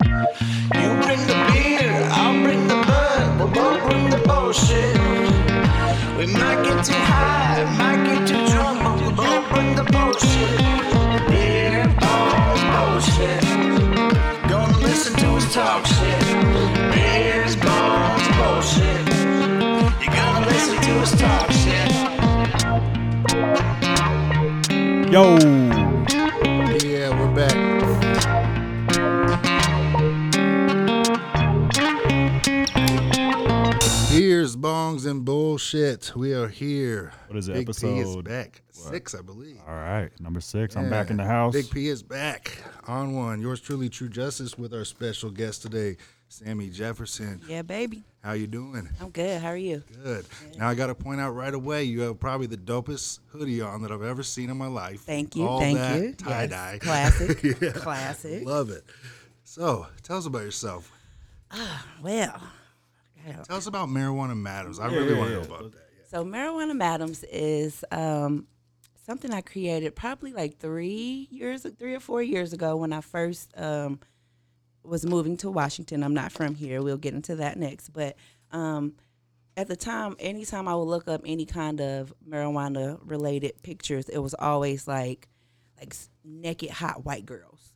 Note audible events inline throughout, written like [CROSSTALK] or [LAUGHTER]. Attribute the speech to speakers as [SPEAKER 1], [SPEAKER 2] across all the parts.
[SPEAKER 1] You bring the beer, I'll bring the bud. We'll both bring the bullshit. We might get too high, might get too drunk, but we'll both bring the bullshit. Beer, balls, bullshit. Gonna listen to us talk shit. Beer, balls, bullshit. You're gonna listen to us talk shit.
[SPEAKER 2] Yo,
[SPEAKER 3] Yeah, we're back. Beers, bongs, and bullshit. We are here.
[SPEAKER 2] What is it,
[SPEAKER 3] Big P is
[SPEAKER 2] episode-
[SPEAKER 3] back. Six, I believe.
[SPEAKER 2] all right, number six. I'm back
[SPEAKER 3] Yeah.
[SPEAKER 2] in the house.
[SPEAKER 3] Big P is back on one. Yours truly, True Justice, with our special guest today, Sammy Jefferson.
[SPEAKER 4] Yeah, baby.
[SPEAKER 3] How you doing?
[SPEAKER 4] I'm good. How are you?
[SPEAKER 3] Good. Now I got to point out right away, you have probably the dopest hoodie on that I've ever seen in my life.
[SPEAKER 4] Thank you.
[SPEAKER 3] All
[SPEAKER 4] Thank
[SPEAKER 3] that
[SPEAKER 4] you.
[SPEAKER 3] Tie dye.
[SPEAKER 4] Yes.
[SPEAKER 3] [LAUGHS]
[SPEAKER 4] Classic. Classic.
[SPEAKER 3] Love it. So tell us about yourself.
[SPEAKER 4] Well,
[SPEAKER 3] Tell us about Marijuana Matters. I really want to know about that.
[SPEAKER 4] so Marijuana Madams is um, something I created probably like three years, three or four years ago when I first um, was moving to Washington. I'm not from here. We'll get into that next. But um, at the time, anytime I would look up any kind of marijuana related pictures, it was always like, like s- naked hot white girls,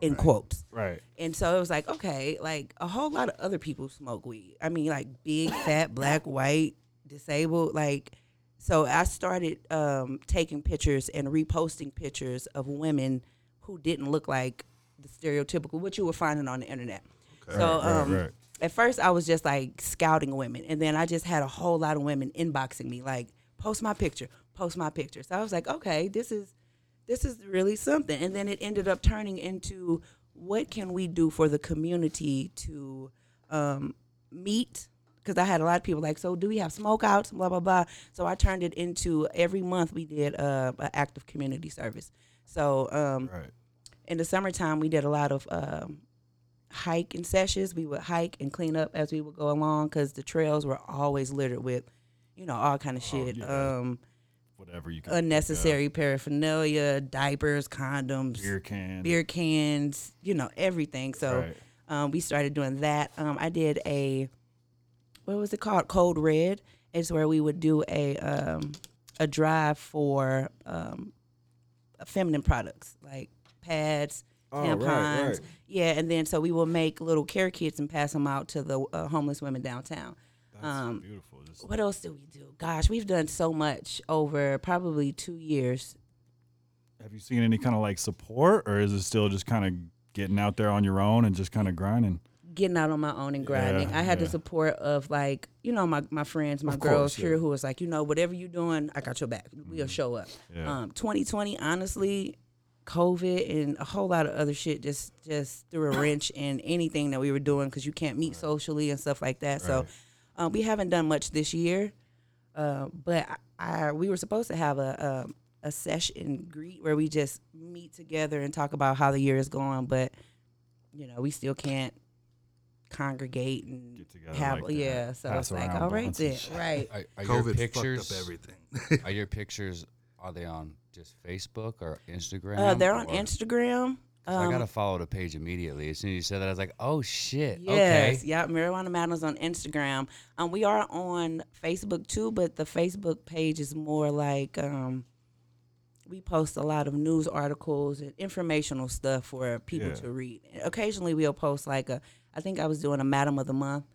[SPEAKER 4] in quotes.
[SPEAKER 2] Right.
[SPEAKER 4] And so it was like, okay, like a whole lot of other people smoke weed. I mean, like big, fat, black, white, disabled. Like, so I started um, taking pictures and reposting pictures of women who didn't look like the stereotypical, what you were finding on the internet. So
[SPEAKER 2] Right, right,
[SPEAKER 4] um,
[SPEAKER 2] right.
[SPEAKER 4] at first, I was just like scouting women. And then I just had a whole lot of women inboxing me, like, post my picture, post my picture. So I was like, okay, this is this is really something. And then it ended up turning into what can we do for the community to um, meet? Because I had a lot of people like, so do we have smokeouts? Blah blah blah. So I turned it into every month we did uh, an active community service. So um,
[SPEAKER 2] Right.
[SPEAKER 4] in the summertime we did a lot of um, hiking sessions we would hike and clean up as we would go along because the trails were always littered with you know all kind of shit
[SPEAKER 2] Oh, yeah.
[SPEAKER 4] um,
[SPEAKER 2] Whatever you can.
[SPEAKER 4] unnecessary paraphernalia diapers condoms
[SPEAKER 2] Beer can.
[SPEAKER 4] beer cans you know everything so
[SPEAKER 2] Right.
[SPEAKER 4] um, we started doing that um, i did a what was it called cold red it's where we would do a um, a drive for um, feminine products like pads,
[SPEAKER 2] Oh, right,
[SPEAKER 4] tampons.
[SPEAKER 2] right.
[SPEAKER 4] Yeah, and then so we will make little care kits and pass them out to the uh, homeless women downtown. Um,
[SPEAKER 2] Beautiful. Just,
[SPEAKER 4] what else do we do? Gosh, we've done so much over probably two years.
[SPEAKER 2] have you seen any kind of like support, or is it still just kind of getting out there on your own and just kind of grinding?
[SPEAKER 4] Getting out on my own and grinding.
[SPEAKER 2] Yeah,
[SPEAKER 4] I had
[SPEAKER 2] yeah.
[SPEAKER 4] the support of like, you know, my, my friends, my
[SPEAKER 2] Of
[SPEAKER 4] girls
[SPEAKER 2] course,
[SPEAKER 4] here
[SPEAKER 2] yeah. Mm-hmm.
[SPEAKER 4] who was like, you know, whatever you're doing, I got your back. We'll show up.
[SPEAKER 2] Yeah.
[SPEAKER 4] Um, 2020, honestly, COVID and a whole lot of other shit just just threw a wrench
[SPEAKER 2] [COUGHS]
[SPEAKER 4] in anything that we were doing because you can't meet socially and stuff like that. So
[SPEAKER 2] Right.
[SPEAKER 4] um, we haven't done much this year, uh, but I, I we were supposed to have a um a session greet where we just meet together and talk about how the year is going, but you know we still can't congregate and
[SPEAKER 2] Get together
[SPEAKER 4] have
[SPEAKER 2] like that.
[SPEAKER 4] yeah. So
[SPEAKER 2] Pass
[SPEAKER 4] it's like
[SPEAKER 2] around
[SPEAKER 4] all right
[SPEAKER 2] blunts and
[SPEAKER 4] then,
[SPEAKER 2] shit.
[SPEAKER 4] right?
[SPEAKER 5] Are, are your
[SPEAKER 3] COVID
[SPEAKER 5] pictures?
[SPEAKER 3] fucked up everything. [LAUGHS]
[SPEAKER 5] Are your pictures? Are they on just Facebook or Instagram?
[SPEAKER 4] Uh, they're on
[SPEAKER 5] or-
[SPEAKER 4] Instagram. Um,
[SPEAKER 5] 'Cause I gotta follow the page immediately. As soon as you said that, I was like, "Oh shit!
[SPEAKER 4] Yes,
[SPEAKER 5] Okay,
[SPEAKER 4] yeah, Marijuana Matters on Instagram. Um, we are on Facebook too, but the Facebook page is more like um, we post a lot of news articles and informational stuff for people
[SPEAKER 2] Yeah.
[SPEAKER 4] to read. And occasionally, we'll post like a. I think I was doing a Madam of the Month,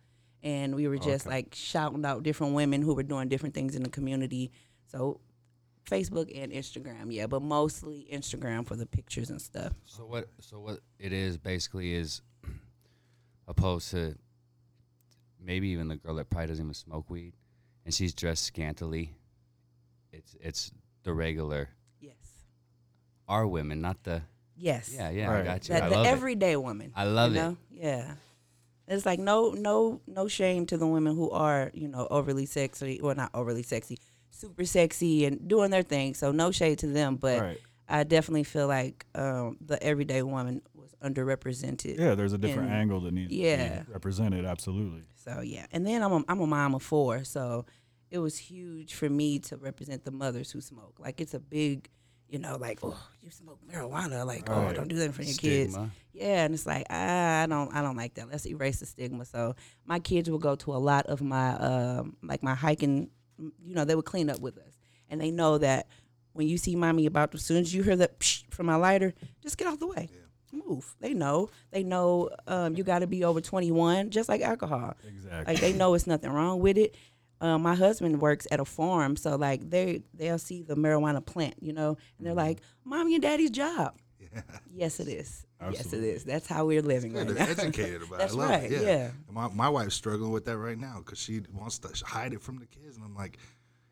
[SPEAKER 4] and we were just like shouting out different women who were doing different things in the community. So. Facebook and Instagram, yeah, but mostly Instagram for the pictures and stuff.
[SPEAKER 5] So what? So what it is basically is [CLEARS THROAT] opposed to maybe even the girl that probably doesn't even smoke weed, and she's dressed scantily. It's it's the regular
[SPEAKER 4] Yes,
[SPEAKER 5] our women, not the
[SPEAKER 4] yes,
[SPEAKER 5] yeah yeah. I
[SPEAKER 2] Right.
[SPEAKER 5] got you.
[SPEAKER 4] That
[SPEAKER 5] I
[SPEAKER 4] the
[SPEAKER 5] love it.
[SPEAKER 4] everyday woman.
[SPEAKER 5] I love
[SPEAKER 4] you
[SPEAKER 5] it.
[SPEAKER 4] know? Yeah. It's like no no no shame to the women who are, you know, overly sexy well not overly sexy, super sexy and doing their thing. So no shade to them, but
[SPEAKER 2] Right.
[SPEAKER 4] I definitely feel like um, the everyday woman was underrepresented.
[SPEAKER 2] Yeah. There's a different
[SPEAKER 4] And-
[SPEAKER 2] angle that needs to
[SPEAKER 4] yeah.
[SPEAKER 2] be represented. Absolutely.
[SPEAKER 4] So yeah. And then I'm a, I'm a mom of four, so it was huge for me to represent the mothers who smoke. Like it's a big you know, like, oh, you smoke marijuana, like, oh,
[SPEAKER 2] Right.
[SPEAKER 4] don't do that in front of your kids.
[SPEAKER 5] Stigma.
[SPEAKER 4] Yeah, and it's like, ah, I don't, I don't like that. Let's erase the stigma. So my kids will go to a lot of my, um, like my hiking. You know, they would clean up with us, and they know that when you see mommy about, as soon as you hear that psh from my lighter, just get out the way. Move. They know. They know um, you got to be over 21, just like alcohol.
[SPEAKER 2] Exactly.
[SPEAKER 4] Like they know it's nothing wrong with it. Uh, my husband works at a farm, so like they they'll see the marijuana plant, you know, and
[SPEAKER 3] Mm-hmm.
[SPEAKER 4] they're like, "Mommy and Daddy's job." Yes, it is. Yes, it is. That's how we're living right
[SPEAKER 3] They're
[SPEAKER 4] now. [LAUGHS]
[SPEAKER 3] educated about
[SPEAKER 4] That's
[SPEAKER 3] it. I love
[SPEAKER 4] right,
[SPEAKER 3] it. Yeah.
[SPEAKER 4] yeah.
[SPEAKER 3] And My, my wife's struggling with that right now because she wants to hide it from the kids. And I'm like,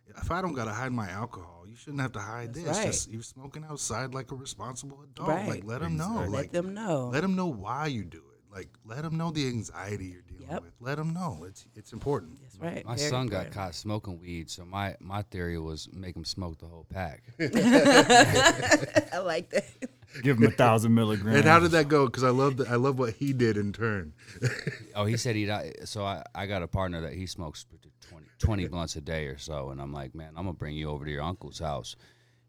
[SPEAKER 3] if I don't got to hide my alcohol, you shouldn't have to hide
[SPEAKER 4] That's
[SPEAKER 3] this.
[SPEAKER 4] right.
[SPEAKER 3] Just you're smoking outside like a responsible adult.
[SPEAKER 4] Right.
[SPEAKER 3] Like, let them know.
[SPEAKER 4] Let
[SPEAKER 3] like,
[SPEAKER 4] them know.
[SPEAKER 3] Let them know why you do it. Like, let them know the anxiety you're dealing
[SPEAKER 4] Yep.
[SPEAKER 3] with. Let them know. It's it's important.
[SPEAKER 4] That's right.
[SPEAKER 5] My
[SPEAKER 4] Very
[SPEAKER 5] son got
[SPEAKER 4] important.
[SPEAKER 5] caught smoking weed, so my, my theory was make him smoke the whole pack.
[SPEAKER 4] [LAUGHS] I like that.
[SPEAKER 2] Give him a thousand milligrams.
[SPEAKER 3] And how did that go? Because I love the, I love what he did in turn.
[SPEAKER 5] oh, he said he would so I, I got a partner that he smokes 20,
[SPEAKER 4] [LAUGHS]
[SPEAKER 5] 20 blunts a day or so, and I'm like, man, I'm gonna bring you over to your uncle's house,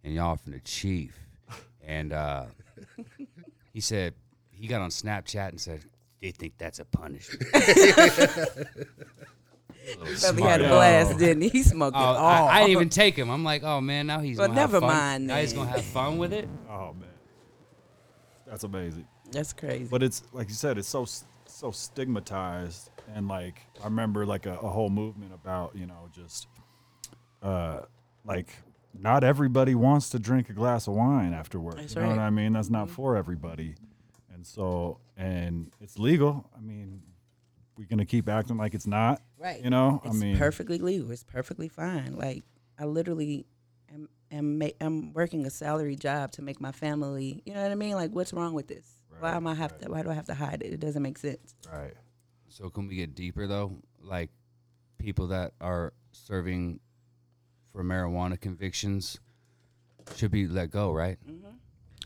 [SPEAKER 5] and y'all from the chief, and uh,
[SPEAKER 4] [LAUGHS]
[SPEAKER 5] he said he got on Snapchat and said they think that's
[SPEAKER 4] [LAUGHS]
[SPEAKER 5] a punishment.
[SPEAKER 4] Probably had a
[SPEAKER 2] Smart.
[SPEAKER 4] blast, didn't he? He smoked
[SPEAKER 5] Oh,
[SPEAKER 4] it all.
[SPEAKER 5] I, I didn't even take him. I'm like, oh man, now he's
[SPEAKER 4] Well,
[SPEAKER 5] gonna have
[SPEAKER 4] never
[SPEAKER 5] fun.
[SPEAKER 4] mind
[SPEAKER 5] Now he's
[SPEAKER 4] then.
[SPEAKER 5] gonna have fun with it.
[SPEAKER 2] Oh man, that's amazing.
[SPEAKER 4] That's crazy.
[SPEAKER 2] But it's like you said, it's so s- so stigmatized, and like I remember like a, a whole movement about you know just uh like not everybody wants to drink a glass of wine after work.
[SPEAKER 4] That's
[SPEAKER 2] you know what
[SPEAKER 4] right. Mm-hmm.
[SPEAKER 2] I mean? That's not for everybody, and so and it's legal. I mean, we gonna keep acting like it's not.
[SPEAKER 4] Right.
[SPEAKER 2] You know,
[SPEAKER 4] it's
[SPEAKER 2] I mean,
[SPEAKER 4] perfectly legal. It's perfectly fine. Like I literally am am ma- am working a salary job to make my family. You know what I mean? Like what's wrong with this? why
[SPEAKER 2] Right,
[SPEAKER 4] am I have to? Why do I have to hide it? It doesn't make sense.
[SPEAKER 2] Right.
[SPEAKER 5] So can we get deeper though? Like people that are serving for marijuana convictions should be let go, right?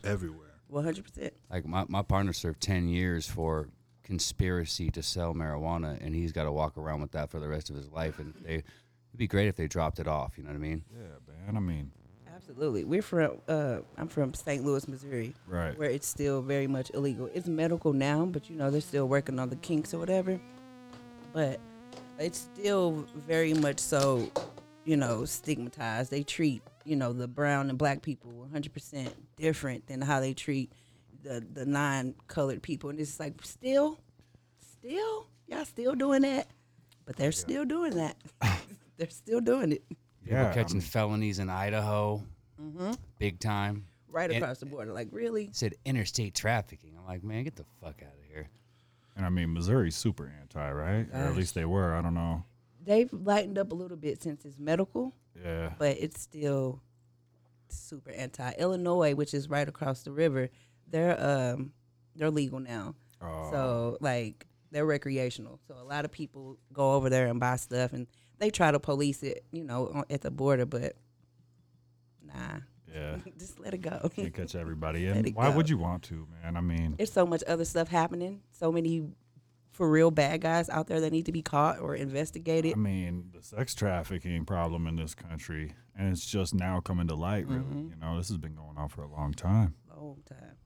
[SPEAKER 3] Everywhere.
[SPEAKER 4] One hundred percent.
[SPEAKER 5] Like my, my partner served ten years for conspiracy to sell marijuana and he's gotta walk around with that for the rest of his life and they it'd be great if they dropped it off, you know what I mean?
[SPEAKER 2] Yeah, man. I mean,
[SPEAKER 4] Absolutely. We're from. Uh, I'm from St. Louis, Missouri.
[SPEAKER 2] Right.
[SPEAKER 4] Where it's still very much illegal. It's medical now, but you know they're still working on the kinks or whatever. But it's still very much so, you know, stigmatized. They treat you know the brown and black people 100 percent different than how they treat the the non-colored people, and it's like still, still, y'all still doing that, but they're still doing that. [LAUGHS] they're still doing it.
[SPEAKER 5] People
[SPEAKER 2] yeah.
[SPEAKER 5] catching felonies in Idaho big time.
[SPEAKER 4] Right
[SPEAKER 5] And-
[SPEAKER 4] across the border, like really,
[SPEAKER 5] It said interstate trafficking. I'm like, man, get the fuck out of here.
[SPEAKER 2] And I mean, Missouri's super anti, right? Or at least they were. I don't know.
[SPEAKER 4] they've lightened up a little bit since it's medical,
[SPEAKER 2] Yeah.
[SPEAKER 4] but it's still super anti. Illinois, which is right across the river, they're um they're legal now.
[SPEAKER 2] Oh,
[SPEAKER 4] So like they're recreational. So a lot of people go over there and buy stuff and they try to police it, you know, on- at the border, but nah. [LAUGHS]
[SPEAKER 2] Yeah.
[SPEAKER 4] Just let it go.
[SPEAKER 2] Can't catch everybody.
[SPEAKER 4] Let
[SPEAKER 2] And
[SPEAKER 4] it
[SPEAKER 2] why
[SPEAKER 4] go.
[SPEAKER 2] would you want to, man? I mean,
[SPEAKER 4] [LAUGHS] There's so much other stuff happening. So many for real bad guys out there that need to be caught or investigated.
[SPEAKER 2] I mean, the sex trafficking problem in this country, and it's just now coming to light, really.
[SPEAKER 4] Mm-hmm.
[SPEAKER 2] You know, this has been going on for a long time.
[SPEAKER 4] Long time.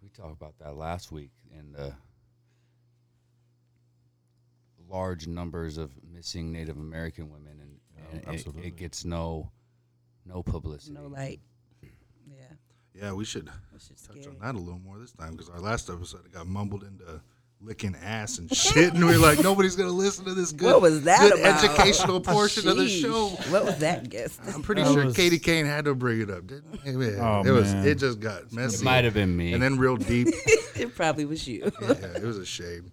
[SPEAKER 5] We talked about that last week and the large numbers of missing Native American women, and, and it- it,
[SPEAKER 2] absolutely.
[SPEAKER 5] gets no no publicity.
[SPEAKER 4] No light. Yeah.
[SPEAKER 3] Yeah, we should
[SPEAKER 4] That's just
[SPEAKER 3] touch
[SPEAKER 4] scary.
[SPEAKER 3] on that a little more this time because our last episode it got mumbled into licking ass
[SPEAKER 4] [LAUGHS]
[SPEAKER 3] and shit, and we are like, nobody's gonna listen to this good,
[SPEAKER 4] What was that
[SPEAKER 3] good
[SPEAKER 4] about? [LAUGHS]
[SPEAKER 3] educational portion of the
[SPEAKER 4] Sheesh.
[SPEAKER 3] show. Um,
[SPEAKER 4] What was that
[SPEAKER 3] [LAUGHS]
[SPEAKER 4] guest?
[SPEAKER 3] I'm pretty
[SPEAKER 2] That
[SPEAKER 3] sure
[SPEAKER 2] was-
[SPEAKER 3] Katie Kane had to bring it up, didn't he? Man,
[SPEAKER 2] Oh,
[SPEAKER 3] it was
[SPEAKER 2] man.
[SPEAKER 3] it just got messy.
[SPEAKER 5] It might have been me.
[SPEAKER 3] and then real
[SPEAKER 4] [LAUGHS]
[SPEAKER 3] deep.
[SPEAKER 4] [LAUGHS] it probably was you.
[SPEAKER 3] yeah, it was a shame.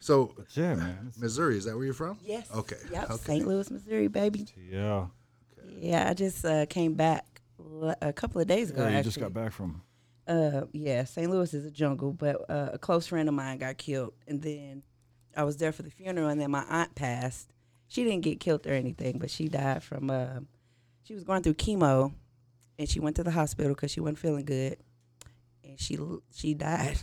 [SPEAKER 3] So
[SPEAKER 2] Yeah, man. It's-
[SPEAKER 3] Missouri, is that where you're from?
[SPEAKER 4] Yes.
[SPEAKER 3] Okay.
[SPEAKER 4] Yep.
[SPEAKER 3] Okay.
[SPEAKER 4] St. Louis, Missouri, baby.
[SPEAKER 2] Yeah.
[SPEAKER 4] Yeah, I just uh, came back l- a couple of days ago.
[SPEAKER 2] Yeah, you
[SPEAKER 4] actually.
[SPEAKER 2] just got back from.
[SPEAKER 4] Uh, yeah, St. Louis is a jungle, but uh, a close friend of mine got killed, and then I was there for the funeral, and then my aunt passed. She didn't get killed or anything, but she died from. Uh, she was going through chemo, and she went to the hospital because she wasn't feeling good, and she l- she died.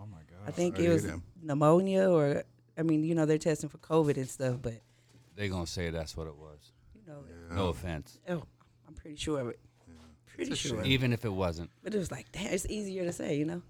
[SPEAKER 2] Oh my God.
[SPEAKER 4] I think
[SPEAKER 3] sorry
[SPEAKER 4] it
[SPEAKER 3] to
[SPEAKER 4] was
[SPEAKER 3] hear that.
[SPEAKER 4] pneumonia, or I mean, you know, they're testing for COVID and stuff, but
[SPEAKER 5] They're gonna say that's what it was.
[SPEAKER 4] you know,
[SPEAKER 5] No offense.
[SPEAKER 4] oh, I'm pretty sure of it. Pretty sure.
[SPEAKER 5] even if it wasn't.
[SPEAKER 4] But it was like, damn, it's easier to say, you know?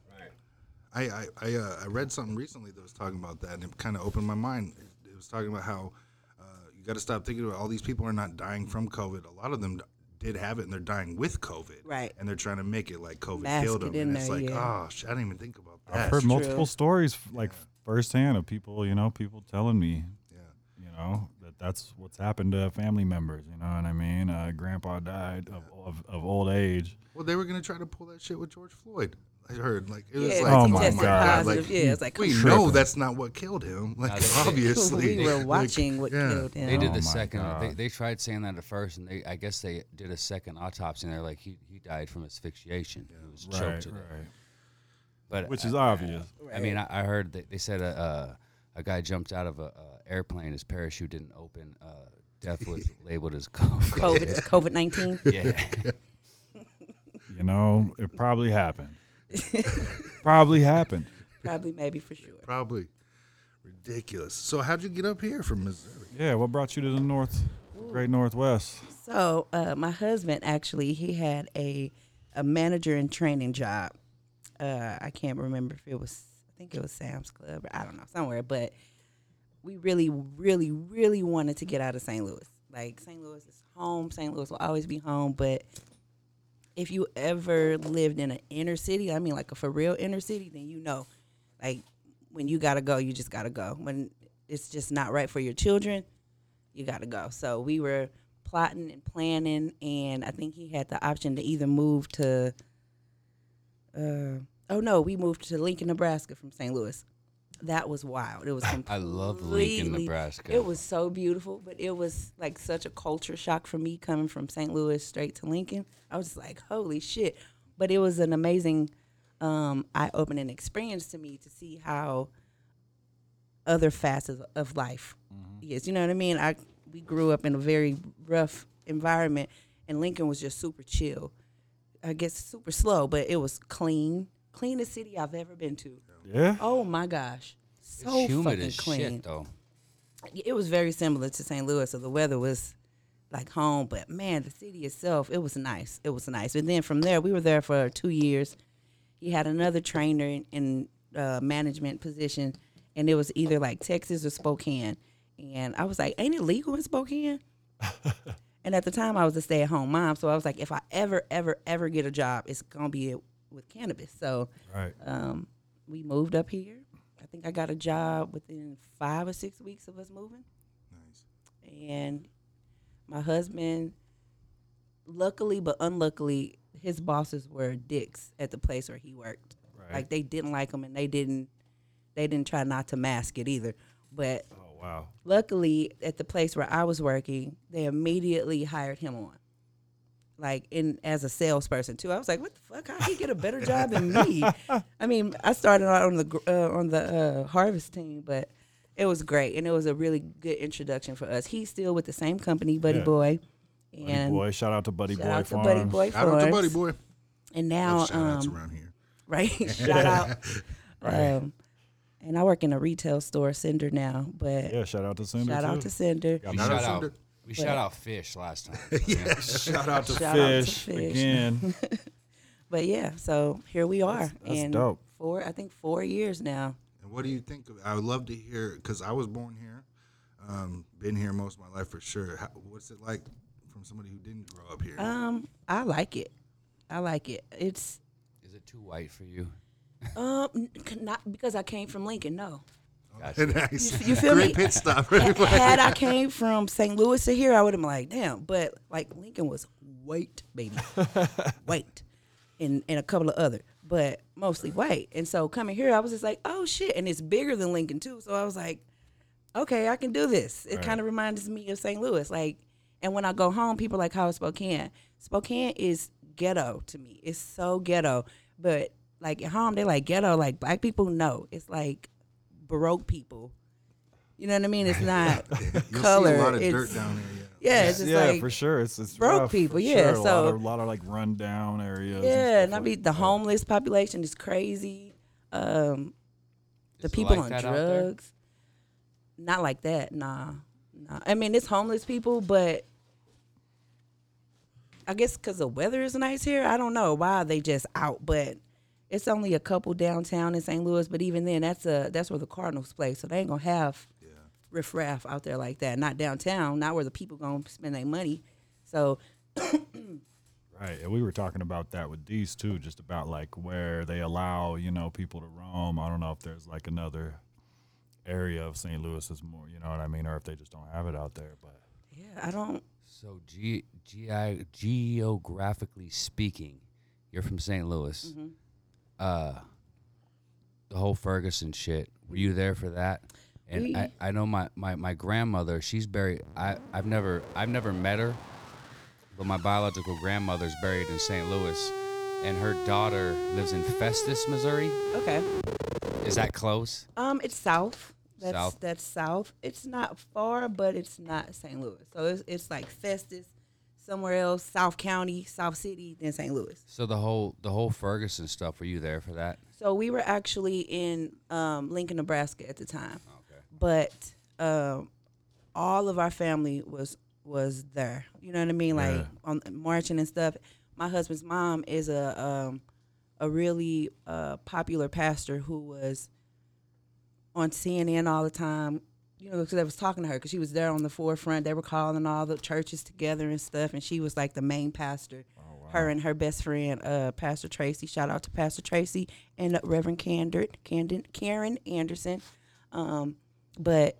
[SPEAKER 3] I I I, uh, I read something recently that was talking about that, and it kind of opened my mind. It, it was talking about how uh, you got to stop thinking about all these people are not dying from COVID. A lot of them d- did have it, and they're dying with COVID.
[SPEAKER 4] Right.
[SPEAKER 3] And they're trying to make it like COVID
[SPEAKER 4] Mask
[SPEAKER 3] killed
[SPEAKER 4] it
[SPEAKER 3] them,
[SPEAKER 4] in
[SPEAKER 3] and it's
[SPEAKER 4] there,
[SPEAKER 3] like,
[SPEAKER 4] yeah.
[SPEAKER 3] oh, sh- I didn't even think about that.
[SPEAKER 2] I've heard multiple
[SPEAKER 4] true.
[SPEAKER 2] stories f- like firsthand of people, you know, people telling me,
[SPEAKER 3] yeah.
[SPEAKER 2] you know, that that's what's happened to family members. You know what I mean? Uh, grandpa died of, of, of old age.
[SPEAKER 3] Well, they were gonna try to pull that shit with George Floyd. I heard like it was
[SPEAKER 4] Yeah,
[SPEAKER 3] like,
[SPEAKER 2] Oh
[SPEAKER 4] he
[SPEAKER 2] my
[SPEAKER 4] tested
[SPEAKER 2] God.
[SPEAKER 4] positive.
[SPEAKER 3] like,
[SPEAKER 4] yeah, it's like,
[SPEAKER 3] we
[SPEAKER 4] come
[SPEAKER 3] know
[SPEAKER 2] tripping.
[SPEAKER 3] that's not what killed him. Like
[SPEAKER 5] Nah, they- they-
[SPEAKER 4] on.
[SPEAKER 3] obviously,
[SPEAKER 4] [LAUGHS] we
[SPEAKER 3] [LAUGHS]
[SPEAKER 4] were
[SPEAKER 3] Like,
[SPEAKER 4] watching what
[SPEAKER 3] yeah.
[SPEAKER 4] killed him.
[SPEAKER 5] They did
[SPEAKER 2] Oh
[SPEAKER 5] the
[SPEAKER 2] my
[SPEAKER 5] second. They,
[SPEAKER 2] God.
[SPEAKER 5] they tried saying that at first, and they I guess they did a second autopsy, and they're like, he, he died from asphyxiation. He was choked
[SPEAKER 2] Right,
[SPEAKER 5] to death.
[SPEAKER 2] right.
[SPEAKER 5] But
[SPEAKER 2] Which
[SPEAKER 5] I-
[SPEAKER 2] is obvious.
[SPEAKER 5] I mean, I, I heard that they said a, uh, a guy jumped out of a, a airplane. His parachute didn't open. Uh,
[SPEAKER 4] [LAUGHS]
[SPEAKER 5] death was labeled as COVID.
[SPEAKER 4] COVID, COVID 19.
[SPEAKER 5] [LAUGHS] yeah,
[SPEAKER 2] You know, it probably
[SPEAKER 4] [LAUGHS]
[SPEAKER 2] happened. probably happened.
[SPEAKER 4] Probably, maybe, for sure.
[SPEAKER 3] probably ridiculous. So how'd you get up here from Missouri?
[SPEAKER 2] Yeah. What brought you to the North, Great Northwest?
[SPEAKER 4] So uh, my husband actually he had a a manager in training job. Uh, I can't remember if it was I think it was Sam's Club or I don't know somewhere, but we really, really, really wanted to get out of St. Louis. Like St. Louis is home. St. Louis will always be home, but if you ever lived in an inner city, I mean like a for real inner city, then you know, like when you gotta go, you just gotta go. When it's just not right for your children, you gotta go. So we were plotting and planning, and I think he had the option to either move to. Uh, oh no, we moved to Lincoln, Nebraska from St. Louis. That was wild. It was
[SPEAKER 5] [LAUGHS] I love Lincoln,
[SPEAKER 4] completely-
[SPEAKER 5] Nebraska.
[SPEAKER 4] It was so beautiful, but it was like such a culture shock for me coming from St. Louis straight to Lincoln. I was just like, holy shit! But it was an amazing, um, eye-opening experience to me to see how other facets of life
[SPEAKER 5] Mm-hmm.
[SPEAKER 4] is. You know what I mean? I we grew up in a very rough environment, and Lincoln was just super chill. I guess super slow, but it was clean, cleanest city I've ever been to.
[SPEAKER 2] Yeah.
[SPEAKER 4] Oh my gosh,
[SPEAKER 5] It's
[SPEAKER 4] so
[SPEAKER 5] humid
[SPEAKER 4] fucking
[SPEAKER 5] as
[SPEAKER 4] clean
[SPEAKER 5] shit though.
[SPEAKER 4] it was very similar to St. Louis. So the weather was like home, but man, the city itself, it was nice. It was nice. And then from there, we were there for two years. He had another trainer in, in uh, management position, and it was either like Texas or Spokane. And I was like, ain't it legal in Spokane? and at the time, I was a stay at home mom. So I was like, if I ever, ever, ever get a job, it's going to be with cannabis. So
[SPEAKER 2] Right.
[SPEAKER 4] um, we moved up here. I think I got a job within five or six weeks of us moving. Nice. And my husband, luckily but unluckily, his bosses were dicks at the place where he worked.
[SPEAKER 2] Right.
[SPEAKER 4] Like they didn't like him, and they didn't they didn't try not to mask it either. But
[SPEAKER 2] Oh wow.
[SPEAKER 4] luckily at the place where I was working, they immediately hired him on. Like in as a salesperson too, I was like, "What the fuck? How would he get a better job than me?" I mean, I started out on the gr- uh, on the uh, harvest team, but it was great, and it was a really good introduction for us. He's still with the same company, Buddy
[SPEAKER 2] Yeah.
[SPEAKER 4] Boy,
[SPEAKER 2] Buddy
[SPEAKER 4] and
[SPEAKER 2] boy, shout out to Buddy
[SPEAKER 4] shout
[SPEAKER 2] Boy
[SPEAKER 4] out to
[SPEAKER 2] Farms.
[SPEAKER 4] Buddy Boy
[SPEAKER 3] Shout out to
[SPEAKER 4] Farms.
[SPEAKER 3] Buddy Boy.
[SPEAKER 4] And now,
[SPEAKER 3] Shout outs
[SPEAKER 4] um,
[SPEAKER 3] around here.
[SPEAKER 4] [LAUGHS]
[SPEAKER 3] [LAUGHS]
[SPEAKER 4] right? shout out. Um, and I work in a retail store, Cinder now, but
[SPEAKER 2] Yeah. Shout out to Cinder.
[SPEAKER 4] shout out
[SPEAKER 2] too.
[SPEAKER 4] to Cinder.
[SPEAKER 5] We
[SPEAKER 3] Shout out
[SPEAKER 5] shout out.
[SPEAKER 3] Cinder.
[SPEAKER 5] We shout out fish last time. yeah.
[SPEAKER 2] Shout out to
[SPEAKER 4] Shout out to
[SPEAKER 2] Fish
[SPEAKER 4] Fish.
[SPEAKER 2] again.
[SPEAKER 4] But yeah, so here we are.
[SPEAKER 2] that's
[SPEAKER 4] and
[SPEAKER 2] dope.
[SPEAKER 4] Four, I think four years now.
[SPEAKER 3] And what do you think of? I would love to hear because I was born here, um, been here most of my life for sure. How, what's it like from somebody who didn't grow up here? [LAUGHS]
[SPEAKER 4] Um, I like it. I like it. It's
[SPEAKER 5] Is it too white for you?
[SPEAKER 4] um n- c- not because I came from Lincoln.
[SPEAKER 2] [LAUGHS]
[SPEAKER 4] No,
[SPEAKER 3] nice.
[SPEAKER 4] you feel
[SPEAKER 3] Great
[SPEAKER 4] me?
[SPEAKER 3] pit
[SPEAKER 4] [LAUGHS]
[SPEAKER 3] stop.
[SPEAKER 4] had I came from St. Louis to here, I would have been like, damn. But like Lincoln was white,
[SPEAKER 2] [LAUGHS]
[SPEAKER 4] baby, white, and and a couple of other, but mostly white. And so coming here, I was just like, oh shit, and it's bigger than Lincoln too. So I was like, okay, I can do this. It kind of reminds me of St. Louis, like. And when I go home, people are like how is Spokane. Spokane is ghetto to me. It's so ghetto, but like at home, they're like ghetto. Like black people, no. It's like baroque people. You know what I
[SPEAKER 2] [LAUGHS]
[SPEAKER 4] mean? It's not
[SPEAKER 3] [LAUGHS] [LAUGHS] You'll
[SPEAKER 4] color.
[SPEAKER 3] see a lot of
[SPEAKER 4] it's,
[SPEAKER 3] dirt down here. Yeah.
[SPEAKER 4] Yeah, it's [LAUGHS] just
[SPEAKER 2] yeah,
[SPEAKER 4] like
[SPEAKER 2] for sure. It's it's
[SPEAKER 4] broke
[SPEAKER 2] rough, for
[SPEAKER 4] people, yeah,
[SPEAKER 2] sure. a lot
[SPEAKER 4] so-
[SPEAKER 2] of, lot of like rundown areas. and
[SPEAKER 4] yeah.
[SPEAKER 2] stuff
[SPEAKER 4] And I
[SPEAKER 2] like
[SPEAKER 4] mean, the homeless population is crazy. Um, the
[SPEAKER 5] Is it
[SPEAKER 4] people
[SPEAKER 5] like
[SPEAKER 4] on
[SPEAKER 5] that out there?
[SPEAKER 4] drugs, not like that. Nah, nah. I mean, it's homeless people, but I guess because the weather is nice here. I don't know why they just out, but it's only a couple downtown in St. Louis. But even then, that's a that's where the Cardinals play, so they ain't gonna have riffraff out there like that. Not downtown, not where the people gonna spend their money. So
[SPEAKER 2] Right. And we were talking about that with these too, just about like where they allow, you know, people to roam. I don't know if there's like another area of St. Louis that's more, you know what I mean, or if they just don't have it out there. But
[SPEAKER 4] yeah, I don't.
[SPEAKER 5] So, ge- GI, geographically speaking, you're from St. Louis. Uh, the whole Ferguson shit. Were you there for that? And I, I know my, my, my grandmother. She's buried. I I've never I've never met her, but my biological grandmother's buried in St. Louis, and her daughter lives in Festus, Missouri.
[SPEAKER 4] Okay.
[SPEAKER 5] Is that close?
[SPEAKER 4] Um, it's south. That's
[SPEAKER 5] South.
[SPEAKER 4] that's south. It's not far, but it's not St. Louis. So it's it's like Festus, somewhere else, South County, South City, then St. Louis.
[SPEAKER 5] So the whole the whole Ferguson stuff. Were you there for that?
[SPEAKER 4] So we were actually in um, Lincoln, Nebraska at the time. Okay. But um, all of our family was was there. You know what I mean? Like on marching and stuff. My husband's mom is a um, a really uh, popular pastor who was on CNN all the time. You know, because I was talking to her because she was there on the forefront. They were calling all the churches together and stuff, and she was like the main pastor. Her and her best friend, uh, Pastor Tracy. Shout out to Pastor Tracy and Reverend Candid, Candid, Karen Anderson. Um, but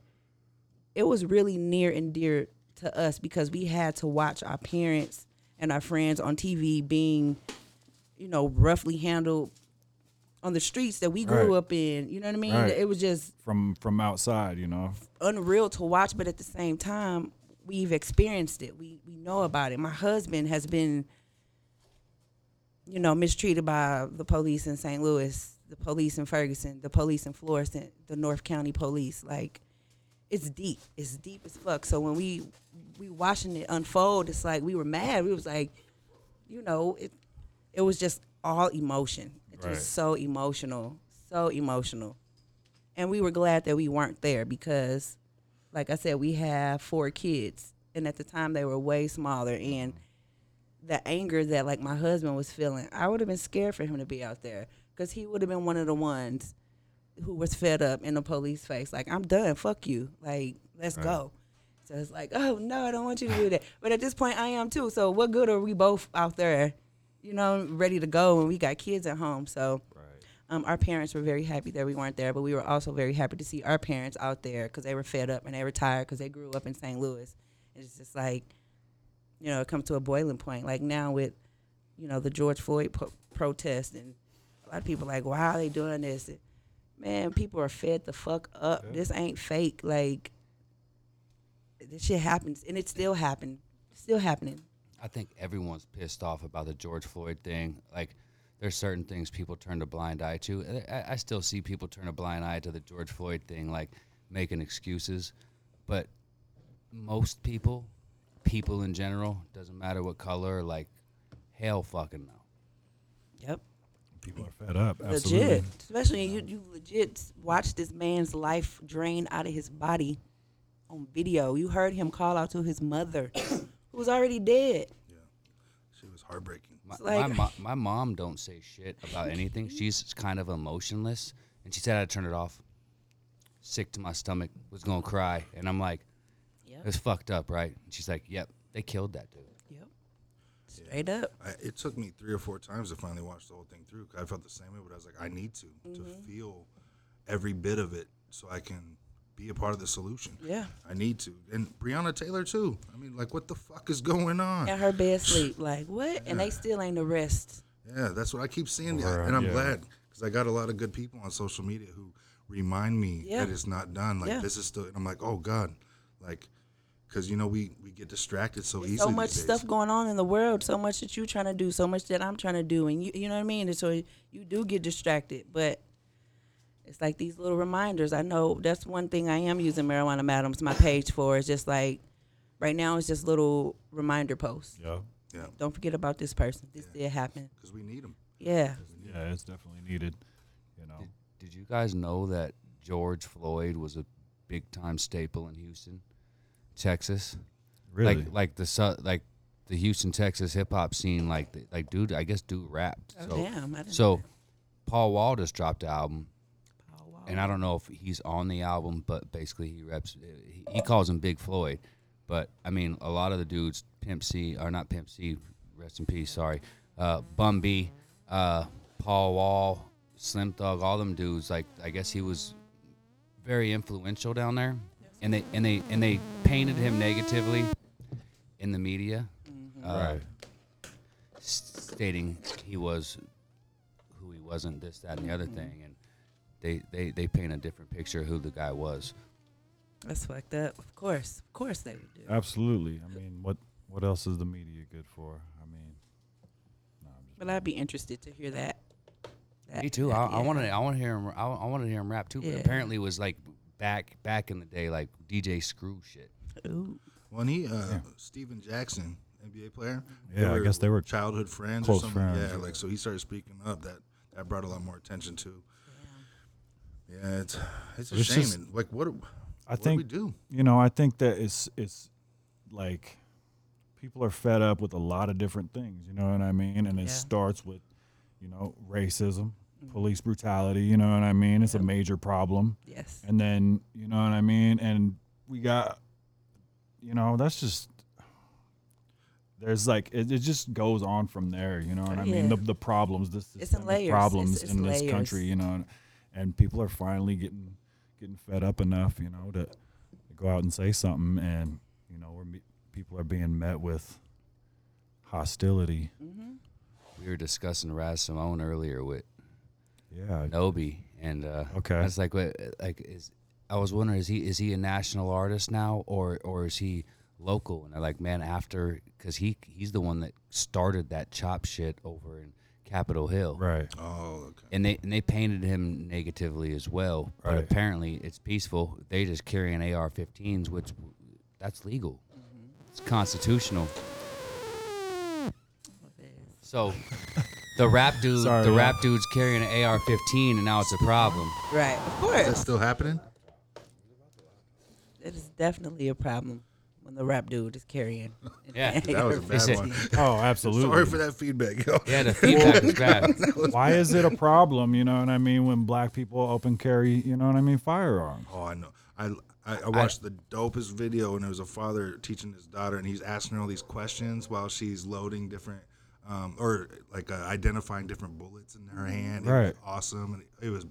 [SPEAKER 4] it was really near and dear to us because we had to watch our parents and our friends on TV being, you know, roughly handled on the streets that we grew
[SPEAKER 2] Right.
[SPEAKER 4] up in. You know what I mean?
[SPEAKER 2] Right.
[SPEAKER 4] It was just
[SPEAKER 2] from from outside, you know,
[SPEAKER 4] unreal to watch, but at the same time, we've experienced it. We we know about it. My husband has been, you know, mistreated by the police in St. Louis, the police in Ferguson, the police in Florissant, the North County police. Like, it's deep. It's deep as fuck. So when we we watching it unfold, it's like we were mad. We was like, you know, it it was just all emotion. It
[SPEAKER 2] Right.
[SPEAKER 4] was so emotional, so emotional. And we were glad that we weren't there because like I said, we have four kids, and at the time they were way smaller. And the anger that like my husband was feeling, I would have been scared for him to be out there because he would have been one of the ones who was fed up in the police face. Like, I'm done. Fuck you. Like, let's go. So it's like, oh no, I don't want you to do that. But at this point, I am too. So what good are we both out there, you know, ready to go when we got kids at home? So. Um, our parents were very happy that we weren't there, but we were also very happy to see our parents out there because they were fed up and they were tired because they grew up in St. Louis. And it's just like, you know, it comes to a boiling point. Like now with, you know, the George Floyd po- protest, and a lot of people like, why are they doing this? And, man, people are fed the fuck up. This ain't fake. Like, this shit happens, and it still happened, still happening.
[SPEAKER 5] I think everyone's pissed off about the George Floyd thing. Like, there's certain things people turn a blind eye to. And I, I still see people turn a blind eye to the George Floyd thing, like making excuses. But most people, people in general, doesn't matter what color, like, hell fucking no.
[SPEAKER 4] Yep.
[SPEAKER 2] people are fed up. Absolutely.
[SPEAKER 4] legit. Especially you, you legit watched this man's life drain out of his body on video. You heard him call out to his mother, [COUGHS] who was already dead.
[SPEAKER 3] She was heartbreaking.
[SPEAKER 5] My, my,
[SPEAKER 4] like-
[SPEAKER 5] mo- my mom don't say shit about anything. She's kind of emotionless, and she said I turned it off. Sick to my stomach, was gonna cry, and I'm like,
[SPEAKER 4] Yep.
[SPEAKER 5] "It's fucked up, right?" And she's like, "Yep, they killed that dude."
[SPEAKER 4] Yep. Straight up.
[SPEAKER 3] I, it took me three or four times to finally watch the whole thing through. 'cause I felt the same way, but I was like, I need to to
[SPEAKER 4] Mm-hmm.
[SPEAKER 3] feel every bit of it so I can be a part of the solution.
[SPEAKER 4] Yeah.
[SPEAKER 3] I need to. And Breonna Taylor too. I mean, like, what the fuck is going on?
[SPEAKER 4] At
[SPEAKER 3] Yeah,
[SPEAKER 4] her bed sleep, like what? And they still ain't arrest.
[SPEAKER 3] that's what I keep seeing,
[SPEAKER 2] Right,
[SPEAKER 3] and I'm
[SPEAKER 2] yeah.
[SPEAKER 3] glad because I got a lot of good people on social media who remind me
[SPEAKER 4] Yeah.
[SPEAKER 3] that it's not done. Like
[SPEAKER 4] Yeah.
[SPEAKER 3] this is still. And I'm like, oh god, like, because you know we we get distracted so easily.
[SPEAKER 4] So much
[SPEAKER 3] these days.
[SPEAKER 4] stuff going on in the world. So much that you trying to do. So much that I'm trying to do. And you, you know what I mean. And so you do get distracted, but. It's like these little reminders. I know that's one thing I am using Marijuana Madams, my page for. It's just like right now it's just little reminder posts.
[SPEAKER 2] Yeah.
[SPEAKER 3] Yeah,
[SPEAKER 4] Don't forget about this person. This did happen.
[SPEAKER 3] because we need them.
[SPEAKER 4] Yeah.
[SPEAKER 2] Yeah, it's definitely needed, you know.
[SPEAKER 5] Did you guys know that George Floyd was a big time staple in Houston, Texas?
[SPEAKER 2] Really?
[SPEAKER 5] Like like the su- like the Houston, Texas hip hop scene. Like, th- like dude, I guess dude rapped.
[SPEAKER 4] Oh,
[SPEAKER 5] so,
[SPEAKER 4] damn, I didn't know
[SPEAKER 5] so
[SPEAKER 4] that.
[SPEAKER 5] Paul Wall just dropped the album,
[SPEAKER 4] Paul Wall.
[SPEAKER 5] and I don't know if he's on the album, but basically he reps. uh, He, he calls him Big Floyd, but I mean a lot of the dudes, Pimp C or not Pimp C, rest in peace. Sorry, uh, Bum B, uh, Paul Wall, Slim Thug, all them dudes. Like I guess he was very influential down there, and they and they and they painted him negatively in the media,
[SPEAKER 4] Mm-hmm.
[SPEAKER 5] uh,
[SPEAKER 2] Right.
[SPEAKER 5] s- stating he was who he wasn't, this, that, and the other thing, and they they they paint a different picture of who the guy was.
[SPEAKER 4] That's fucked up. Of course, of course they would do.
[SPEAKER 2] Absolutely. I mean, what what else is the media good for? I mean,
[SPEAKER 4] But I'd be interested to hear that. that
[SPEAKER 5] Me too.
[SPEAKER 4] that-
[SPEAKER 5] I, I
[SPEAKER 4] yeah.
[SPEAKER 5] want to I want to hear him. I, I want to hear him rap too.
[SPEAKER 4] Yeah.
[SPEAKER 5] But apparently, it was like back back in the day, like DJ Screw shit.
[SPEAKER 4] Ooh.
[SPEAKER 3] When he, uh, Steven Jackson, NBA player.
[SPEAKER 2] Yeah, I guess they were
[SPEAKER 3] childhood friends
[SPEAKER 2] close
[SPEAKER 3] or something.
[SPEAKER 2] friends,
[SPEAKER 3] Yeah,
[SPEAKER 2] yeah.
[SPEAKER 3] like so he started speaking up. That that brought a lot more attention to. Yeah, it's it's a
[SPEAKER 2] It's
[SPEAKER 3] shame.
[SPEAKER 2] just-
[SPEAKER 3] and like what? do-
[SPEAKER 2] I
[SPEAKER 3] what
[SPEAKER 2] think
[SPEAKER 3] do we do.
[SPEAKER 2] you know, I think that it's it's like people are fed up with a lot of different things. You know what I mean? And it
[SPEAKER 4] Yeah. Mm.
[SPEAKER 2] starts with you know racism, police brutality. You know what I mean? It's a major problem.
[SPEAKER 4] Yes.
[SPEAKER 2] And then you know what I mean? And we got you know that's just. There's like it, it just goes on from there, you know what I mean? The,
[SPEAKER 4] Yeah.
[SPEAKER 2] the problems, this
[SPEAKER 4] It's in
[SPEAKER 2] systemic
[SPEAKER 4] layers. It's-
[SPEAKER 2] problems
[SPEAKER 4] it's
[SPEAKER 2] in this
[SPEAKER 4] layers.
[SPEAKER 2] country, you know, and, and people are finally getting getting fed up enough, you know, to, to go out and say something, and you know, we're me- people are being met with hostility.
[SPEAKER 4] Mm.
[SPEAKER 5] We were discussing Raz Simone earlier with
[SPEAKER 2] Yeah,
[SPEAKER 5] Nobi, and uh,
[SPEAKER 2] Okay.
[SPEAKER 5] that's like what like is. I was wondering, is he is he a national artist now, or or is he local? And they're like, man, after because he he's the one that started that chop shit over in Capitol Hill,
[SPEAKER 2] right.
[SPEAKER 3] Oh, okay.
[SPEAKER 5] and they and they painted him negatively as well. But
[SPEAKER 2] Right.
[SPEAKER 5] apparently, it's peaceful. They just carrying AR-15s, which that's legal. It's constitutional. [LAUGHS] So the rap dude,
[SPEAKER 2] Sorry,
[SPEAKER 5] the
[SPEAKER 2] yeah.
[SPEAKER 5] rap dude's carrying an AR-15, and now it's a problem.
[SPEAKER 4] Right. Of
[SPEAKER 3] Is that
[SPEAKER 4] course.
[SPEAKER 3] still happening?
[SPEAKER 4] It is definitely a problem when the rap dude
[SPEAKER 3] [LAUGHS]
[SPEAKER 4] is carrying.
[SPEAKER 5] Yeah,
[SPEAKER 3] That was a
[SPEAKER 4] [LAUGHS]
[SPEAKER 5] Is
[SPEAKER 3] bad
[SPEAKER 5] it-
[SPEAKER 3] one.
[SPEAKER 2] Oh, absolutely.
[SPEAKER 3] [LAUGHS] Sorry for that feedback. Yo.
[SPEAKER 5] Yeah, the feedback is bad.
[SPEAKER 2] Why is it a problem? You know what I mean? When black people open carry, you know what I mean, firearms.
[SPEAKER 3] Oh, I know. I I, I watched the dopest video, and it was a father teaching his daughter, and he's asking her all these questions while she's loading different, um, or like uh, identifying different bullets in
[SPEAKER 4] Mm-hmm.
[SPEAKER 3] her hand. It was
[SPEAKER 2] Right.
[SPEAKER 3] awesome, and it, was.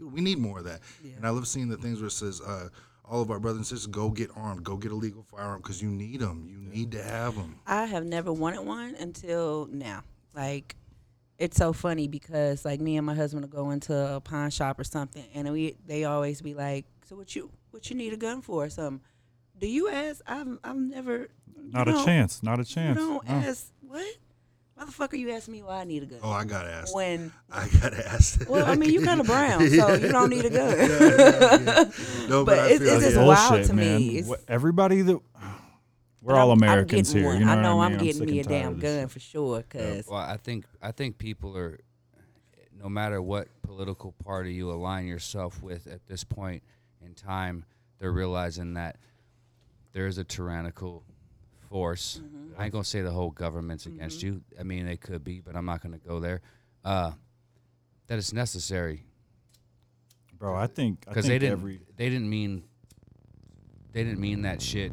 [SPEAKER 3] We need more of that. And I love seeing the things where it says, uh, "All of our brothers and sisters, go get armed, go get a legal firearm because you need them. You need to have them."
[SPEAKER 4] I have never wanted one until now. Like, it's so funny because like me and my husband will go into a pawn shop or something, and we they always be like, "So what you what you need a gun for?" or something. Do you ask? I'm I'm never.
[SPEAKER 2] Not
[SPEAKER 4] you
[SPEAKER 2] a
[SPEAKER 4] don't-
[SPEAKER 2] chance. Not a
[SPEAKER 4] You
[SPEAKER 2] chance.
[SPEAKER 4] don't
[SPEAKER 2] No.
[SPEAKER 4] ask what? Motherfucker, you ask me why I need a gun.
[SPEAKER 3] Oh, I got asked. [LAUGHS]
[SPEAKER 4] when
[SPEAKER 3] I got asked.
[SPEAKER 4] well, I mean, you kind of brown, so you don't need a gun.
[SPEAKER 3] [LAUGHS] no,
[SPEAKER 4] but
[SPEAKER 3] I
[SPEAKER 4] it's-
[SPEAKER 3] feel
[SPEAKER 4] it's
[SPEAKER 3] you.
[SPEAKER 4] just
[SPEAKER 2] Bullshit,
[SPEAKER 4] wild to
[SPEAKER 2] man.
[SPEAKER 4] me. It's-
[SPEAKER 2] What- everybody that [SIGHS] we're
[SPEAKER 4] But
[SPEAKER 2] all
[SPEAKER 4] I'm- I'm
[SPEAKER 2] Americans
[SPEAKER 4] getting
[SPEAKER 2] here.
[SPEAKER 4] one.
[SPEAKER 2] You know
[SPEAKER 4] I know
[SPEAKER 2] what I
[SPEAKER 4] am
[SPEAKER 2] mean?
[SPEAKER 4] getting
[SPEAKER 2] sick
[SPEAKER 4] me a
[SPEAKER 2] and tired
[SPEAKER 4] damn
[SPEAKER 2] of this
[SPEAKER 4] gun for sure, cause
[SPEAKER 5] Well, I think I think people are, no matter what political party you align yourself with at this point in time, they're realizing that there is a tyrannical force. I ain't gonna say the whole government's against you. I mean, they could be, but I'm not gonna go there. Uh, that it's necessary
[SPEAKER 2] shit. Bro, I think I think
[SPEAKER 5] because they didn't
[SPEAKER 2] every
[SPEAKER 5] they didn't mean they didn't mean that shit.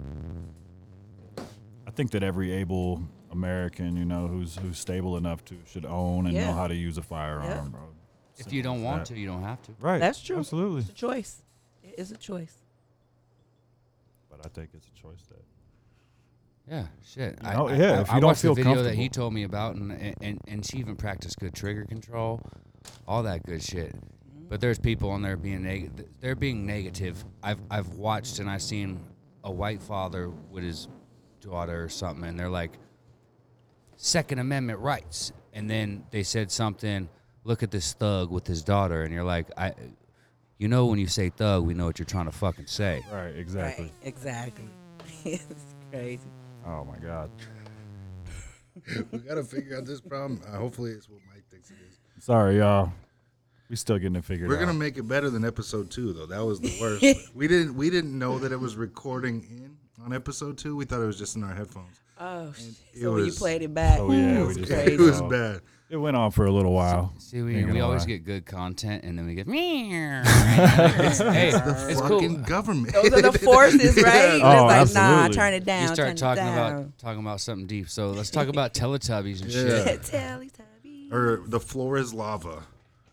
[SPEAKER 2] I think that every able American, you know, who's who's stable enough to should own and
[SPEAKER 4] Yeah.
[SPEAKER 2] know how to use a firearm, bro.
[SPEAKER 5] If you don't
[SPEAKER 2] as
[SPEAKER 5] want
[SPEAKER 2] that.
[SPEAKER 5] to, you don't have to.
[SPEAKER 2] Right.
[SPEAKER 4] That's true.
[SPEAKER 2] Absolutely.
[SPEAKER 4] it's a choice. It is a choice.
[SPEAKER 2] But I think it's a choice that
[SPEAKER 5] Yeah, shit.
[SPEAKER 2] You know, yeah, if you don't
[SPEAKER 5] watched
[SPEAKER 2] feel
[SPEAKER 5] the video that he
[SPEAKER 2] comfortable.
[SPEAKER 5] told me about, and, and and she even practiced good trigger control, all that good shit. But there's people on there being neg- they're being negative. I've I've watched and I've seen a white father with his daughter or something, and they're like, Second Amendment rights, and then they said something. Look at this thug with his daughter, and you're like, I, you know, when you say thug, we know what you're trying to fucking say.
[SPEAKER 2] Right, exactly.
[SPEAKER 4] Right. Exactly. [LAUGHS] it's crazy.
[SPEAKER 2] Oh my god.
[SPEAKER 3] we gotta figure out this problem. Uh, hopefully, it's what Mike thinks it is.
[SPEAKER 2] Sorry, y'all. We still getting it figured
[SPEAKER 3] We're
[SPEAKER 2] out.
[SPEAKER 3] gonna make it better than episode two, though. That was the worst. we didn't we didn't know that it was recording in on episode two. We thought it was just in our headphones.
[SPEAKER 4] Oh, sh-
[SPEAKER 3] it
[SPEAKER 4] so when you
[SPEAKER 3] was-
[SPEAKER 4] played it back.
[SPEAKER 2] Oh, yeah,
[SPEAKER 4] it
[SPEAKER 2] we
[SPEAKER 4] was
[SPEAKER 2] just-
[SPEAKER 4] crazy.
[SPEAKER 3] It was
[SPEAKER 2] Oh.
[SPEAKER 3] bad.
[SPEAKER 2] it went on for a little while.
[SPEAKER 5] See, we,
[SPEAKER 2] Ain't gonna
[SPEAKER 5] we always
[SPEAKER 2] lie.
[SPEAKER 5] get good content, and then we
[SPEAKER 4] [LAUGHS]
[SPEAKER 5] get meow. it's, hey, it's cool.
[SPEAKER 3] Fucking government.
[SPEAKER 4] [LAUGHS] Those
[SPEAKER 3] [LAUGHS]
[SPEAKER 4] are the forces, right? It's
[SPEAKER 2] Oh,
[SPEAKER 4] like, nah,
[SPEAKER 2] absolutely.
[SPEAKER 4] turn it down.
[SPEAKER 5] You
[SPEAKER 4] turn
[SPEAKER 5] start
[SPEAKER 4] it [LAUGHS]
[SPEAKER 5] talking
[SPEAKER 4] down.
[SPEAKER 5] about talking about something deep. So let's talk about Teletubbies and
[SPEAKER 3] Yeah.
[SPEAKER 5] shit.
[SPEAKER 4] Teletubbies.
[SPEAKER 3] Or the floor is lava.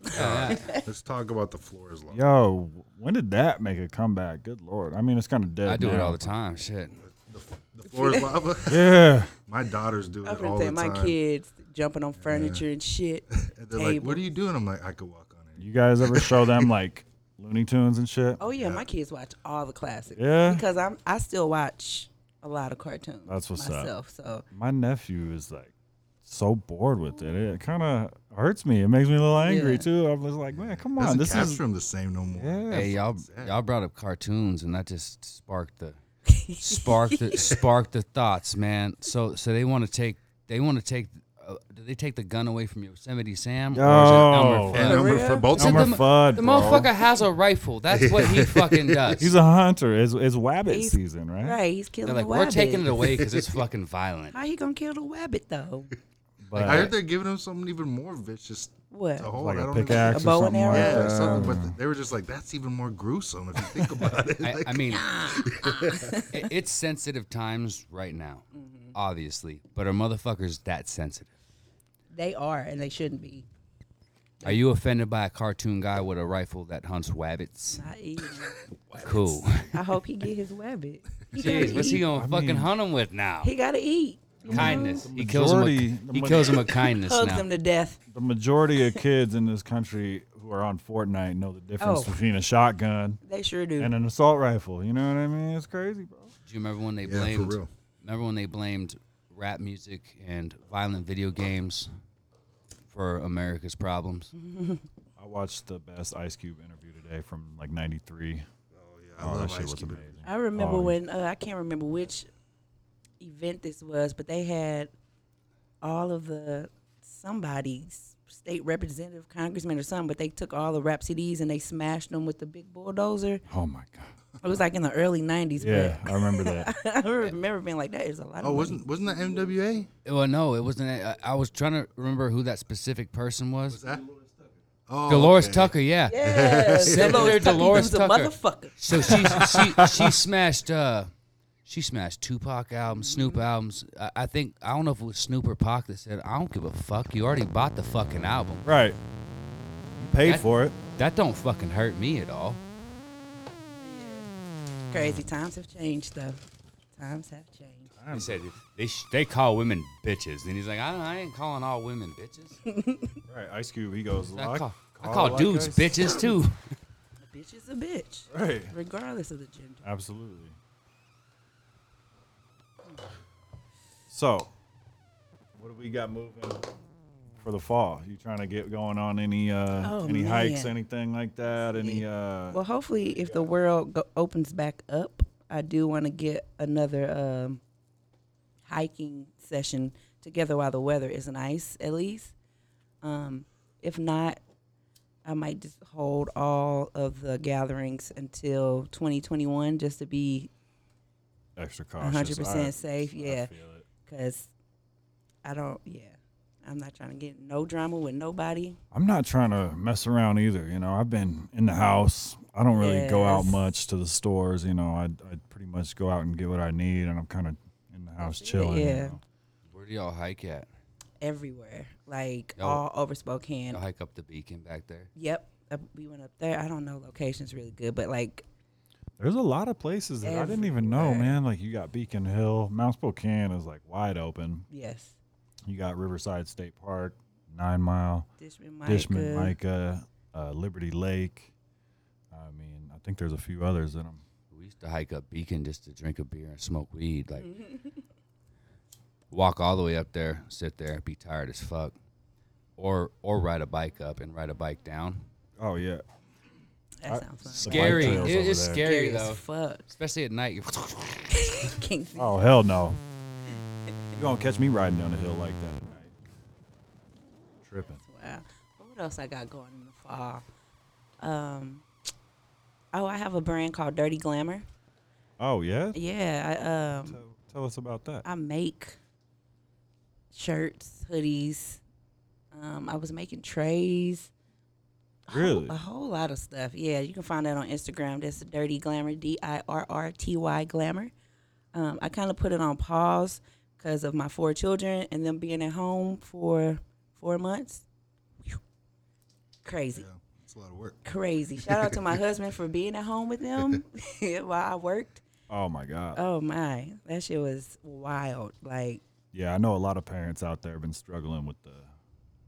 [SPEAKER 3] Uh,
[SPEAKER 5] Yeah.
[SPEAKER 3] Let's talk about the floor is lava.
[SPEAKER 2] Yo, when did that make a comeback? Good lord. I mean, it's kind of dead.
[SPEAKER 5] I do it
[SPEAKER 2] now.
[SPEAKER 5] all the time. Shit.
[SPEAKER 3] The floor is lava. [LAUGHS]
[SPEAKER 2] Yeah.
[SPEAKER 3] My daughters do
[SPEAKER 4] I was
[SPEAKER 3] it all
[SPEAKER 4] gonna say
[SPEAKER 3] the
[SPEAKER 4] my
[SPEAKER 3] time.
[SPEAKER 4] kids jumping on furniture and shit.
[SPEAKER 3] [LAUGHS] And They're like, "What
[SPEAKER 4] table.
[SPEAKER 3] are you doing?" I'm like, "I could walk on
[SPEAKER 2] [LAUGHS]
[SPEAKER 3] it."
[SPEAKER 2] You guys ever show them like Looney Tunes and shit?
[SPEAKER 4] Oh yeah, my kids watch all the classics.
[SPEAKER 2] Yeah?
[SPEAKER 4] because I'm I still watch a lot of cartoons.
[SPEAKER 2] That's what's up.
[SPEAKER 4] myself, So
[SPEAKER 2] My nephew is like so bored with it. It kind of hurts me. It makes me a little angry
[SPEAKER 4] Yeah.
[SPEAKER 2] too. I was like, man, come on,
[SPEAKER 3] Doesn't
[SPEAKER 2] this
[SPEAKER 3] capture
[SPEAKER 2] is.
[SPEAKER 3] them the same no more.
[SPEAKER 2] Yeah.
[SPEAKER 5] Hey, y'all,
[SPEAKER 3] sad.
[SPEAKER 5] y'all brought up cartoons, and that just sparked
[SPEAKER 4] [LAUGHS]
[SPEAKER 5] the sparked the sparked the thoughts, man. So so they want to take they want to take. Uh, do they take the gun away from Yosemite Sam? Or is it
[SPEAKER 2] No.
[SPEAKER 5] Elmer Fudd?
[SPEAKER 3] And number for both of
[SPEAKER 5] Said
[SPEAKER 2] Elmer
[SPEAKER 5] the
[SPEAKER 3] them.
[SPEAKER 5] mo-
[SPEAKER 2] Fudd,
[SPEAKER 5] The
[SPEAKER 2] bro.
[SPEAKER 5] motherfucker has a rifle. That's what
[SPEAKER 2] [LAUGHS]
[SPEAKER 5] he fucking does.
[SPEAKER 2] He's a hunter. It's, it's wabbit
[SPEAKER 4] He's-
[SPEAKER 2] season, right?
[SPEAKER 4] right, he's killing
[SPEAKER 5] They're like,
[SPEAKER 4] the
[SPEAKER 5] we're
[SPEAKER 4] rabbit.
[SPEAKER 5] taking it away because it's
[SPEAKER 4] [LAUGHS]
[SPEAKER 5] fucking violent.
[SPEAKER 4] How he gonna kill the rabbit though?
[SPEAKER 2] But
[SPEAKER 3] I heard they're giving them something even more vicious
[SPEAKER 4] What?
[SPEAKER 3] to hold.
[SPEAKER 2] like
[SPEAKER 3] I
[SPEAKER 2] a
[SPEAKER 3] don't even-
[SPEAKER 2] pickaxe
[SPEAKER 4] A bow
[SPEAKER 2] or
[SPEAKER 4] and
[SPEAKER 2] something. Like
[SPEAKER 4] arrow.
[SPEAKER 3] Yeah,
[SPEAKER 2] that.
[SPEAKER 3] something, but they were just like, that's even more gruesome if you think about it.
[SPEAKER 5] I,
[SPEAKER 3] Like,
[SPEAKER 5] I mean, it, it's sensitive times right now,
[SPEAKER 3] Mm-hmm.
[SPEAKER 5] obviously, but are motherfuckers that sensitive?
[SPEAKER 4] They are, and they shouldn't be.
[SPEAKER 5] Are you offended by a cartoon guy with a rifle that hunts wabbits?
[SPEAKER 4] I, even,
[SPEAKER 3] [LAUGHS]
[SPEAKER 5] Cool.
[SPEAKER 4] I hope he get his rabbit. He
[SPEAKER 5] Jeez,
[SPEAKER 4] gotta
[SPEAKER 5] what's he
[SPEAKER 4] eat.
[SPEAKER 5] gonna fucking
[SPEAKER 2] mean-
[SPEAKER 5] hunt him with now?
[SPEAKER 4] He gotta eat.
[SPEAKER 5] kindness. He kills him.
[SPEAKER 2] majority- the
[SPEAKER 5] With, he
[SPEAKER 2] ma-
[SPEAKER 5] kills him with kindness
[SPEAKER 4] Hugs
[SPEAKER 5] now.
[SPEAKER 4] him to death.
[SPEAKER 2] The majority of kids in this country who are on Fortnite know the [LAUGHS] difference
[SPEAKER 4] Oh.
[SPEAKER 2] between a shotgun
[SPEAKER 4] They sure do.
[SPEAKER 2] and an assault rifle. You know what I mean? It's crazy, bro.
[SPEAKER 5] Do you remember when they
[SPEAKER 3] Yeah, for
[SPEAKER 5] blamed?
[SPEAKER 3] real.
[SPEAKER 5] Remember when they blamed rap music and violent video games for America's problems?
[SPEAKER 2] I watched the best Ice Cube interview today from like '93.
[SPEAKER 3] I love Ice Cube.
[SPEAKER 4] I remember
[SPEAKER 2] Oh,
[SPEAKER 4] when uh, I can't remember which event this was, but they had all of the somebody's state representative, congressman, or something. But they took all the rap CDs and they smashed them with the big bulldozer.
[SPEAKER 2] Oh my god.
[SPEAKER 4] It was like in the early '90s.
[SPEAKER 2] Yeah, I remember [LAUGHS] that.
[SPEAKER 4] but [LAUGHS] I remember being like, "That is a lot."
[SPEAKER 3] Oh,
[SPEAKER 4] of
[SPEAKER 3] wasn't wasn't that MWA?
[SPEAKER 5] Well, no, it wasn't. I, I was trying to remember who that specific person was.
[SPEAKER 3] That? Oh,
[SPEAKER 5] Dolores
[SPEAKER 3] okay.
[SPEAKER 5] Tucker, yeah.
[SPEAKER 4] Yeah,
[SPEAKER 5] Senator Dolores
[SPEAKER 4] Tucker.
[SPEAKER 5] Tucker.
[SPEAKER 4] them's a motherfucker.
[SPEAKER 5] So she she she smashed uh she smashed Tupac albums, Snoop albums. I, I think I don't know if it was Snoop or Pac that said, "I don't give a fuck. You already bought the fucking album.
[SPEAKER 2] Right. paid
[SPEAKER 5] That-
[SPEAKER 2] for it.
[SPEAKER 5] That don't fucking hurt me at all."
[SPEAKER 4] Crazy times have changed, though. Times have changed.
[SPEAKER 5] He said they sh- they call women bitches, and he's like, "I, I ain't calling all women bitches.
[SPEAKER 2] Right. Ice Cube. He goes.
[SPEAKER 5] I call, I call dudes bitches too."
[SPEAKER 4] A bitch is a bitch,
[SPEAKER 2] Right.
[SPEAKER 4] regardless of the gender.
[SPEAKER 2] Absolutely. So, what do we got moving for the fall? You trying to get going on any uh
[SPEAKER 4] Oh,
[SPEAKER 2] any hikes,
[SPEAKER 4] man.
[SPEAKER 2] anything like that? Any uh
[SPEAKER 4] Well, hopefully, if the world go- opens back up, I do want to get another um, hiking session together while the weather is nice, at least. Um, if not, I might just hold all of the gatherings until 2021 just to be
[SPEAKER 2] extra cautious?
[SPEAKER 4] 100%
[SPEAKER 2] I-
[SPEAKER 4] safe.
[SPEAKER 2] I
[SPEAKER 4] Yeah,
[SPEAKER 2] feel it.
[SPEAKER 4] because I don't, yeah. I'm not trying to get no drama with nobody.
[SPEAKER 2] I'm not trying to mess around either. You know, I've been in the house. I don't really go out
[SPEAKER 4] Yes.
[SPEAKER 2] much to the stores. You know, I I pretty much go out and get what I need, and I'm kind of in the house chilling. you
[SPEAKER 4] Yeah.
[SPEAKER 2] know.
[SPEAKER 5] [LAUGHS] Where do y'all hike at?
[SPEAKER 4] Everywhere, like
[SPEAKER 5] Oh.
[SPEAKER 4] all over Spokane,
[SPEAKER 5] Y'all hike up the beacon back there.
[SPEAKER 4] Yep. Uh, We went up there. I don't know locations really good, but like
[SPEAKER 2] There's a lot of places that I didn't even know,
[SPEAKER 4] Everywhere.
[SPEAKER 2] man. Like you got Beacon Hill, Mount Spokane is like wide open.
[SPEAKER 4] yes,
[SPEAKER 2] You got Riverside State Park, Nine Mile,
[SPEAKER 4] Dishman, Micah.
[SPEAKER 2] Dishman, Micah, uh, Liberty Lake. I mean, I think there's a few others that I'm.
[SPEAKER 5] We used to hike up Beacon just to drink a beer and smoke weed. Like, [LAUGHS] walk all the way up there, sit there, be tired as fuck, or or ride a bike up and ride a bike down.
[SPEAKER 2] Oh yeah,
[SPEAKER 4] That
[SPEAKER 2] I-
[SPEAKER 4] sounds fun.
[SPEAKER 2] The bike
[SPEAKER 5] Scary.
[SPEAKER 2] trails
[SPEAKER 5] It
[SPEAKER 2] over
[SPEAKER 5] is
[SPEAKER 2] there.
[SPEAKER 5] scary
[SPEAKER 4] as
[SPEAKER 5] though,
[SPEAKER 4] fuck. [LAUGHS]
[SPEAKER 5] especially at night.
[SPEAKER 4] King-
[SPEAKER 2] Oh hell no! You gonna catch me riding down a hill like that tonight? Tripping.
[SPEAKER 4] Wow. What was what else I got going in the fall? Um, oh, I have a brand called Dirty Glamour.
[SPEAKER 2] Oh yeah.
[SPEAKER 4] Yeah, I, um,
[SPEAKER 2] Tell, tell us about that.
[SPEAKER 4] I make shirts, hoodies. Um, I was making trays. a whole-
[SPEAKER 2] Really?
[SPEAKER 4] A whole lot of stuff. Yeah, you can find that on Instagram. That's Dirty Glamour, D I R R T Y Glamour. Um, I kind of put it on pause because of my four children and them being at home for four months. Whew. Crazy
[SPEAKER 3] Yeah, it's a lot of work.
[SPEAKER 4] crazy. Shout out to my husband for being at home with them [LAUGHS] while I worked.
[SPEAKER 2] Oh my god.
[SPEAKER 4] Oh my, that shit was wild. Like,
[SPEAKER 2] Yeah, I know a lot of parents out there have been struggling with the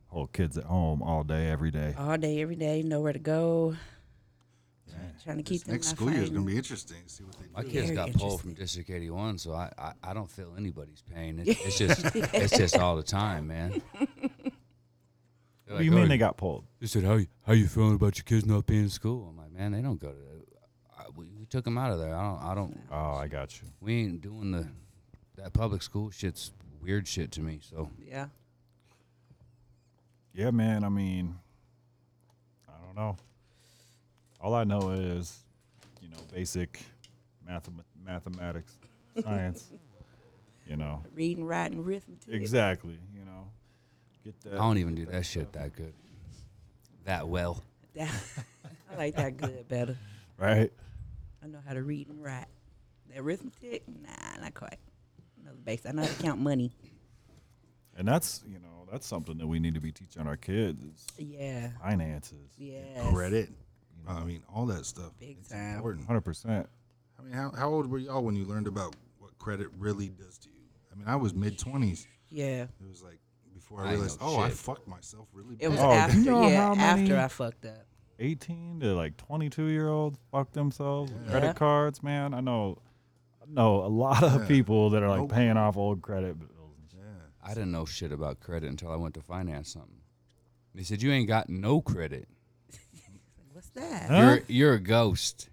[SPEAKER 2] whole kids at home all day, every day.
[SPEAKER 4] all day, every day, nowhere to go. Trying to keep them
[SPEAKER 3] Next
[SPEAKER 4] not
[SPEAKER 3] school year is
[SPEAKER 4] fighting.
[SPEAKER 3] going to be interesting. See what they
[SPEAKER 5] [LAUGHS] My
[SPEAKER 3] do.
[SPEAKER 5] kids
[SPEAKER 4] Very
[SPEAKER 5] got pulled from
[SPEAKER 4] interesting.
[SPEAKER 5] District 81, so I, I, I don't feel anybody's
[SPEAKER 4] [LAUGHS]
[SPEAKER 5] pain. It, it's just it's just all the time, man.
[SPEAKER 2] What do you
[SPEAKER 5] oh,
[SPEAKER 2] mean they got pulled?
[SPEAKER 5] They said, "How you, how you feeling about your kids not being in school?" I'm like, "Man, they don't go to. I, we, we took them out of there. I don't. I don't.
[SPEAKER 2] Oh, I got you.
[SPEAKER 5] We ain't doing the that public school shit's weird shit to me. So
[SPEAKER 4] Yeah,
[SPEAKER 2] Yeah, man. I mean, I don't know. All I know is, you know, basic mathem- mathematics, science. you know,
[SPEAKER 4] reading, writing, arithmetic.
[SPEAKER 2] exactly. You know, get
[SPEAKER 5] I
[SPEAKER 2] that.
[SPEAKER 5] don't even do that shit that good, that well.
[SPEAKER 4] That- [LAUGHS] I like that good better.
[SPEAKER 2] right.
[SPEAKER 4] I know how to read and write. The arithmetic, nah, not quite. No base. I know how to count money.
[SPEAKER 2] And that's you know that's something that we need to be teaching our kids is
[SPEAKER 4] Yeah,
[SPEAKER 2] finances.
[SPEAKER 4] yeah.
[SPEAKER 3] Credit. I mean, all that stuff.
[SPEAKER 4] Big
[SPEAKER 3] it's
[SPEAKER 4] time.
[SPEAKER 3] important.
[SPEAKER 2] Hundred percent.
[SPEAKER 3] I mean, how, how old were y'all when you learned about what credit really does to you? I mean, I was mid 20s.
[SPEAKER 4] Yeah,
[SPEAKER 3] It was like before
[SPEAKER 5] I
[SPEAKER 3] I
[SPEAKER 5] know
[SPEAKER 3] realized, oh, I
[SPEAKER 5] shit.
[SPEAKER 3] fucked myself really
[SPEAKER 4] it
[SPEAKER 3] bad. [LAUGHS]
[SPEAKER 4] was
[SPEAKER 2] Oh, do
[SPEAKER 4] after.
[SPEAKER 2] you know
[SPEAKER 4] yeah,
[SPEAKER 2] how many-
[SPEAKER 4] after I fucked up.
[SPEAKER 2] 18 to like 22 year olds fuck themselves with
[SPEAKER 4] Yeah.
[SPEAKER 2] credit cards man i know i know a lot of
[SPEAKER 3] Yeah.
[SPEAKER 2] people that are like
[SPEAKER 3] Nope.
[SPEAKER 2] paying off old credit bills and shit.
[SPEAKER 3] yeah.
[SPEAKER 5] I didn't know shit about credit until I went to finance something. They said, "You ain't got no credit.
[SPEAKER 4] What's that?
[SPEAKER 2] Huh?
[SPEAKER 5] You're you're a ghost."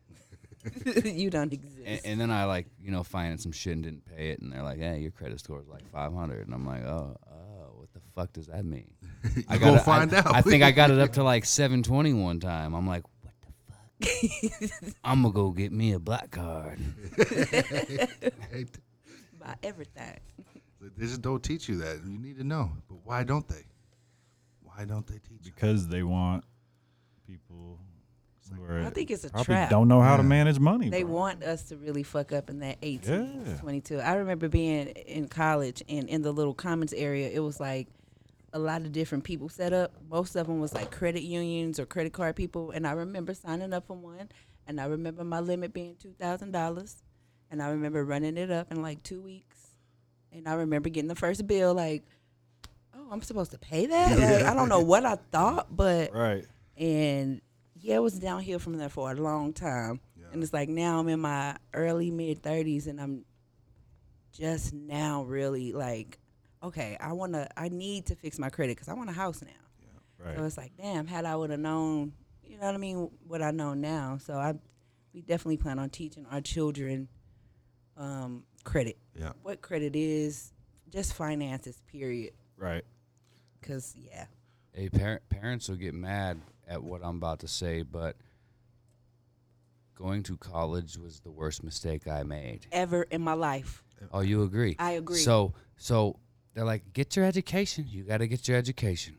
[SPEAKER 4] [LAUGHS] you don't exist.
[SPEAKER 5] and, and then I like you know financed some shit and didn't pay it, and they're like, "Hey, your credit score is like 500," and I'm like, "Oh, oh, what the fuck does that mean?" I
[SPEAKER 3] Go
[SPEAKER 5] gotta-
[SPEAKER 3] find
[SPEAKER 5] I,
[SPEAKER 3] out. [LAUGHS]
[SPEAKER 5] I think I got it up to like 720 one time. I'm like, "What
[SPEAKER 3] [LAUGHS]
[SPEAKER 5] the fuck?" I'm gonna go get me a black card.
[SPEAKER 3] Hey,
[SPEAKER 4] by everything.
[SPEAKER 3] They just don't teach you that. You need to know. But why don't they? Why don't they teach you?
[SPEAKER 2] because they want people who are
[SPEAKER 4] I think it's a
[SPEAKER 2] probably
[SPEAKER 4] trap.
[SPEAKER 2] don't know how to
[SPEAKER 3] Yeah.
[SPEAKER 2] manage money
[SPEAKER 4] They
[SPEAKER 2] bro.
[SPEAKER 4] want us to really fuck up in that 18,
[SPEAKER 2] Yeah.
[SPEAKER 4] 22. I remember being in college and in the little comments area, it was like a lot of different people set up. Most of them was like credit unions or credit card people. And I remember signing up for one. And I remember my limit being $2,000. And I remember running it up in like two weeks. And I remember getting the first bill like, oh, I'm supposed to
[SPEAKER 2] [LAUGHS]
[SPEAKER 4] pay that? Like, I don't know what I thought, but
[SPEAKER 2] right
[SPEAKER 4] and yeah, it was downhill from there for a long time. And it's like now I'm in my early mid thirties, and I'm just now really like, okay, I wanna, I need to fix my credit because I want a house now.
[SPEAKER 2] right
[SPEAKER 4] So it's like, damn, had I would have known, you know what I mean, what I know now. So I, we definitely plan on teaching our children, um, credit,
[SPEAKER 3] Yeah.
[SPEAKER 4] what credit is, just finances, period.
[SPEAKER 2] right
[SPEAKER 4] Cause yeah,
[SPEAKER 5] Hey, par- parents will get mad at what I'm about to say, but going to college was the worst mistake I made.
[SPEAKER 4] ever in my life,
[SPEAKER 5] Oh, you agree?
[SPEAKER 4] I agree.
[SPEAKER 5] So, so they're like, get your education. You got to get your education.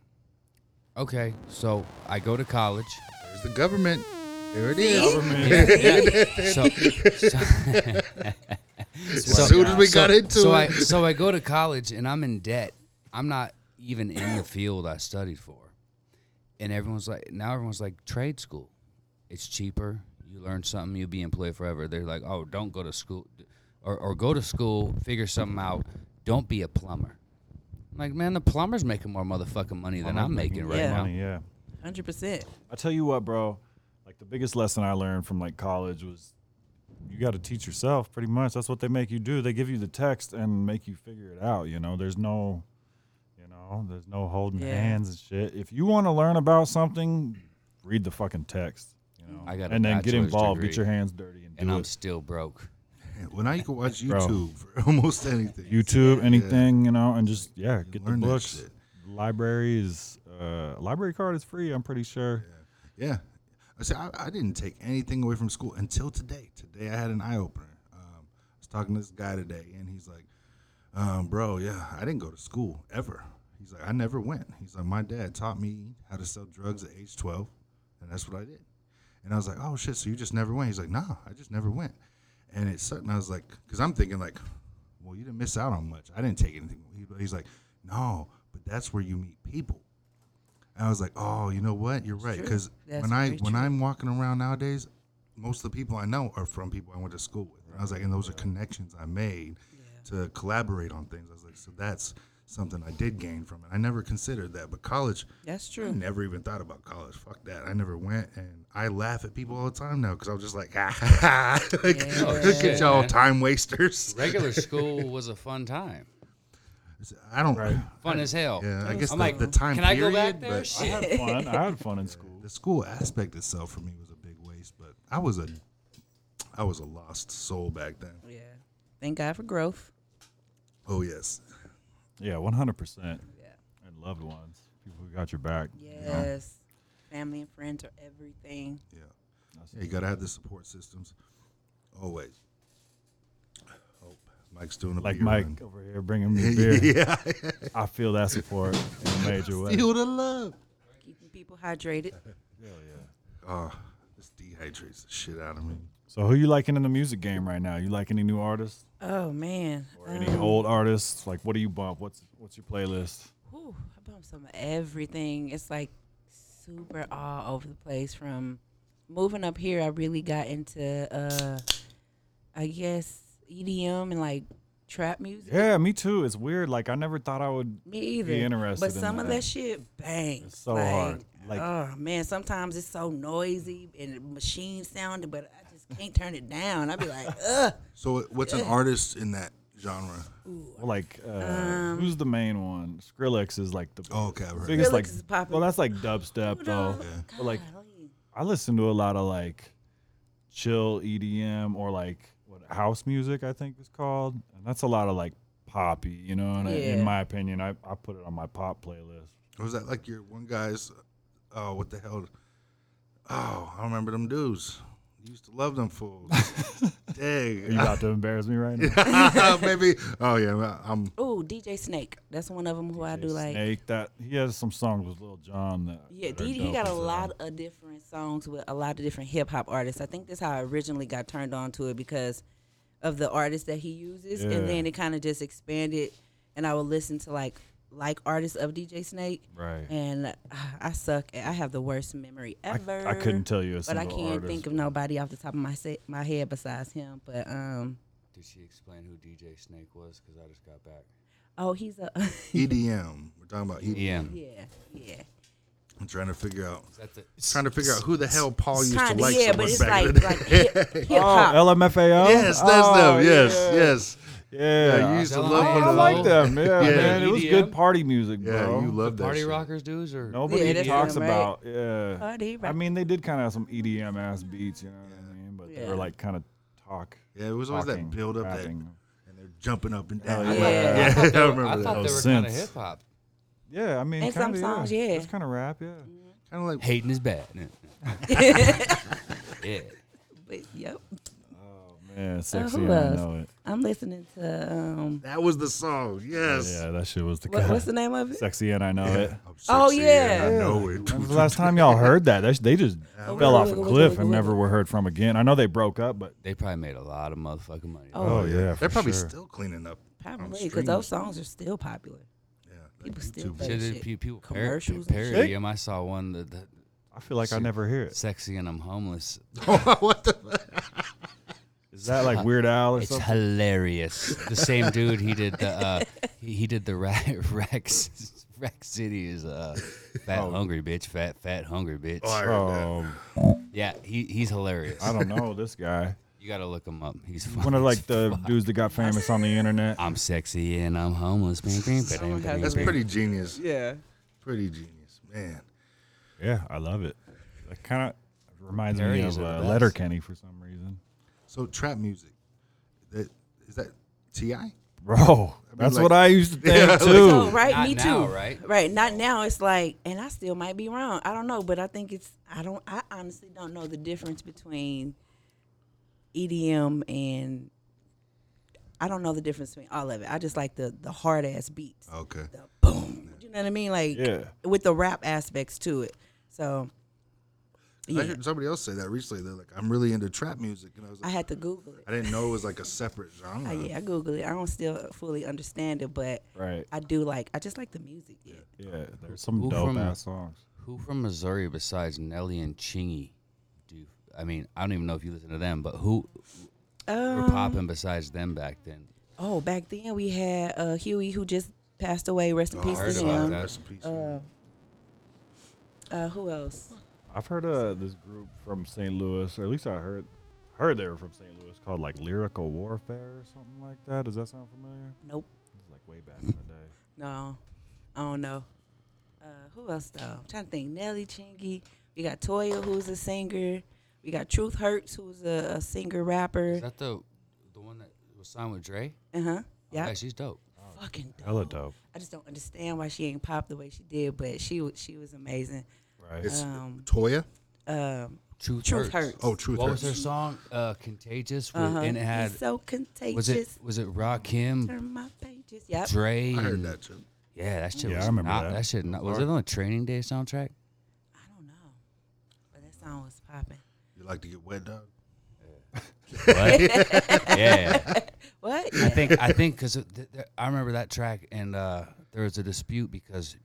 [SPEAKER 5] Okay, so I go to college.
[SPEAKER 3] There's the government. There it is.
[SPEAKER 4] [LAUGHS]
[SPEAKER 5] So, so, [LAUGHS]
[SPEAKER 3] as soon as we got
[SPEAKER 5] so-
[SPEAKER 3] into
[SPEAKER 5] so I,
[SPEAKER 3] it.
[SPEAKER 5] so I go to college and I'm in debt. I'm not even in the field I studied for. And everyone's like, now everyone's like, trade school. It's cheaper. You learn something, you'll be employed forever. They're like, oh, don't go to school or, or go to school, figure something out. Don't be a plumber. I'm like, man, the plumber's making more motherfucking money than I'm making right
[SPEAKER 4] Yeah.
[SPEAKER 5] now.
[SPEAKER 2] money yeah
[SPEAKER 4] hundred percent.
[SPEAKER 2] I tell you what, bro. Like the biggest lesson I learned from like college was you got to teach yourself pretty much. That's what they make you do. They give you the text and make you figure it out, you know. There's no you know, there's no holding
[SPEAKER 4] Yeah.
[SPEAKER 2] hands and shit. If you want to learn about something, read the fucking text, you know.
[SPEAKER 5] I got a
[SPEAKER 2] and then get
[SPEAKER 5] bachelor's
[SPEAKER 2] involved, get
[SPEAKER 5] degree,
[SPEAKER 2] your hands dirty and do
[SPEAKER 5] And I'm
[SPEAKER 2] it.
[SPEAKER 5] still broke.
[SPEAKER 3] Yeah, Well, now you can watch
[SPEAKER 2] Bro.
[SPEAKER 3] YouTube for [LAUGHS] almost anything.
[SPEAKER 2] YouTube, anything, you know, and just yeah, get the
[SPEAKER 3] learn that
[SPEAKER 2] books.
[SPEAKER 3] shit.
[SPEAKER 2] Libraries, uh Uh, library card is free. I'm pretty sure.
[SPEAKER 3] Yeah. I said, I, I didn't take anything away from school until today. Today, I had an eye opener. Um, I was talking to this guy today, and he's like, um, Bro, yeah, I didn't go to school ever. He's like, I never went. He's like, My dad taught me how to sell drugs at age 12, and that's what I did. And I was like, Oh shit, so you just never went? He's like, Nah, I just never went. And it sucked. And I was like, Because I'm thinking, like, Well, you didn't miss out on much. I didn't take anything. He- He's like, No, but that's where you meet people. And I was like, oh, you know what? You're right.
[SPEAKER 4] true.
[SPEAKER 3] Because
[SPEAKER 4] That's
[SPEAKER 3] when I
[SPEAKER 4] very
[SPEAKER 3] when
[SPEAKER 4] true.
[SPEAKER 3] I'm walking around nowadays, most of the people I know are from people I went to school with. And I was like, and those are connections I made to collaborate on things. I was like, so that's something I did gain from it. I never considered that, but college.
[SPEAKER 4] That's
[SPEAKER 3] I
[SPEAKER 4] true.
[SPEAKER 3] never even thought about college. Fuck that. I never went, and I laugh at people all the time now because I'm just like, [LAUGHS] ah, ha, ha, ha." like,
[SPEAKER 4] Yeah.
[SPEAKER 5] Oh,
[SPEAKER 3] look
[SPEAKER 5] shit,
[SPEAKER 3] at y'all
[SPEAKER 5] man.
[SPEAKER 3] time wasters.
[SPEAKER 5] Regular [LAUGHS] school was a fun time.
[SPEAKER 3] I don't.
[SPEAKER 2] Right.
[SPEAKER 5] Fun as hell.
[SPEAKER 3] Yeah, I guess
[SPEAKER 5] I'm
[SPEAKER 3] the,
[SPEAKER 5] like,
[SPEAKER 3] the time
[SPEAKER 5] can I go
[SPEAKER 3] period.
[SPEAKER 5] back there?
[SPEAKER 3] but-
[SPEAKER 2] I
[SPEAKER 5] Shit.
[SPEAKER 2] had fun. I had fun in school.
[SPEAKER 3] the school aspect itself for me was a big waste, but I was a I was a lost soul back then.
[SPEAKER 4] Yeah. Thank God for growth.
[SPEAKER 3] Oh yes.
[SPEAKER 2] Yeah, 100 percent.
[SPEAKER 4] Yeah.
[SPEAKER 2] And loved ones, people who got your back. you know?
[SPEAKER 4] Yes. Family and friends are everything.
[SPEAKER 3] Yeah. Yeah, you gotta have the support systems. Always. Oh, Mike's doing a
[SPEAKER 2] Like
[SPEAKER 3] beer
[SPEAKER 2] Mike
[SPEAKER 3] run.
[SPEAKER 2] over here bringing me beer.
[SPEAKER 3] [LAUGHS] yeah.
[SPEAKER 2] I feel that support in a major way.
[SPEAKER 3] Feel the love.
[SPEAKER 4] Keeping people hydrated.
[SPEAKER 3] Oh, this dehydrates the shit out of me.
[SPEAKER 2] So, who you liking in the music game right now? You like any new artists
[SPEAKER 4] Oh man.
[SPEAKER 2] or any
[SPEAKER 4] Um,
[SPEAKER 2] old artists? Like, what do you bump? What's what's your playlist?
[SPEAKER 4] whew, I bump some of everything. It's like super all over the place. From moving up here, I really got into, uh, I guess, EDM and like trap music.
[SPEAKER 2] Yeah, me too. It's weird. Like, I never thought I would.
[SPEAKER 4] Me either.
[SPEAKER 2] interested
[SPEAKER 4] but
[SPEAKER 2] in
[SPEAKER 4] some of
[SPEAKER 2] that.
[SPEAKER 4] that shit bangs.
[SPEAKER 2] It's so
[SPEAKER 4] like,
[SPEAKER 2] hard. Like-
[SPEAKER 4] oh man, sometimes it's so noisy and machine sounding, but I just can't turn it down. I'd
[SPEAKER 2] [LAUGHS]
[SPEAKER 4] be like, ugh.
[SPEAKER 3] So what's an artist in that genre?
[SPEAKER 2] Like, uh,
[SPEAKER 4] Um,
[SPEAKER 2] who's the main one? Skrillex is like the
[SPEAKER 3] Oh, okay, I've heard
[SPEAKER 2] biggest.
[SPEAKER 4] Skrillex
[SPEAKER 2] like,
[SPEAKER 4] is popping.
[SPEAKER 2] well, that's like dubstep though. But like, I listen to a lot of like chill EDM or like what house music I think is called, and that's a lot of like poppy, you know. And I-
[SPEAKER 4] Yeah.
[SPEAKER 2] in my opinion, I, I put it on my pop playlist.
[SPEAKER 3] Or was that like your one guy's? Oh, what the hell? Oh, I remember them dudes. Used to love them
[SPEAKER 4] [LAUGHS]
[SPEAKER 3] fools.
[SPEAKER 2] Are you
[SPEAKER 3] Dang.
[SPEAKER 2] about to embarrass me right now?
[SPEAKER 3] [LAUGHS] Maybe. Oh yeah. well, I'm.
[SPEAKER 4] Oh, DJ Snake. That's one of them who I do [LAUGHS] like.
[SPEAKER 2] Snake. That he has some songs with Lil Jon. That,
[SPEAKER 4] Yeah,
[SPEAKER 2] that are
[SPEAKER 4] D he
[SPEAKER 2] dope
[SPEAKER 4] got a
[SPEAKER 2] as hell.
[SPEAKER 4] lot of different songs with a lot of different hip hop artists. I think that's how I originally got turned on to it because of the artists that he uses,
[SPEAKER 2] Yeah.
[SPEAKER 4] and then it kind of just expanded. And I would listen to like like artists of DJ Snake,
[SPEAKER 2] Right.
[SPEAKER 4] and uh, I suck. at- I have the worst memory ever.
[SPEAKER 2] I couldn't tell you a
[SPEAKER 4] but
[SPEAKER 2] single
[SPEAKER 4] I can't
[SPEAKER 2] artist.
[SPEAKER 4] think of nobody off the top of my se- my head besides him. But um,
[SPEAKER 5] Did she explain who DJ Snake was? Because I just got back.
[SPEAKER 4] oh, he's a [LAUGHS]
[SPEAKER 3] EDM. E We're talking about EDM.
[SPEAKER 5] Yeah.
[SPEAKER 4] yeah, yeah.
[SPEAKER 3] I'm trying to figure out.
[SPEAKER 5] Is that the,
[SPEAKER 3] Trying to figure out who the hell Paul used
[SPEAKER 4] Kinda,
[SPEAKER 3] to like so
[SPEAKER 4] yeah, but
[SPEAKER 3] much
[SPEAKER 4] it's
[SPEAKER 3] back in
[SPEAKER 4] like
[SPEAKER 3] the day.
[SPEAKER 4] like hip
[SPEAKER 2] [LAUGHS]
[SPEAKER 4] hop.
[SPEAKER 2] Oh, LMFAO.
[SPEAKER 3] Yes, that's
[SPEAKER 2] oh,
[SPEAKER 3] them. Yes,
[SPEAKER 2] yeah.
[SPEAKER 3] yes.
[SPEAKER 2] Yeah,
[SPEAKER 3] Yeah, you used to
[SPEAKER 5] I-
[SPEAKER 3] love
[SPEAKER 2] I,
[SPEAKER 3] them.
[SPEAKER 2] I like them. Yeah,
[SPEAKER 3] Yeah.
[SPEAKER 2] man, it was
[SPEAKER 5] EDM?
[SPEAKER 2] good party music,
[SPEAKER 3] Yeah,
[SPEAKER 2] bro.
[SPEAKER 3] you love that.
[SPEAKER 5] the party
[SPEAKER 3] shit.
[SPEAKER 5] rockers dudes or
[SPEAKER 2] Nobody
[SPEAKER 4] E Yeah, that's
[SPEAKER 2] talks
[SPEAKER 4] them, right?
[SPEAKER 2] about. Yeah,
[SPEAKER 4] Party
[SPEAKER 2] I
[SPEAKER 4] rock-
[SPEAKER 2] mean, they did kind of have some EDM ass beats, you know what I mean? But they
[SPEAKER 4] Yeah.
[SPEAKER 2] were like kind of talk.
[SPEAKER 3] Yeah, it was always
[SPEAKER 2] talking,
[SPEAKER 3] that build up that, and
[SPEAKER 2] rapping.
[SPEAKER 3] they're jumping up and down.
[SPEAKER 2] yeah.
[SPEAKER 4] Oh, Yeah.
[SPEAKER 5] I
[SPEAKER 3] yeah.
[SPEAKER 5] thought
[SPEAKER 3] [LAUGHS]
[SPEAKER 5] they
[SPEAKER 3] I
[SPEAKER 5] were,
[SPEAKER 3] remember
[SPEAKER 5] I thought
[SPEAKER 3] that.
[SPEAKER 5] they were
[SPEAKER 2] Those
[SPEAKER 5] kind of
[SPEAKER 2] synths.
[SPEAKER 5] hip hop.
[SPEAKER 2] Yeah, I mean,
[SPEAKER 4] And some
[SPEAKER 2] kinda,
[SPEAKER 4] songs, yeah.
[SPEAKER 2] it's kind of rap, yeah.
[SPEAKER 3] Kind of like
[SPEAKER 5] Hating is bad. [LAUGHS] yeah.
[SPEAKER 4] But yep.
[SPEAKER 2] Man, sexy,
[SPEAKER 4] Oh, who
[SPEAKER 2] I
[SPEAKER 4] else?
[SPEAKER 2] know it.
[SPEAKER 4] I'm listening to um
[SPEAKER 3] that was the song. Yes.
[SPEAKER 2] Yeah, that shit was the
[SPEAKER 4] what,
[SPEAKER 2] cut.
[SPEAKER 4] what's the name of it?
[SPEAKER 2] Sexy and I know it.
[SPEAKER 3] I'm
[SPEAKER 4] Oh,
[SPEAKER 3] sexy and
[SPEAKER 4] yeah.
[SPEAKER 3] I
[SPEAKER 2] Yeah.
[SPEAKER 3] know it.
[SPEAKER 2] When was
[SPEAKER 3] [LAUGHS]
[SPEAKER 2] the last time y'all heard that? That's, they just fell off a cliff and never were heard from again. I know they broke up, but
[SPEAKER 5] They probably made a lot of motherfucking money.
[SPEAKER 4] Oh,
[SPEAKER 2] yeah,
[SPEAKER 3] They're
[SPEAKER 2] for
[SPEAKER 3] probably
[SPEAKER 2] sure.
[SPEAKER 3] still cleaning up. on
[SPEAKER 4] Probably because
[SPEAKER 3] streams.
[SPEAKER 4] those songs are still popular.
[SPEAKER 3] Yeah, [LAUGHS] that
[SPEAKER 4] People still
[SPEAKER 3] YouTube.
[SPEAKER 4] play
[SPEAKER 5] Shit,
[SPEAKER 4] shit.
[SPEAKER 5] pe- people par-
[SPEAKER 4] commercials. and shit.
[SPEAKER 5] parody them. I saw one that, that
[SPEAKER 2] I feel like I never hear it.
[SPEAKER 5] sexy and I'm homeless.
[SPEAKER 3] what the?
[SPEAKER 2] Is that like Weird Al or
[SPEAKER 5] It's
[SPEAKER 2] something?
[SPEAKER 5] hilarious. The same dude he did the uh,
[SPEAKER 4] [LAUGHS]
[SPEAKER 5] he, he did the Ra- [LAUGHS] Rex Rex City
[SPEAKER 2] [LAUGHS]
[SPEAKER 5] is uh, fat hungry bitch, fat fat hungry bitch.
[SPEAKER 3] Oh, I heard that.
[SPEAKER 2] Oh,
[SPEAKER 5] Yeah, he he's hilarious.
[SPEAKER 2] I don't know this guy.
[SPEAKER 5] You gotta look him up. He's funny.
[SPEAKER 2] One of
[SPEAKER 5] as
[SPEAKER 2] like
[SPEAKER 4] [LAUGHS]
[SPEAKER 2] the
[SPEAKER 5] fuck.
[SPEAKER 2] dudes that got famous on the internet.
[SPEAKER 5] [LAUGHS] I'm sexy and I'm homeless. Bing, bing, ba- ding, ba- ding,
[SPEAKER 3] That's
[SPEAKER 5] bing.
[SPEAKER 3] pretty genius.
[SPEAKER 4] Yeah.
[SPEAKER 3] Pretty genius, man.
[SPEAKER 2] Yeah, I love it. That kind of reminds me
[SPEAKER 5] Parodies
[SPEAKER 2] of
[SPEAKER 5] are the
[SPEAKER 2] uh,
[SPEAKER 5] best.
[SPEAKER 2] Letter Kenny for some reason.
[SPEAKER 3] So trap music, that is that Ti?
[SPEAKER 2] bro. That's
[SPEAKER 3] like-
[SPEAKER 2] what I used to think
[SPEAKER 3] Yeah, like-
[SPEAKER 2] too.
[SPEAKER 4] So, Oh, right,
[SPEAKER 5] Not
[SPEAKER 4] me too.
[SPEAKER 5] now, right?
[SPEAKER 4] Right, not now. It's like, and I still might be wrong. I don't know, but I think it's. I don't. I honestly don't know the difference between EDM and. I don't know the difference between all of it. I just like the the hard ass beats.
[SPEAKER 3] Okay.
[SPEAKER 4] The boom. You know what I mean? Like
[SPEAKER 2] Yeah.
[SPEAKER 4] with the rap aspects to it. So.
[SPEAKER 3] I
[SPEAKER 4] Yeah,
[SPEAKER 3] heard somebody else say that recently. They're like, I'm really into trap music, and I was
[SPEAKER 4] I
[SPEAKER 3] like,
[SPEAKER 4] had to Google it.
[SPEAKER 3] I, didn't know it was like a separate genre.
[SPEAKER 4] I, yeah, I Googled it. I don't still fully understand it, but
[SPEAKER 2] Right.
[SPEAKER 4] I do like. I just like the music. Yeah.
[SPEAKER 2] Yeah. There's some
[SPEAKER 5] Who
[SPEAKER 2] dope
[SPEAKER 5] from-
[SPEAKER 2] ass songs.
[SPEAKER 5] Who from Missouri besides Nelly and Chingy? Do I mean I don't even know if you listen to them, but who were popping besides them back then?
[SPEAKER 4] Oh, back then we had uh, Huey who just passed away. Rest in
[SPEAKER 3] Oh,
[SPEAKER 4] peace
[SPEAKER 5] heard
[SPEAKER 4] to
[SPEAKER 5] about
[SPEAKER 4] him.
[SPEAKER 5] that.
[SPEAKER 3] Rest in peace.
[SPEAKER 4] Uh, who else?
[SPEAKER 2] I've heard uh, this group from St. Louis, or at least I heard heard they were from St. Louis, called like Lyrical Warfare or something like that. Does that sound familiar?
[SPEAKER 4] Nope.
[SPEAKER 2] It's like way back in the day.
[SPEAKER 4] No, I don't know. Uh, who else though? I'm trying to think. Nelly Chingy. We got Toya who's a singer. We got Truth Hurts who's a, a singer rapper.
[SPEAKER 5] Is that the the one that was signed with Dre?
[SPEAKER 4] Uh huh. Yeah.
[SPEAKER 5] Yeah, she's dope.
[SPEAKER 4] Fucking dope.
[SPEAKER 2] Hella dope,
[SPEAKER 4] I just don't understand why she ain't popped the way she did, but she wa- she was amazing.
[SPEAKER 2] right?
[SPEAKER 3] It's
[SPEAKER 4] Um,
[SPEAKER 3] Toya.
[SPEAKER 4] um,
[SPEAKER 5] Truth,
[SPEAKER 4] Truth
[SPEAKER 5] hurts.
[SPEAKER 4] Hurts. Uh-huh.
[SPEAKER 3] Oh, Truth
[SPEAKER 5] What
[SPEAKER 3] Hurts.
[SPEAKER 5] was her song? Uh, Contagious, with, and it had
[SPEAKER 4] He's so contagious.
[SPEAKER 5] was it was it Rakim,
[SPEAKER 4] Turn my pages. Yep.
[SPEAKER 5] Dre?
[SPEAKER 3] I heard
[SPEAKER 5] and-
[SPEAKER 3] that too.
[SPEAKER 5] Yeah, that shit.
[SPEAKER 2] Yeah, I
[SPEAKER 5] was
[SPEAKER 2] remember
[SPEAKER 5] not,
[SPEAKER 2] that.
[SPEAKER 5] that. shit not, was it on the Training Day soundtrack?
[SPEAKER 4] I don't know, but that song was popping.
[SPEAKER 3] You like to get wet, dog? [LAUGHS]
[SPEAKER 5] What? yeah,
[SPEAKER 4] What?
[SPEAKER 5] I think I think because th- th- I remember that track, and uh, there was a dispute because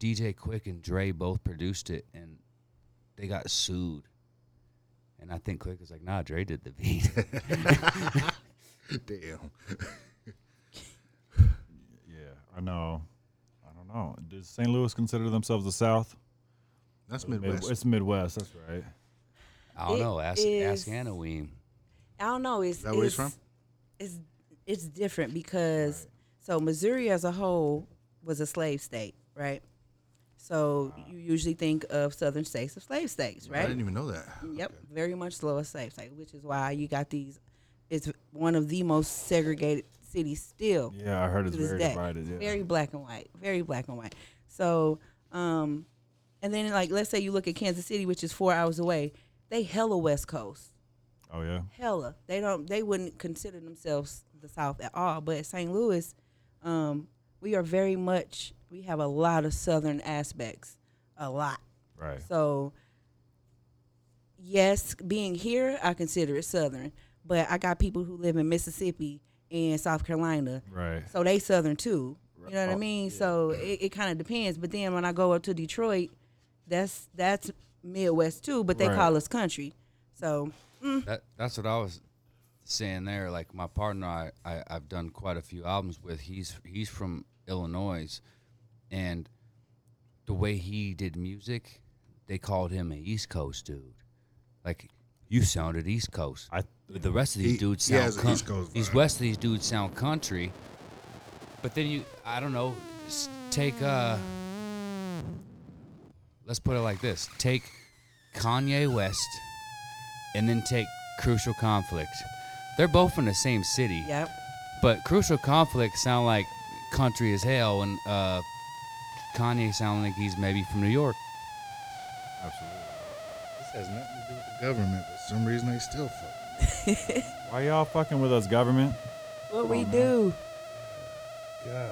[SPEAKER 5] DJ Quick and Dre both produced it, and they got sued. And I think Quick was like, "Nah, Dre did the beat." [LAUGHS]
[SPEAKER 3] Damn.
[SPEAKER 2] Yeah, I know. I don't know. Does St. Louis consider themselves the South?
[SPEAKER 3] That's
[SPEAKER 2] Mid-
[SPEAKER 3] Midwest.
[SPEAKER 2] it's Midwest. That's right.
[SPEAKER 5] I don't
[SPEAKER 4] It
[SPEAKER 5] know. Ask
[SPEAKER 4] is-
[SPEAKER 5] Ask Anna Weem.
[SPEAKER 4] I don't know. It's
[SPEAKER 3] that where he's
[SPEAKER 4] it's,
[SPEAKER 3] from?
[SPEAKER 4] It's it's different because so Missouri as a whole was a slave state, right? So you usually think of southern states of slave states,
[SPEAKER 3] I
[SPEAKER 4] right?
[SPEAKER 3] didn't even know that.
[SPEAKER 4] Yep, very much slower slave state, which is why you got these. It's one of the most segregated cities still.
[SPEAKER 2] Yeah, I heard it's
[SPEAKER 4] to this
[SPEAKER 2] very
[SPEAKER 4] day.
[SPEAKER 2] divided. Yeah.
[SPEAKER 4] Very black and white. Very black and white. So, um, and then like let's say you look at Kansas City, which is four hours away. They hella West Coast.
[SPEAKER 2] oh yeah.
[SPEAKER 4] Hella. They don't. They wouldn't consider themselves the South at all. But St. Louis, um, we are very much. We have a lot of Southern aspects. A lot.
[SPEAKER 2] Right.
[SPEAKER 4] So, yes, being here, I consider it Southern. But I got people who live in Mississippi and South Carolina
[SPEAKER 2] Right.
[SPEAKER 4] so they southern too. You know what I mean? So it, it kind of depends. But then when I go up to Detroit, that's that's Midwest too, but they
[SPEAKER 2] Right.
[SPEAKER 4] call us country. So
[SPEAKER 5] That, that's what I was saying there. Like my partner, I, I I've done quite a few albums with. He's he's from Illinois, and the way he did music, they called him an East Coast dude. Like you sounded East Coast.
[SPEAKER 2] I-
[SPEAKER 5] But the rest of these
[SPEAKER 3] He-
[SPEAKER 5] dudes
[SPEAKER 3] he
[SPEAKER 5] sound
[SPEAKER 3] has an
[SPEAKER 5] coun-
[SPEAKER 3] East Coast
[SPEAKER 5] These
[SPEAKER 3] vibe.
[SPEAKER 5] West of these dudes sound country. But then you, I don't know, s- take uh, let's put it like this: take Kanye West, and then take Crucial Conflict. They're both from the same city,
[SPEAKER 4] yep,
[SPEAKER 5] but Crucial Conflict sound like country as hell, and uh, Kanye sound like he's maybe from New York.
[SPEAKER 2] Absolutely.
[SPEAKER 3] This has nothing to do with the government, but for some reason they still fuck.
[SPEAKER 2] Why y'all fucking with us, government?
[SPEAKER 4] what we do.
[SPEAKER 3] God.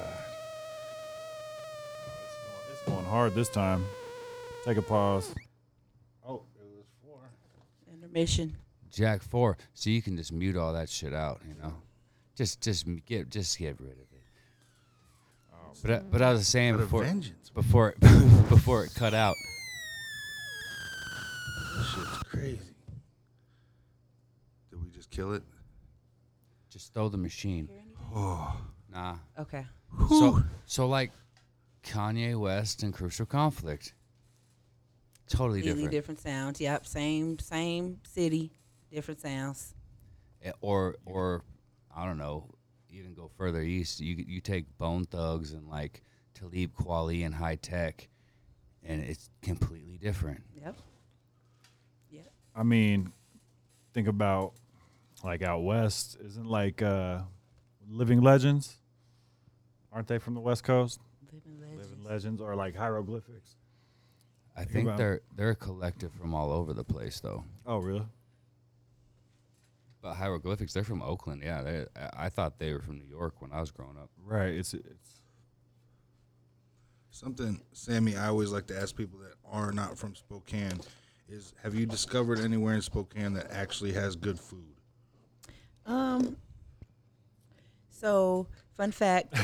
[SPEAKER 2] It's going hard this time. Take a pause.
[SPEAKER 3] Oh, it was four.
[SPEAKER 4] Intermission.
[SPEAKER 5] Jack Four, so you can just mute all that shit out, you know. Just, just m- get, just get rid of it. But, I- but I was saying
[SPEAKER 3] What a
[SPEAKER 5] before,
[SPEAKER 3] vengeance.
[SPEAKER 5] before, [LAUGHS] it, before it cut out.
[SPEAKER 3] This shit's crazy. Did we just kill it?
[SPEAKER 5] Just throw the machine. Nah.
[SPEAKER 4] Okay.
[SPEAKER 5] So, so like Kanye West and Crucial Conflict. Totally
[SPEAKER 4] Completely
[SPEAKER 5] different.
[SPEAKER 4] different sounds. Yep, same same city, different sounds.
[SPEAKER 5] Eh, Or, or I don't know. Even go further east. You you take Bone Thugs and like Talib Kweli and High Tech, and it's completely different.
[SPEAKER 4] Yep. Yep.
[SPEAKER 2] I mean, think about like out west, isn't like uh Living Legends? Aren't they from the West Coast?
[SPEAKER 4] Living
[SPEAKER 2] Living
[SPEAKER 4] legends.
[SPEAKER 2] legends or like hieroglyphics?
[SPEAKER 5] I think
[SPEAKER 2] about it.
[SPEAKER 5] they're they're a collective from all over the place though.
[SPEAKER 2] Oh, really?
[SPEAKER 5] But hieroglyphics, they're from Oakland. Yeah, they, I, I thought they were from New York when I was growing up.
[SPEAKER 2] Right. It's it's
[SPEAKER 3] Something, Sammy, I always like to ask people that are not from Spokane is have you discovered anywhere in Spokane that actually has good food?
[SPEAKER 4] Um. So, fun [LAUGHS] fact,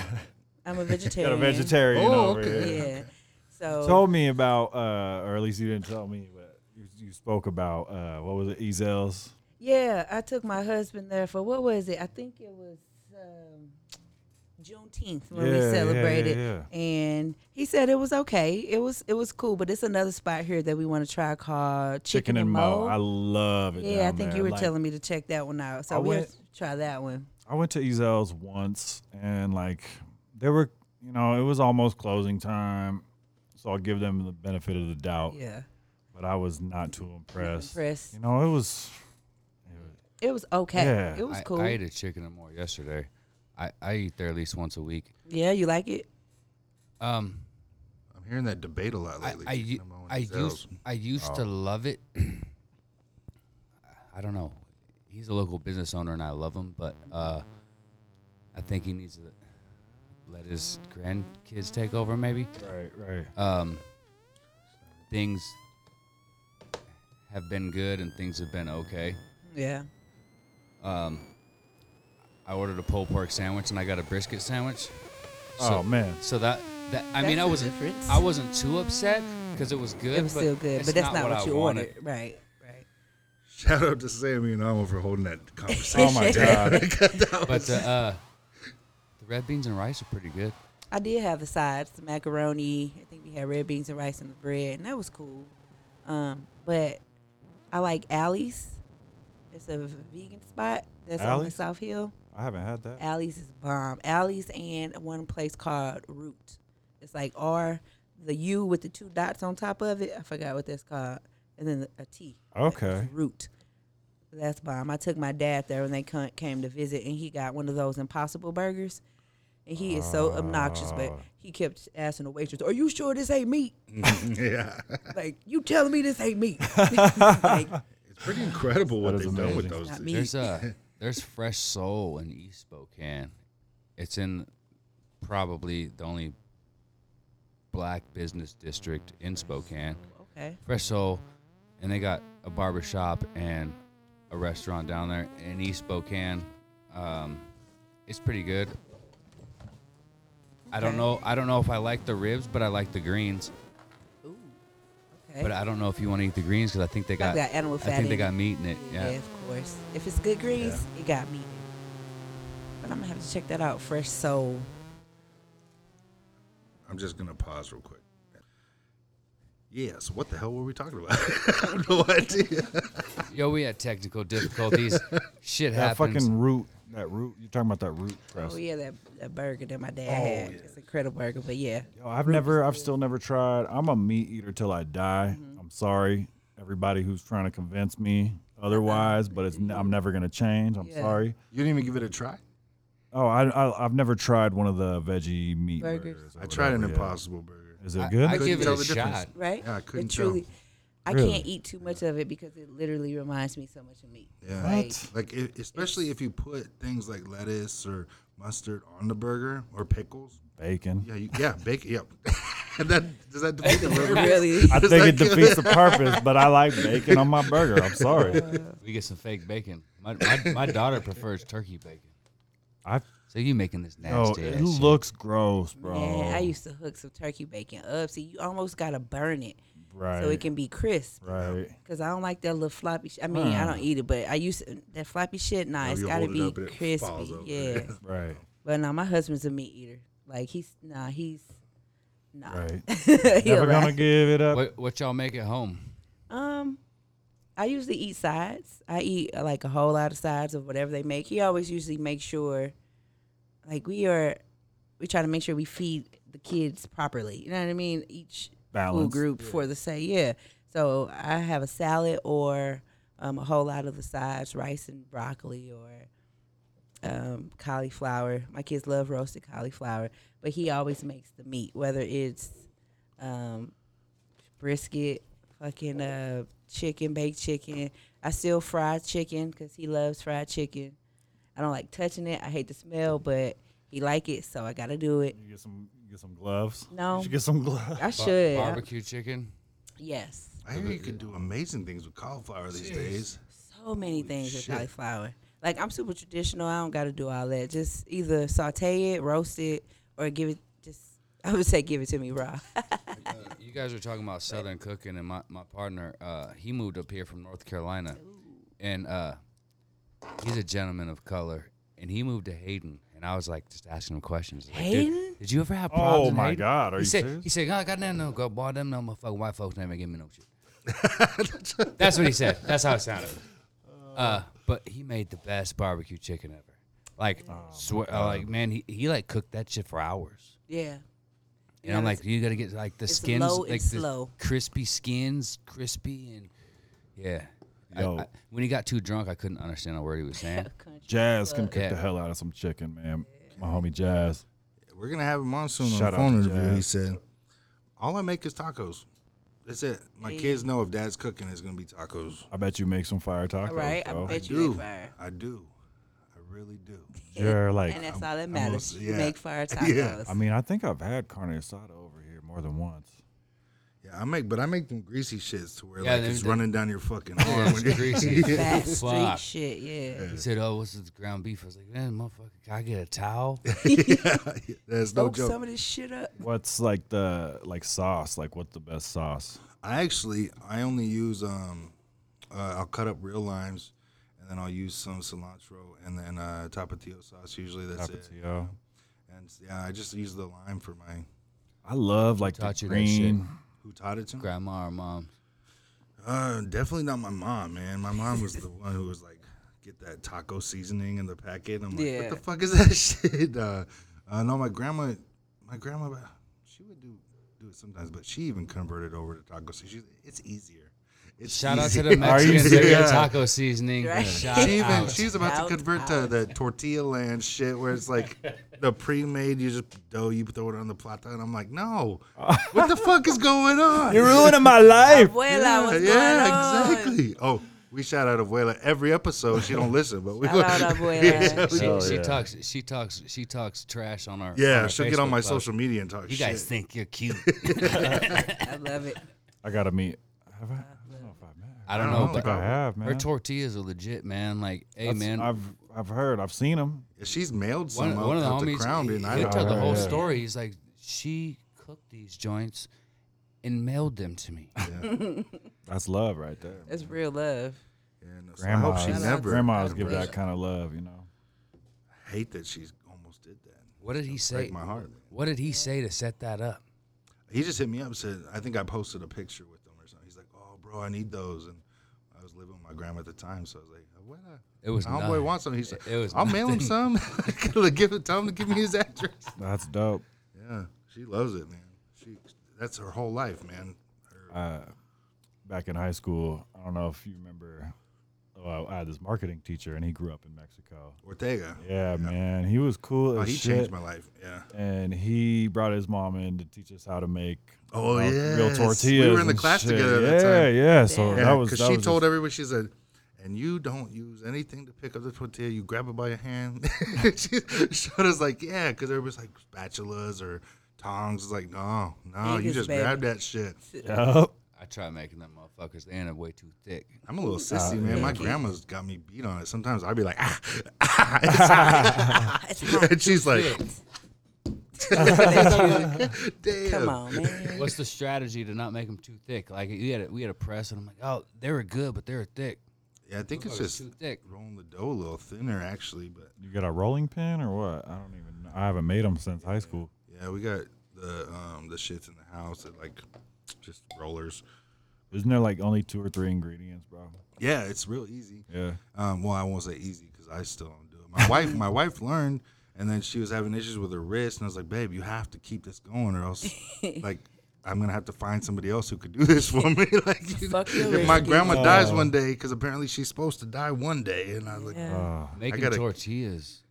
[SPEAKER 4] I'm a vegetarian.
[SPEAKER 2] got a vegetarian
[SPEAKER 3] Oh,
[SPEAKER 2] over
[SPEAKER 3] okay.
[SPEAKER 2] here.
[SPEAKER 4] Yeah. So
[SPEAKER 2] Told me about, uh, or at least you didn't tell me, but you, you spoke about uh, what was it, Ezels?
[SPEAKER 4] yeah, I took my husband there for what was it? I think it was um, Juneteenth when
[SPEAKER 2] Yeah,
[SPEAKER 4] we
[SPEAKER 2] yeah, yeah,
[SPEAKER 4] celebrated,
[SPEAKER 2] yeah.
[SPEAKER 4] and he said it was okay. It was it was cool, but it's another spot here that we want to try called Chicken, and Mo.
[SPEAKER 2] I love it.
[SPEAKER 4] yeah, I
[SPEAKER 2] down
[SPEAKER 4] think
[SPEAKER 2] there.
[SPEAKER 4] you were
[SPEAKER 2] Like,
[SPEAKER 4] telling me to check that one out, so
[SPEAKER 2] I
[SPEAKER 4] we'll
[SPEAKER 2] went-
[SPEAKER 4] try that one.
[SPEAKER 2] I went to Ezel's once and like they were, you know, it was almost closing time. So I'll give them the benefit of the doubt,
[SPEAKER 4] Yeah,
[SPEAKER 2] but I was not too impressed.
[SPEAKER 4] impressed.
[SPEAKER 2] You know, it was, it was
[SPEAKER 4] it was okay.
[SPEAKER 2] Yeah.
[SPEAKER 4] It was
[SPEAKER 5] I,
[SPEAKER 4] cool.
[SPEAKER 5] I ate a chicken and more yesterday. I, I eat there at least once a week.
[SPEAKER 4] yeah, you like it?
[SPEAKER 5] Um,
[SPEAKER 3] I'm hearing that debate a lot
[SPEAKER 5] I,
[SPEAKER 3] lately.
[SPEAKER 5] I,
[SPEAKER 3] chicken
[SPEAKER 5] u-
[SPEAKER 3] and mo and
[SPEAKER 5] I
[SPEAKER 3] Zells.
[SPEAKER 5] used I used
[SPEAKER 2] Oh.
[SPEAKER 5] to love it. I don't know. He's a local business owner, and I love him, but uh, I think he needs to let his grandkids take over. Maybe
[SPEAKER 2] right, right.
[SPEAKER 5] um, things have been good and things have been okay.
[SPEAKER 4] Yeah.
[SPEAKER 5] Um, I ordered a pulled pork sandwich and I got a brisket sandwich.
[SPEAKER 2] oh man,
[SPEAKER 5] So that that I mean,
[SPEAKER 4] That's
[SPEAKER 5] I
[SPEAKER 4] the
[SPEAKER 5] wasn't
[SPEAKER 4] difference.
[SPEAKER 5] I wasn't too upset because it was good.
[SPEAKER 4] It was
[SPEAKER 5] but
[SPEAKER 4] still good,
[SPEAKER 5] it's
[SPEAKER 4] but that's not, what,
[SPEAKER 5] I
[SPEAKER 4] you
[SPEAKER 5] wanted.
[SPEAKER 4] ordered. Right, right.
[SPEAKER 3] [LAUGHS] Shout out to Sammy and Alma for holding [LAUGHS] that conversation.
[SPEAKER 2] oh
[SPEAKER 4] [LAUGHS]
[SPEAKER 2] my
[SPEAKER 5] [LAUGHS]
[SPEAKER 2] god,
[SPEAKER 5] But the, uh, the red beans and rice are pretty good.
[SPEAKER 4] I did have the sides, the macaroni. I think we had red beans and rice and the bread, and that was cool. Um, but I like Allie's. It's a vegan spot that's on the
[SPEAKER 2] Alley's?
[SPEAKER 4] South Hill.
[SPEAKER 2] I haven't had that.
[SPEAKER 4] Allie's is bomb. Allie's and one place called Root. It's like R, the U with the two dots on top of it. I forgot what that's called. And then a T.
[SPEAKER 2] Okay.
[SPEAKER 4] It's Root. That's bomb. I took my dad there when they co- came to visit, and he got one of those Impossible Burgers. And he is so obnoxious, but he kept asking the waitress, "Are you sure this ain't meat?
[SPEAKER 3] [LAUGHS] yeah.
[SPEAKER 4] Like you telling me this ain't meat? [LAUGHS] like,
[SPEAKER 3] It's pretty incredible what
[SPEAKER 2] That
[SPEAKER 3] they've
[SPEAKER 2] is
[SPEAKER 3] done with
[SPEAKER 2] amazing.
[SPEAKER 3] those.
[SPEAKER 4] Not
[SPEAKER 3] things.
[SPEAKER 4] me. [LAUGHS]
[SPEAKER 5] There's a there's fresh soul in East Spokane. It's in probably the only black business district in Spokane.
[SPEAKER 4] okay,
[SPEAKER 5] Fresh Soul, and they got a barber shop and a restaurant down there in East Spokane. Um, it's pretty good. I don't
[SPEAKER 4] Okay.
[SPEAKER 5] know. I don't know if I like the ribs, but I like the greens.
[SPEAKER 4] ooh, okay."
[SPEAKER 5] But I don't know if you want to eat the greens because I think they
[SPEAKER 4] Like
[SPEAKER 5] Eh? got
[SPEAKER 4] that animal
[SPEAKER 5] I
[SPEAKER 4] fat
[SPEAKER 5] think they
[SPEAKER 4] in
[SPEAKER 5] got
[SPEAKER 4] it.
[SPEAKER 5] meat in it.
[SPEAKER 4] Yeah,
[SPEAKER 5] Yeah.
[SPEAKER 4] of course. If it's good grease, it got meat. But I'm gonna have to check that out. Fresh soul.
[SPEAKER 3] I'm just gonna pause real quick. Yes. What the hell were we talking about? [LAUGHS] I have no idea.
[SPEAKER 5] Yo, we had technical [LAUGHS] difficulties. Shit
[SPEAKER 2] That
[SPEAKER 5] happens.
[SPEAKER 2] fucking root, that root. You're talking about that root press.
[SPEAKER 4] Oh yeah, that, that burger that my dad
[SPEAKER 3] Oh,
[SPEAKER 4] had. It's an incredible burger, but yeah,
[SPEAKER 2] Yo, I've never, I've still never tried. I'm a meat eater till I die.
[SPEAKER 4] Mm-hmm.
[SPEAKER 2] I'm sorry, everybody who's trying to convince me otherwise, but it's
[SPEAKER 4] [LAUGHS]
[SPEAKER 2] n- I'm never gonna change. I'm
[SPEAKER 4] Yeah.
[SPEAKER 2] sorry.
[SPEAKER 3] You didn't even give it a try.
[SPEAKER 2] Oh, I, I I've never tried one of the veggie meat
[SPEAKER 4] Burgers.
[SPEAKER 2] burgers.
[SPEAKER 3] I tried an
[SPEAKER 2] an
[SPEAKER 3] Impossible Burger.
[SPEAKER 2] Is it
[SPEAKER 5] I-
[SPEAKER 2] good?
[SPEAKER 5] I,
[SPEAKER 3] Couldn't
[SPEAKER 5] give it
[SPEAKER 3] tell
[SPEAKER 5] a
[SPEAKER 3] the difference.
[SPEAKER 5] shot.
[SPEAKER 4] right?
[SPEAKER 3] Yeah, I
[SPEAKER 4] It
[SPEAKER 3] couldn't tell.
[SPEAKER 4] truly, I
[SPEAKER 2] Really?
[SPEAKER 4] can't eat too much of it because it literally reminds me so much of meat.
[SPEAKER 3] Yeah.
[SPEAKER 2] what?
[SPEAKER 3] Like it, especially if you put things like lettuce or mustard on the burger or pickles.
[SPEAKER 2] Bacon.
[SPEAKER 3] Yeah. You, yeah. [LAUGHS] Bacon. Yep. And that does that defeat the
[SPEAKER 4] [LAUGHS]
[SPEAKER 3] burger?
[SPEAKER 4] [LAUGHS] really?
[SPEAKER 3] [LAUGHS]
[SPEAKER 2] I
[SPEAKER 3] Does
[SPEAKER 2] think
[SPEAKER 3] that
[SPEAKER 2] it
[SPEAKER 3] kill
[SPEAKER 2] defeats the purpose, but I like bacon on my burger. I'm
[SPEAKER 4] [LAUGHS]
[SPEAKER 2] sorry.
[SPEAKER 5] We get some fake bacon. My, my, my daughter prefers turkey bacon.
[SPEAKER 2] I
[SPEAKER 5] So you making this
[SPEAKER 2] oh,
[SPEAKER 5] nasty?
[SPEAKER 2] it
[SPEAKER 5] ass shit.
[SPEAKER 2] looks gross, bro.
[SPEAKER 4] Man, I used to hook some turkey bacon up. See, you almost gotta burn it
[SPEAKER 2] right.
[SPEAKER 4] so it can be crisp.
[SPEAKER 2] right.
[SPEAKER 4] Cause I don't like that little floppy. Sh- I mean, I don't eat it, but I used to, that floppy shit. Nah,
[SPEAKER 3] No,
[SPEAKER 4] it's
[SPEAKER 3] you
[SPEAKER 4] gotta
[SPEAKER 3] hold it
[SPEAKER 4] be
[SPEAKER 3] up and it falls
[SPEAKER 4] crispy.
[SPEAKER 3] over.
[SPEAKER 4] Yeah.
[SPEAKER 3] [LAUGHS]
[SPEAKER 2] Right.
[SPEAKER 4] But no, my husband's a meat eater. Like he's nah, he's nah. [LAUGHS]
[SPEAKER 2] Right.
[SPEAKER 4] He'll
[SPEAKER 2] Never gonna
[SPEAKER 4] lie.
[SPEAKER 2] give it up.
[SPEAKER 5] What, what y'all make at home?
[SPEAKER 4] Um, I usually eat sides. I eat uh, like a whole lot of sides of whatever they make. He always usually makes sure, like we are, we try to make sure we feed the kids properly. You know what I mean? Each food
[SPEAKER 2] Balanced.
[SPEAKER 4] group for the say yeah. So I have a salad or um, a whole lot of the sides, rice and broccoli, or um, cauliflower. My kids love roasted cauliflower, but he always makes the meat, whether it's um, brisket, fucking uh, chicken, baked chicken. I still fry chicken because he loves fried chicken. I don't like touching it. I hate the smell, but he like it, so I gotta do it.
[SPEAKER 2] You get some. You get some gloves.
[SPEAKER 4] No.
[SPEAKER 2] You should get some gloves.
[SPEAKER 4] I
[SPEAKER 5] Ba-
[SPEAKER 4] should. I-
[SPEAKER 5] barbecue chicken.
[SPEAKER 4] yes.
[SPEAKER 3] I hear you can do amazing things with cauliflower these days.
[SPEAKER 4] so many things with cauliflower. Like I'm super traditional. I don't got to do all that. Just either saute it, roast it, or give it. Just I would say give it to me raw. [LAUGHS]
[SPEAKER 5] You guys are talking about southern cooking, and my, my partner, uh, he moved up here from North Carolina, and uh, he's a gentleman of color, and he moved to Hayden, and I was like just asking him questions. like, dude,
[SPEAKER 4] Hayden?
[SPEAKER 5] did you ever have
[SPEAKER 2] [LAUGHS] Oh
[SPEAKER 5] problems? in
[SPEAKER 2] my
[SPEAKER 5] Hayden?
[SPEAKER 2] God, are
[SPEAKER 5] he
[SPEAKER 2] you
[SPEAKER 5] said,
[SPEAKER 2] serious?
[SPEAKER 5] He said, "God, goddamn, no, go boy, them no motherfucking white folks never give me no shit."
[SPEAKER 2] [LAUGHS]
[SPEAKER 5] That's what he said. That's how it sounded. Uh, but he made the best barbecue chicken ever. Like,
[SPEAKER 2] Oh
[SPEAKER 5] swear, uh, like man, he, he like cooked that shit for hours.
[SPEAKER 4] yeah.
[SPEAKER 5] And I'm
[SPEAKER 4] Yeah,
[SPEAKER 5] like, you gotta get like the
[SPEAKER 4] it's
[SPEAKER 5] skins,
[SPEAKER 4] low and
[SPEAKER 5] like the
[SPEAKER 4] slow.
[SPEAKER 5] crispy skins, crispy and yeah. I-
[SPEAKER 2] Yo.
[SPEAKER 5] I- when he got too drunk, I couldn't understand a word he was
[SPEAKER 4] [LAUGHS]
[SPEAKER 5] saying.
[SPEAKER 4] Country
[SPEAKER 2] Jazz can cook
[SPEAKER 5] Yeah.
[SPEAKER 2] the hell out of some chicken, man. My homie Jazz.
[SPEAKER 3] We're gonna have him on soon
[SPEAKER 2] Shout
[SPEAKER 3] on a
[SPEAKER 2] out
[SPEAKER 3] phone
[SPEAKER 2] to
[SPEAKER 3] interview. He
[SPEAKER 2] Jazz.
[SPEAKER 3] said, "All I make is tacos. That's it. My kids know if Dad's cooking, it's gonna be tacos.
[SPEAKER 2] I bet you make some fire tacos.
[SPEAKER 4] right, I
[SPEAKER 2] bro.
[SPEAKER 4] bet you make
[SPEAKER 3] Do
[SPEAKER 4] fire.
[SPEAKER 3] I do? I really do.
[SPEAKER 2] You're like,
[SPEAKER 4] And that's all that matters.
[SPEAKER 3] almost- yeah.
[SPEAKER 4] Make fire
[SPEAKER 3] Yeah. [LAUGHS]
[SPEAKER 4] tacos.
[SPEAKER 2] I mean, I think I've had carne asada over here more than once.
[SPEAKER 3] Yeah, I make, but I make them greasy shits to where
[SPEAKER 5] Yeah,
[SPEAKER 3] like
[SPEAKER 5] they-
[SPEAKER 3] it's
[SPEAKER 5] they-
[SPEAKER 3] running down your
[SPEAKER 2] [LAUGHS]
[SPEAKER 3] fucking arm. when
[SPEAKER 5] it's
[SPEAKER 3] you- [LAUGHS]
[SPEAKER 5] greasy.
[SPEAKER 4] Fat street
[SPEAKER 5] Fuck.
[SPEAKER 4] shit. Yeah.
[SPEAKER 5] He said, "Oh, what's this ground beef?" I was like, "Man, motherfucker, can I get
[SPEAKER 3] [LAUGHS]
[SPEAKER 5] a towel?" [LAUGHS]
[SPEAKER 3] yeah, that's no
[SPEAKER 4] Soak
[SPEAKER 3] joke.
[SPEAKER 4] some of this shit up.
[SPEAKER 2] What's like the like sauce? Like what's the best sauce?
[SPEAKER 3] I actually I only use um uh, I'll cut up real limes and then I'll use some cilantro and then uh tapatio sauce usually that's it.
[SPEAKER 2] Tapatio.
[SPEAKER 3] And yeah, I just use the lime for my
[SPEAKER 2] I love like the
[SPEAKER 5] Taught you that shit.
[SPEAKER 2] green.
[SPEAKER 3] who taught it to me.
[SPEAKER 5] Grandma or mom.
[SPEAKER 3] Uh definitely not my mom, man. My mom was the one who was like get that taco seasoning in the packet. I'm like,
[SPEAKER 4] Yeah.
[SPEAKER 3] what the fuck is that [LAUGHS] shit? Uh, uh no, my grandma my grandma she would do do it sometimes, but she even converted over to taco seasoning. It's easier. It's
[SPEAKER 5] Shout out
[SPEAKER 3] [LAUGHS]
[SPEAKER 5] to
[SPEAKER 3] easier.
[SPEAKER 5] the Mexicans that
[SPEAKER 3] Yeah.
[SPEAKER 5] get taco seasoning.
[SPEAKER 4] Right.
[SPEAKER 5] Shout
[SPEAKER 3] she even
[SPEAKER 5] out.
[SPEAKER 3] she's about
[SPEAKER 4] Out,
[SPEAKER 3] to convert to the tortilla land shit where it's like the pre-made you just dough you throw it on the plata and I'm like no
[SPEAKER 5] [LAUGHS]
[SPEAKER 3] what the fuck is going on
[SPEAKER 2] ruining my
[SPEAKER 4] [LAUGHS]
[SPEAKER 2] life.
[SPEAKER 4] Abuela, what's
[SPEAKER 3] yeah
[SPEAKER 4] going on?
[SPEAKER 3] exactly oh we shout out Abuela every episode she don't listen but we [LAUGHS]
[SPEAKER 4] Shout out, Abuela.
[SPEAKER 3] yeah, we-
[SPEAKER 5] She,
[SPEAKER 2] Oh,
[SPEAKER 5] she
[SPEAKER 2] yeah.
[SPEAKER 5] talks. She talks. She talks trash on our.
[SPEAKER 3] yeah
[SPEAKER 5] our
[SPEAKER 3] she'll get on
[SPEAKER 5] Facebook
[SPEAKER 3] my
[SPEAKER 5] post.
[SPEAKER 3] social media and talk
[SPEAKER 5] You
[SPEAKER 3] shit
[SPEAKER 5] guys think
[SPEAKER 3] [LAUGHS]
[SPEAKER 5] you're cute.
[SPEAKER 4] I love it.
[SPEAKER 2] I gotta meet. Have I? I don't know if I've met.
[SPEAKER 5] I don't
[SPEAKER 3] I don't
[SPEAKER 5] know,
[SPEAKER 3] think
[SPEAKER 5] but
[SPEAKER 2] I have, man.
[SPEAKER 5] her tortillas are legit, man. Like, hey,
[SPEAKER 2] That's-
[SPEAKER 5] man,
[SPEAKER 2] I've I've heard. I've seen them.
[SPEAKER 3] she's mailed some
[SPEAKER 5] one,
[SPEAKER 3] out
[SPEAKER 5] one of the
[SPEAKER 3] out to
[SPEAKER 5] homies
[SPEAKER 3] Crown
[SPEAKER 5] he,
[SPEAKER 3] dude, and I
[SPEAKER 5] he
[SPEAKER 3] don't
[SPEAKER 5] told the
[SPEAKER 2] Yeah,
[SPEAKER 5] whole
[SPEAKER 2] yeah.
[SPEAKER 5] story. He's like, she cooked these joints and mailed them to me.
[SPEAKER 2] That's love right there.
[SPEAKER 4] That's real love.
[SPEAKER 3] Yeah, no, so I
[SPEAKER 2] Grandma,
[SPEAKER 3] hope she never
[SPEAKER 2] grandmas
[SPEAKER 3] never-
[SPEAKER 2] give that kind of love, you know.
[SPEAKER 3] I hate that she's almost did that
[SPEAKER 5] What did he say?
[SPEAKER 3] break my heart man.
[SPEAKER 5] What did he say to set that up?
[SPEAKER 3] he just hit me up and said, I think I posted a picture with them or something. He's like, oh, bro, I need those. And I was living with my grandma at the time. So I was like, what?
[SPEAKER 5] It was
[SPEAKER 3] My homeboy
[SPEAKER 5] nothing.
[SPEAKER 3] wants some. He's like,
[SPEAKER 5] It was
[SPEAKER 3] I'll mail him some. [LAUGHS] Like, give it, tell him to give me his address.
[SPEAKER 2] That's dope.
[SPEAKER 3] Yeah, she loves it, man. She, That's her whole life, man. Her,
[SPEAKER 2] uh, back in high school. I don't know if you remember. Oh, I had this marketing teacher, and he grew up in Mexico.
[SPEAKER 3] Ortega.
[SPEAKER 2] Yeah, man, he was cool
[SPEAKER 3] Oh,
[SPEAKER 2] as
[SPEAKER 3] he
[SPEAKER 2] shit.
[SPEAKER 3] changed my life. Yeah.
[SPEAKER 2] and he brought his mom in to teach us how to make uh,
[SPEAKER 3] Oh,
[SPEAKER 2] real
[SPEAKER 3] yes.
[SPEAKER 2] tortillas.
[SPEAKER 3] We were in the
[SPEAKER 2] and
[SPEAKER 3] class
[SPEAKER 2] shit.
[SPEAKER 3] together at
[SPEAKER 2] Yeah,
[SPEAKER 3] that time.
[SPEAKER 2] yeah. So
[SPEAKER 4] Damn.
[SPEAKER 3] Yeah,
[SPEAKER 2] that was
[SPEAKER 3] because
[SPEAKER 2] that
[SPEAKER 3] she
[SPEAKER 2] was
[SPEAKER 3] told
[SPEAKER 2] his-
[SPEAKER 3] everybody, she said, and you don't use anything to pick up the tortilla. You grab it by your hand. [LAUGHS] she showed us like, yeah, because everybody's like spatulas or tongs. It's like, no, no, you
[SPEAKER 4] Fingers,
[SPEAKER 3] just
[SPEAKER 4] baby.
[SPEAKER 3] grab that shit.
[SPEAKER 2] Yup.
[SPEAKER 5] I tried making them motherfuckers. They ended up way too thick. [LAUGHS]
[SPEAKER 3] I'm a little sissy, man. My grandma's got me beat on it. Sometimes I'd
[SPEAKER 2] [LAUGHS]
[SPEAKER 3] be like, [LAUGHS] ah,
[SPEAKER 4] It's hot.
[SPEAKER 3] [LAUGHS] and she's like, damn.
[SPEAKER 4] Come on,
[SPEAKER 3] [LAUGHS]
[SPEAKER 4] man.
[SPEAKER 5] What's the strategy to not make them too thick? Like we had a, we had a press, and I'm like, oh, they were good, but they were thick.
[SPEAKER 3] Yeah, I think it's
[SPEAKER 5] Motherfucker's
[SPEAKER 3] just
[SPEAKER 5] too thick.
[SPEAKER 3] rolling the dough a little thinner, actually. But
[SPEAKER 2] You got a rolling pin or what? I don't even. know. I haven't made them since high school.
[SPEAKER 3] yeah, we got the um the shits in the house that like just rollers.
[SPEAKER 2] Isn't there like only two or three ingredients, bro?
[SPEAKER 3] Yeah, it's real easy.
[SPEAKER 2] Yeah.
[SPEAKER 3] Um, well, I won't say easy because I still don't do it. My wife,
[SPEAKER 4] [LAUGHS]
[SPEAKER 3] my wife learned, and then she was having issues with her wrist, and I was like, "Babe, you have to keep this going, or
[SPEAKER 4] [LAUGHS]
[SPEAKER 3] else, like, I'm gonna have to find somebody else who could do this for me." [LAUGHS] like, you know,
[SPEAKER 4] Fuck your
[SPEAKER 3] if
[SPEAKER 4] wrist,
[SPEAKER 3] my
[SPEAKER 4] dude.
[SPEAKER 3] grandma dies one day, because apparently she's supposed to die one day, and I was like,
[SPEAKER 4] Yeah.
[SPEAKER 2] Uh,
[SPEAKER 5] Making
[SPEAKER 3] gotta-
[SPEAKER 5] tortillas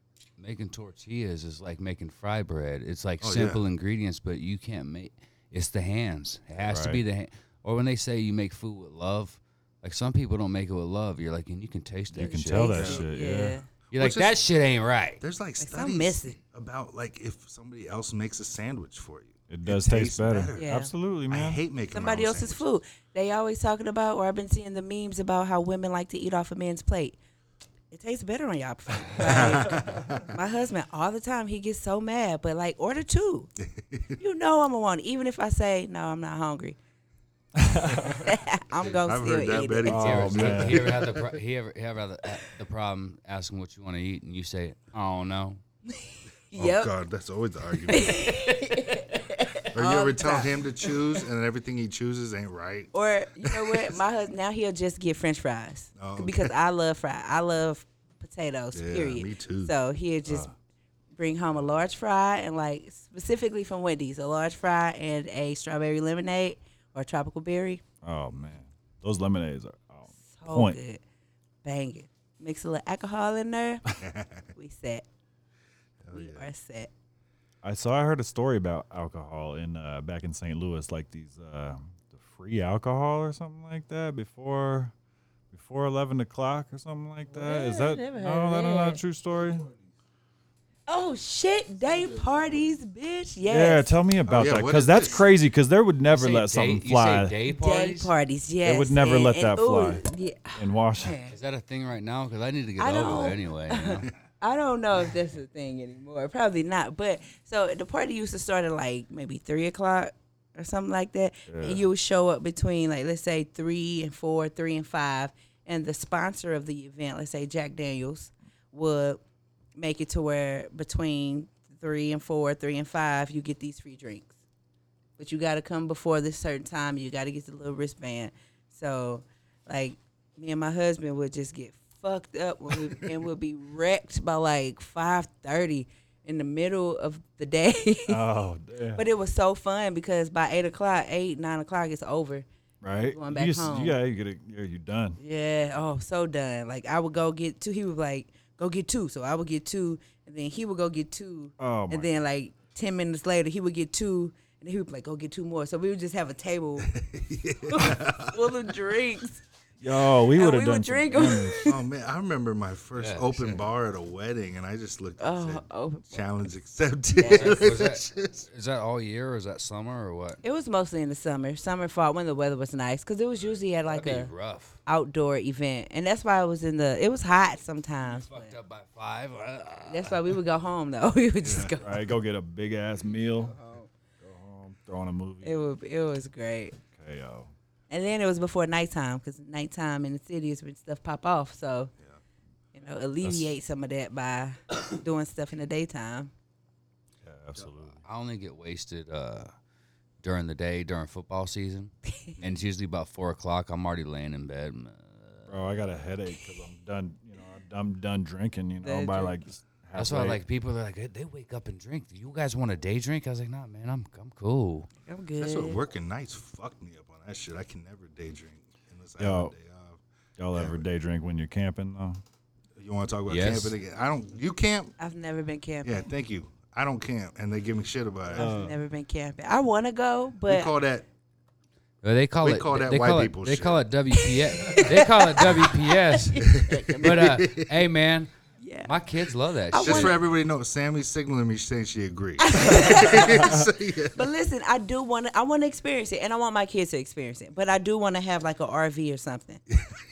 [SPEAKER 5] making tortillas is like making fry bread. It's like
[SPEAKER 3] Oh, yeah.
[SPEAKER 5] simple ingredients, but you can't make. It's the hands. It has to be
[SPEAKER 2] Right.
[SPEAKER 5] the hand. Or when they say you make food with love, like some people don't make it with love. You're like, and you can taste that.
[SPEAKER 2] You can
[SPEAKER 5] shit.
[SPEAKER 2] tell that
[SPEAKER 3] Yeah.
[SPEAKER 2] shit. Yeah.
[SPEAKER 5] You're like,
[SPEAKER 3] Which is-
[SPEAKER 5] that shit ain't right.
[SPEAKER 3] There's like
[SPEAKER 4] some
[SPEAKER 3] studies
[SPEAKER 4] missing.
[SPEAKER 3] about like if somebody else makes a sandwich for you,
[SPEAKER 2] It does taste better.
[SPEAKER 4] Yeah.
[SPEAKER 2] Absolutely,
[SPEAKER 3] I
[SPEAKER 2] man.
[SPEAKER 3] hate making my
[SPEAKER 4] somebody
[SPEAKER 3] own
[SPEAKER 4] else's
[SPEAKER 3] sandwiches.
[SPEAKER 4] food. They always talking about, or I've been seeing the memes about how women like to eat off a man's plate. It tastes better on
[SPEAKER 3] [LAUGHS]
[SPEAKER 4] y'all plate. Like, my husband all the time he gets so mad, but like order two. you know I'm a one. Even if I say no, I'm
[SPEAKER 3] [LAUGHS]
[SPEAKER 4] not hungry. [LAUGHS] I'm gonna
[SPEAKER 3] I've
[SPEAKER 4] still
[SPEAKER 3] heard that
[SPEAKER 4] eat
[SPEAKER 3] many
[SPEAKER 4] it.
[SPEAKER 5] He
[SPEAKER 3] times.
[SPEAKER 5] ever,
[SPEAKER 2] Oh,
[SPEAKER 5] he-
[SPEAKER 2] man.
[SPEAKER 5] he
[SPEAKER 2] [LAUGHS]
[SPEAKER 5] ever had the pro- he ever, he ever had the, uh, the problem asking what you want to eat, and you say, I don't know.
[SPEAKER 4] yep.
[SPEAKER 3] Oh God, that's always
[SPEAKER 4] [LAUGHS]
[SPEAKER 3] the argument. or you ever tell him to choose, and then everything he chooses ain't
[SPEAKER 4] [LAUGHS]
[SPEAKER 3] right.
[SPEAKER 4] Or you know what? My husband now he'll just get French fries
[SPEAKER 3] Oh, okay.
[SPEAKER 4] because I love fry. I love potatoes.
[SPEAKER 3] Yeah,
[SPEAKER 4] period.
[SPEAKER 3] me too. Uh.
[SPEAKER 4] So he'll just bring home a large fry and like specifically from Wendy's, a large fry and a strawberry lemonade or tropical berry.
[SPEAKER 2] Oh man, those lemonades are oh,
[SPEAKER 4] So
[SPEAKER 2] point.
[SPEAKER 4] good, banging. Mix a little alcohol
[SPEAKER 3] [LAUGHS]
[SPEAKER 4] in there. we set. we are set.
[SPEAKER 2] I so I heard a story about alcohol in uh, back in St. Louis, like these uh, the free alcohol or something like that before before eleven o'clock or something like that. Is
[SPEAKER 6] What?
[SPEAKER 2] that
[SPEAKER 6] Never
[SPEAKER 2] no?
[SPEAKER 6] heard
[SPEAKER 2] That's
[SPEAKER 6] of
[SPEAKER 2] not a
[SPEAKER 6] that.
[SPEAKER 2] true story.
[SPEAKER 4] Oh shit! Day parties, bitch. Yes.
[SPEAKER 2] Yeah, tell me about
[SPEAKER 3] Oh, yeah,
[SPEAKER 2] that
[SPEAKER 3] what
[SPEAKER 2] because
[SPEAKER 3] is
[SPEAKER 2] that's
[SPEAKER 3] this?
[SPEAKER 2] crazy. Because there would never
[SPEAKER 5] Say
[SPEAKER 2] let something
[SPEAKER 5] day-
[SPEAKER 2] fly
[SPEAKER 5] You say day
[SPEAKER 4] Day
[SPEAKER 5] parties?
[SPEAKER 4] parties, yes.
[SPEAKER 2] would never let that
[SPEAKER 4] ooh,
[SPEAKER 2] fly.
[SPEAKER 4] yeah. [SIGHS]
[SPEAKER 2] in
[SPEAKER 4] [LAUGHS]
[SPEAKER 2] Washington.
[SPEAKER 5] Is that a thing right now? Because I need to get
[SPEAKER 4] I
[SPEAKER 5] over
[SPEAKER 4] don't-
[SPEAKER 5] it anyway. you
[SPEAKER 4] [LAUGHS]
[SPEAKER 5] know?
[SPEAKER 4] I don't know if that's a thing anymore. Probably not. But so the party used to start at like maybe three o'clock or something like that. And you would show up between like let's say three and four, three and five, and the sponsor of the event, let's say Jack Daniels, would make it to where between three and four, three and five, you get these free drinks. But you gotta come before this certain time, you gotta get the little wristband. So like me and my husband would just get fucked up when we, and would be wrecked by like five thirty in the middle of the day. [LAUGHS]
[SPEAKER 2] Oh, damn.
[SPEAKER 4] but it was so fun because by eight o'clock, eight nine o'clock, it's over.
[SPEAKER 2] right?
[SPEAKER 4] going
[SPEAKER 2] You
[SPEAKER 4] back
[SPEAKER 2] just-
[SPEAKER 4] home.
[SPEAKER 2] You gotta get it. Yeah, you done.
[SPEAKER 4] Yeah. Oh, so done. Like I would go get two. He was like, go get two. So I would get two, and then he would go get two.
[SPEAKER 2] Oh, my
[SPEAKER 4] And then like ten minutes later, he would get two, and then he would be like, go get two more. So we would just have
[SPEAKER 2] [LAUGHS]
[SPEAKER 4] a table [LAUGHS] full of drinks.
[SPEAKER 2] Yo, we
[SPEAKER 4] And
[SPEAKER 2] would have done.
[SPEAKER 4] Oh, we would
[SPEAKER 2] some
[SPEAKER 4] drink 'em.
[SPEAKER 2] damage.
[SPEAKER 4] [LAUGHS]
[SPEAKER 3] Oh man, I remember my first open bar at a wedding, and I just looked. and
[SPEAKER 4] Oh,
[SPEAKER 3] said,
[SPEAKER 4] oh.
[SPEAKER 3] Challenge accepted.
[SPEAKER 5] Was that, is that all year or is that summer or what?
[SPEAKER 4] It was mostly in the summer, summer, fall, when the weather was nice, because it was usually at like
[SPEAKER 5] That'd
[SPEAKER 4] a
[SPEAKER 5] be rough.
[SPEAKER 4] outdoor event, and that's why it was in the. It was hot sometimes.
[SPEAKER 5] Fucked up by five. uh,
[SPEAKER 4] That's why we would go home though. [LAUGHS] We would just go.
[SPEAKER 2] All right, go get a big ass meal. Go home, throw on a movie.
[SPEAKER 4] Uh-huh. It was it was great.
[SPEAKER 2] KO.
[SPEAKER 4] And then it was before nighttime because nighttime in the city is when stuff pop off. So, you know, alleviate some of that by [COUGHS] doing stuff in the daytime.
[SPEAKER 2] Yeah, absolutely.
[SPEAKER 5] I only get wasted uh, during the day during football [LAUGHS] season, and it's usually about four o'clock. I'm already laying in bed. uh, man.
[SPEAKER 2] Bro, I got a headache because I'm done. You know, I'm, I'm done drinking. You know,
[SPEAKER 4] Done
[SPEAKER 2] by like.
[SPEAKER 4] drinking.
[SPEAKER 2] s-
[SPEAKER 5] That's why
[SPEAKER 2] halfway.
[SPEAKER 5] like people are like "Hey, they wake up and drink. Do you guys want a day drink? I was like, nah, man, I'm I'm cool.
[SPEAKER 4] I'm good.
[SPEAKER 3] That's what working nights fucked me up on that shit. I can never day drink unless I have
[SPEAKER 2] Yo.
[SPEAKER 3] a day off.
[SPEAKER 2] y'all ever day drink when you're camping
[SPEAKER 5] [LAUGHS]
[SPEAKER 2] though.
[SPEAKER 3] You want to talk about
[SPEAKER 5] Yes.
[SPEAKER 3] camping again? I don't. You camp?
[SPEAKER 4] I've never been camping.
[SPEAKER 3] Yeah, thank you. I don't camp, and they give me shit about
[SPEAKER 2] Uh,
[SPEAKER 3] it.
[SPEAKER 4] I've never been camping. I want to go,
[SPEAKER 3] we
[SPEAKER 4] but
[SPEAKER 3] call that
[SPEAKER 5] Uh, They call
[SPEAKER 3] We
[SPEAKER 5] it.
[SPEAKER 3] call
[SPEAKER 5] they-
[SPEAKER 3] that
[SPEAKER 5] they
[SPEAKER 3] white
[SPEAKER 5] call it-
[SPEAKER 3] people
[SPEAKER 5] They
[SPEAKER 3] shit.
[SPEAKER 5] call it WPS. they call it
[SPEAKER 3] [LAUGHS]
[SPEAKER 5] WPS. but uh, hey, man,
[SPEAKER 4] yeah.
[SPEAKER 5] my kids love that.
[SPEAKER 4] I
[SPEAKER 5] shit.
[SPEAKER 3] just
[SPEAKER 4] wanna-
[SPEAKER 3] for everybody to know. Sammy's signaling me, saying she
[SPEAKER 4] [LAUGHS]
[SPEAKER 3] agrees.
[SPEAKER 4] But listen, I do want to. I want to experience it, and I want my kids to experience it. But I do want to have like an RV or something.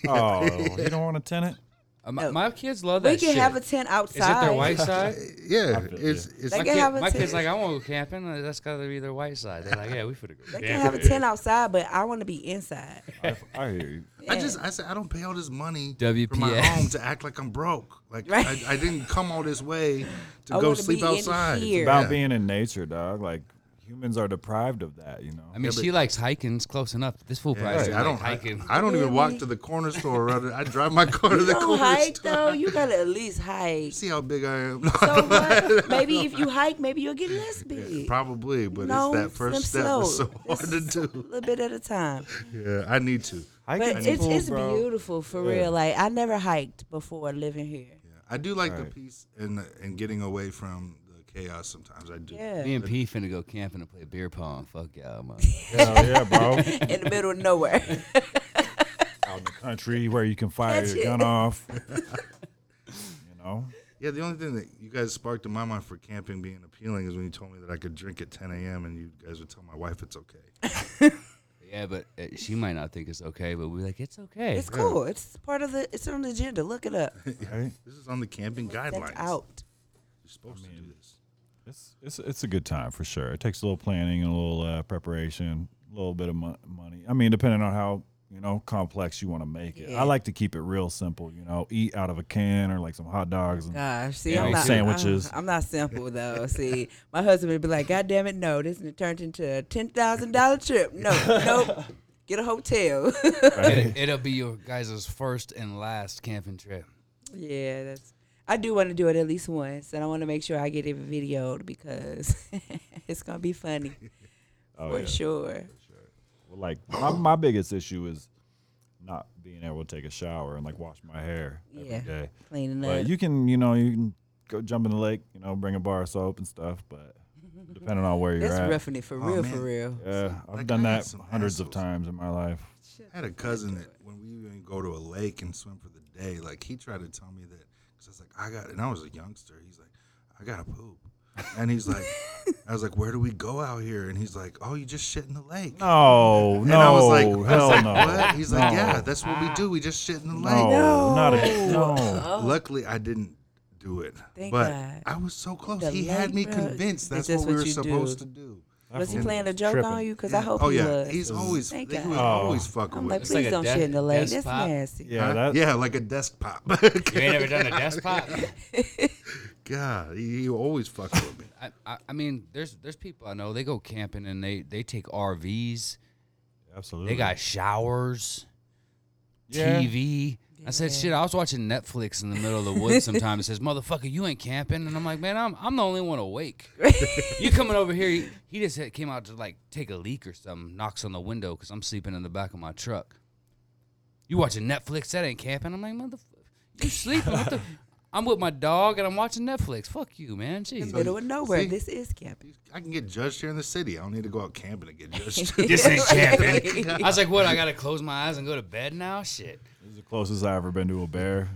[SPEAKER 2] Oh, you don't want to
[SPEAKER 5] [LAUGHS]
[SPEAKER 2] tent it?
[SPEAKER 5] Uh, my, my kids love that.
[SPEAKER 4] We can
[SPEAKER 5] shit.
[SPEAKER 4] have a tent
[SPEAKER 5] Is
[SPEAKER 4] outside.
[SPEAKER 5] it their white [LAUGHS] side?
[SPEAKER 3] [LAUGHS] yeah, it's it's
[SPEAKER 4] They
[SPEAKER 5] My,
[SPEAKER 4] can
[SPEAKER 5] kid-
[SPEAKER 4] have a
[SPEAKER 5] my
[SPEAKER 4] tent.
[SPEAKER 5] kid's like, I want to go camping. Uh, That's got to be their white side. They're like, yeah, we finna go.
[SPEAKER 4] They can have a tent outside, but I want to be inside.
[SPEAKER 2] I, I hear you.
[SPEAKER 3] I just I said I don't pay all this money for my
[SPEAKER 5] WPS.
[SPEAKER 3] home to act like I'm broke. Like
[SPEAKER 4] Right.
[SPEAKER 3] I, I didn't come all this
[SPEAKER 4] [LAUGHS]
[SPEAKER 3] way to
[SPEAKER 4] I
[SPEAKER 3] go
[SPEAKER 4] wanna
[SPEAKER 3] sleep
[SPEAKER 4] be in
[SPEAKER 3] outside.
[SPEAKER 4] here.
[SPEAKER 2] About
[SPEAKER 3] Yeah.
[SPEAKER 2] being in nature, dog. Like humans are deprived of that. You know.
[SPEAKER 5] I mean, she likes hiking. It's close enough. This fool
[SPEAKER 3] Yeah,
[SPEAKER 5] Bryce
[SPEAKER 3] I don't. I,
[SPEAKER 5] hiking.
[SPEAKER 3] I don't even walk to the corner store. Rather, I drive my car to [LAUGHS]
[SPEAKER 4] You
[SPEAKER 3] the
[SPEAKER 4] don't
[SPEAKER 3] corner [LAUGHS]
[SPEAKER 4] hike
[SPEAKER 3] store.
[SPEAKER 4] though. You gotta at least hike.
[SPEAKER 3] See [LAUGHS] how big I am.
[SPEAKER 4] So what? Maybe if you hike, maybe you'll get less
[SPEAKER 3] [LAUGHS]
[SPEAKER 4] big.
[SPEAKER 3] Probably, but
[SPEAKER 4] No,
[SPEAKER 3] it's that first
[SPEAKER 4] slim
[SPEAKER 3] step was so
[SPEAKER 4] slow.
[SPEAKER 3] hard to
[SPEAKER 4] A
[SPEAKER 3] do.
[SPEAKER 4] little bit at a time.
[SPEAKER 3] Yeah, I need to.
[SPEAKER 2] Hiking
[SPEAKER 4] But it's,
[SPEAKER 2] cool,
[SPEAKER 4] it's
[SPEAKER 2] bro.
[SPEAKER 4] beautiful for real. Like I never hiked before living here.
[SPEAKER 3] Yeah, I do like the
[SPEAKER 2] Right.
[SPEAKER 3] peace and and getting away from the chaos sometimes. I do.
[SPEAKER 4] Yeah.
[SPEAKER 5] Me and P finna go camping and play beer pong. Fuck y'all, man. [LAUGHS]
[SPEAKER 2] Hell yeah,
[SPEAKER 4] [LAUGHS]
[SPEAKER 2] bro.
[SPEAKER 4] [LAUGHS] in the middle of nowhere.
[SPEAKER 2] Out in the country where you can fire
[SPEAKER 4] Catch
[SPEAKER 2] your gun off.
[SPEAKER 4] [LAUGHS]
[SPEAKER 2] you know?
[SPEAKER 3] Yeah, the only thing that you guys sparked in my mind for camping being appealing is when you told me that I could drink at 10 a.m. and you guys would tell my wife it's okay.
[SPEAKER 5] yeah, but uh, she might not think it's okay, but we're like, it's okay.
[SPEAKER 4] [LAUGHS] It's cool. It's part of the. It's on the agenda. Look it
[SPEAKER 3] [LAUGHS]
[SPEAKER 4] up.
[SPEAKER 2] Right?
[SPEAKER 3] This is on the camping
[SPEAKER 4] That's
[SPEAKER 3] guidelines.
[SPEAKER 4] out.
[SPEAKER 3] You're supposed to do this.
[SPEAKER 2] It's, it's it's a good time for sure. It takes a little planning and a little uh, preparation, a little bit of mo- money. I mean, depending on how you know complex you want to make it.
[SPEAKER 4] Yeah.
[SPEAKER 2] I like to keep it real simple. You know, eat out of a can or like some hot dogs. And,
[SPEAKER 4] Gosh, see,
[SPEAKER 5] Yeah,
[SPEAKER 4] I'm
[SPEAKER 5] me
[SPEAKER 4] not uh,
[SPEAKER 5] too.
[SPEAKER 2] Sandwiches.
[SPEAKER 4] I'm, I'm not simple though. See, my husband would be like, "God damn it, no! This is turned into a ten thousand dollar trip. No,
[SPEAKER 3] [LAUGHS]
[SPEAKER 4] nope. Get a hotel."
[SPEAKER 5] It, it'll be your guys' first and last camping trip.
[SPEAKER 4] yeah, that's. I do want to do it at least once, and I want to make sure I get it videoed because [LAUGHS] it's gonna
[SPEAKER 3] [LAUGHS]
[SPEAKER 4] be funny
[SPEAKER 3] Oh,
[SPEAKER 4] for sure.
[SPEAKER 2] Well, like my, my biggest issue is not being able to take a shower and like wash my hair every day.
[SPEAKER 4] Yeah. Cleaning up.
[SPEAKER 2] But you can, you know, you can go jump in the lake, you know, bring a bar of soap and stuff.
[SPEAKER 4] [LAUGHS]
[SPEAKER 2] But depending on where you're
[SPEAKER 4] That's
[SPEAKER 2] at,
[SPEAKER 4] roughing it for real, for
[SPEAKER 3] man.
[SPEAKER 4] real.
[SPEAKER 2] yeah, I've
[SPEAKER 3] Like,
[SPEAKER 2] done
[SPEAKER 3] I had
[SPEAKER 2] that
[SPEAKER 3] some
[SPEAKER 2] hundreds of
[SPEAKER 3] assholes.
[SPEAKER 2] times in my life.
[SPEAKER 3] I had a cousin that when we even go to a lake and swim for the day, like he tried to tell me that because I was like, I got, and I was a youngster. He's like, I gotta poop, and he's
[SPEAKER 4] [LAUGHS]
[SPEAKER 3] like, I was like, where do we go out here? And he's like, oh, you just shit in the lake.
[SPEAKER 2] No,
[SPEAKER 3] And
[SPEAKER 2] no,
[SPEAKER 3] I was like, I was
[SPEAKER 2] hell
[SPEAKER 3] like,
[SPEAKER 2] no,
[SPEAKER 3] What? He's like,
[SPEAKER 2] No.
[SPEAKER 3] yeah, that's what we do. We just shit in the
[SPEAKER 2] no,
[SPEAKER 3] lake.
[SPEAKER 2] not a, no.
[SPEAKER 3] Luckily, I didn't do it.
[SPEAKER 4] Thank
[SPEAKER 3] but
[SPEAKER 4] God.
[SPEAKER 3] I was so close.
[SPEAKER 4] The
[SPEAKER 3] he had me
[SPEAKER 4] lake, bro,
[SPEAKER 3] convinced
[SPEAKER 4] is
[SPEAKER 3] that's
[SPEAKER 4] this
[SPEAKER 3] what we
[SPEAKER 4] what
[SPEAKER 3] were
[SPEAKER 4] you
[SPEAKER 3] supposed
[SPEAKER 4] do?
[SPEAKER 3] to do.
[SPEAKER 4] [LAUGHS] Was he
[SPEAKER 2] Definitely
[SPEAKER 4] playing a joke
[SPEAKER 2] tripping.
[SPEAKER 4] on you? Because I hope
[SPEAKER 3] oh
[SPEAKER 4] he
[SPEAKER 3] yeah,
[SPEAKER 4] was.
[SPEAKER 3] he's always
[SPEAKER 4] Thank
[SPEAKER 3] he
[SPEAKER 4] God.
[SPEAKER 3] was
[SPEAKER 2] Oh.
[SPEAKER 3] always fucking
[SPEAKER 4] I'm
[SPEAKER 3] with
[SPEAKER 4] like,
[SPEAKER 3] us.
[SPEAKER 4] please
[SPEAKER 5] like a
[SPEAKER 4] don't
[SPEAKER 5] death-
[SPEAKER 4] shit in the lake. That's
[SPEAKER 5] desktop.
[SPEAKER 4] nasty.
[SPEAKER 2] Yeah,
[SPEAKER 3] Huh?
[SPEAKER 2] that,
[SPEAKER 3] yeah, like a desk pop. [LAUGHS]
[SPEAKER 5] You ain't never done a desk pop?
[SPEAKER 3] God, he, he always fucks with me.
[SPEAKER 5] [LAUGHS] I, I, I mean, there's there's people I know. They go camping and they they take RVs.
[SPEAKER 2] absolutely.
[SPEAKER 5] They got showers,
[SPEAKER 2] Yeah.
[SPEAKER 5] TV. I said, shit. I was watching Netflix in the middle of the woods. Sometimes it says, "Motherfucker, you ain't camping," and I'm like, "Man, I'm I'm the only one awake. you coming over here? He, he just had, came out to like take a leak or something. Knocks on the window because I'm sleeping in the back of my truck. You watching Netflix? That ain't camping. I'm like, motherfucker, you sleeping? What the? I'm with my dog and I'm watching Netflix. Fuck you, man.
[SPEAKER 4] In the
[SPEAKER 5] Jeez.
[SPEAKER 4] middle of nowhere.
[SPEAKER 3] See?
[SPEAKER 4] This is camping.
[SPEAKER 3] I can get judged here in the city. I don't need to go out camping to
[SPEAKER 4] [LAUGHS]
[SPEAKER 3] get judged. [LAUGHS]
[SPEAKER 5] This ain't camping. I was like, what? I gotta close my eyes and go to bed now? Shit.
[SPEAKER 2] This is the closest I ever been to a bear.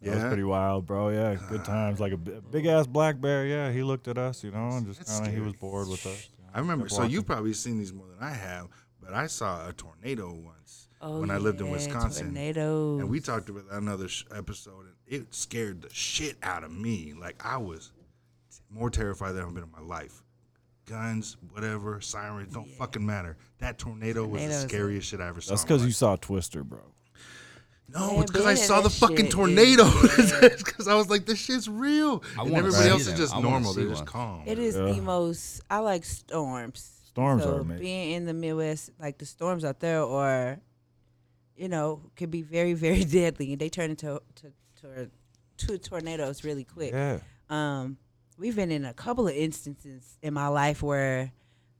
[SPEAKER 2] That was
[SPEAKER 3] Yeah?
[SPEAKER 2] pretty wild, bro. Yeah,
[SPEAKER 3] [SIGHS]
[SPEAKER 2] good times. Like a big ass black bear. Yeah, he looked at us, you know, and just
[SPEAKER 3] That's
[SPEAKER 2] kind of he was
[SPEAKER 3] scary.
[SPEAKER 2] bored with us. you know.
[SPEAKER 3] I remember.
[SPEAKER 2] Kept
[SPEAKER 3] So
[SPEAKER 2] walking.
[SPEAKER 3] you've probably seen these more than I have, but I saw a tornado once
[SPEAKER 4] Oh,
[SPEAKER 3] when I lived in
[SPEAKER 4] yeah,
[SPEAKER 3] Wisconsin.
[SPEAKER 4] Tornadoes.
[SPEAKER 3] And we talked about that in another sh- episode, and it scared the shit out of me. Like I was t- more terrified than I've been in my life. Guns, whatever, sirens, don't fucking matter. That tornado was
[SPEAKER 4] Tornadoes.
[SPEAKER 3] the scariest shit I ever saw.
[SPEAKER 2] That's
[SPEAKER 3] in
[SPEAKER 2] because
[SPEAKER 3] my
[SPEAKER 2] you
[SPEAKER 3] life.
[SPEAKER 2] saw Twister, bro.
[SPEAKER 3] No,
[SPEAKER 4] Yeah,
[SPEAKER 3] it's because I
[SPEAKER 4] being in
[SPEAKER 3] saw the
[SPEAKER 4] that
[SPEAKER 3] fucking
[SPEAKER 4] shit, dude.
[SPEAKER 3] tornado. [LAUGHS] Because I was like, this shit's real,
[SPEAKER 5] I
[SPEAKER 3] and
[SPEAKER 5] wanna
[SPEAKER 3] everybody
[SPEAKER 5] see
[SPEAKER 3] else is
[SPEAKER 5] them.
[SPEAKER 3] just
[SPEAKER 5] I wanna
[SPEAKER 3] normal.
[SPEAKER 5] see
[SPEAKER 3] They're just
[SPEAKER 5] one.
[SPEAKER 3] calm.
[SPEAKER 4] It is
[SPEAKER 2] Yeah.
[SPEAKER 4] the most. I like storms.
[SPEAKER 2] Storms
[SPEAKER 4] so
[SPEAKER 2] are amazing.
[SPEAKER 4] Being in the Midwest, like the storms out there, are, you know, can be very, very [LAUGHS] deadly, and they turn into to, to, to tornadoes really quick.
[SPEAKER 2] Yeah.
[SPEAKER 4] Um, we've been in a couple of instances in my life where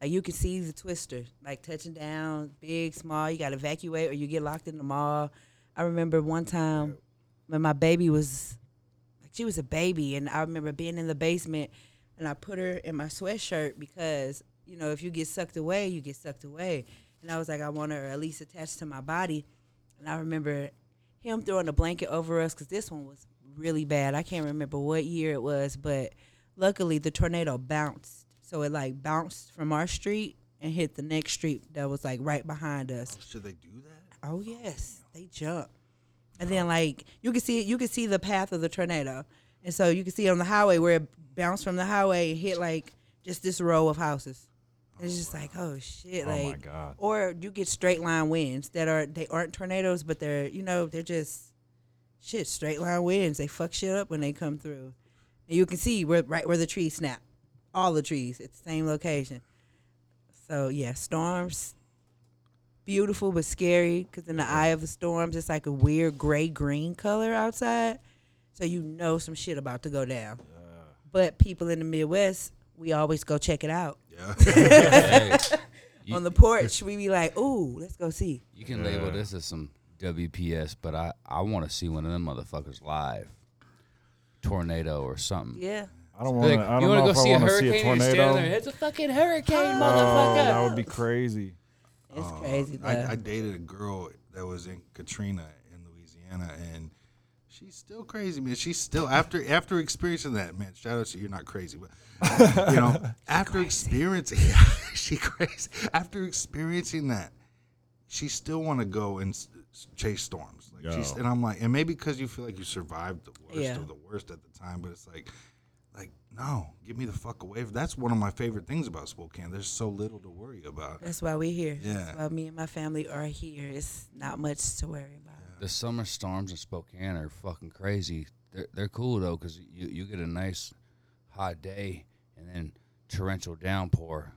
[SPEAKER 4] uh, you can see the twister, like touching down, big, small. You got to evacuate or you get locked in the mall. I remember one time when my baby was, like, she was a baby, and I remember being in the basement and I put her in my sweatshirt because, you know, if you get sucked away, you get sucked away. And I was like, I want her at least attached to my body. And I remember him throwing a blanket over us because this one was really bad. I can't remember what year it was, but luckily the tornado bounced. So it like bounced from our street and hit the next street that was like right behind us.
[SPEAKER 3] Should they do that?
[SPEAKER 4] Oh yes, they jump. And then like you can see you can see the path of the tornado, and so you can see on the highway where it bounced from the highway and hit like just this row of houses. It's just like oh shit,
[SPEAKER 2] Oh, my
[SPEAKER 4] like
[SPEAKER 2] God.
[SPEAKER 4] Or you get straight line winds that are they aren't tornadoes, but they're you know they're just shit straight line winds. They fuck shit up when they come through, and you can see where right where the trees snap, all the trees at the same location. So yeah, storms beautiful but scary because in the eye of the storms it's like a weird gray green color outside so you know some shit about to go down but people in the midwest we always go check it out
[SPEAKER 3] Yeah. [LAUGHS]
[SPEAKER 4] [LAUGHS]
[SPEAKER 5] Hey,
[SPEAKER 4] on the porch we be like ooh let's go see
[SPEAKER 5] you can label this as some WPS, but I I want to see one of them motherfuckers live. tornado or something.
[SPEAKER 4] Yeah.
[SPEAKER 2] I don't want
[SPEAKER 5] Be
[SPEAKER 2] to.
[SPEAKER 5] like,
[SPEAKER 2] I
[SPEAKER 5] you
[SPEAKER 2] don't
[SPEAKER 5] want
[SPEAKER 2] know
[SPEAKER 5] to
[SPEAKER 2] if
[SPEAKER 5] go
[SPEAKER 2] I
[SPEAKER 5] see a
[SPEAKER 2] want to see
[SPEAKER 5] hurricane?
[SPEAKER 2] a
[SPEAKER 5] and you stand
[SPEAKER 2] tornado.
[SPEAKER 5] there, it's a fucking hurricane,
[SPEAKER 2] Oh,
[SPEAKER 5] motherfucker.
[SPEAKER 2] that would be crazy.
[SPEAKER 4] It's crazy. Though.
[SPEAKER 3] Um, I, I dated a girl that was in Katrina in Louisiana, and she's still crazy, man. She's still after after experiencing that, man. Shout out to you, you're not crazy, but you
[SPEAKER 4] [LAUGHS]
[SPEAKER 3] know, after experiencing, [LAUGHS] she crazy. After experiencing that, she still want to go and s- s- chase storms. Like she's,
[SPEAKER 2] Yo.
[SPEAKER 3] and I'm like, and maybe because you feel like you survived the worst
[SPEAKER 4] Yeah.
[SPEAKER 3] of the worst at the time, but it's like. Like no, get me the fuck away. That's one of my favorite things about Spokane. There's so little to worry about. [LAUGHS]
[SPEAKER 4] That's why we're here.
[SPEAKER 3] Yeah.
[SPEAKER 4] That's why me and my family are here. It's not much to worry about.
[SPEAKER 5] The summer storms in Spokane are fucking crazy. They're, they're cool though, cause you, you get a nice hot day and then torrential downpour.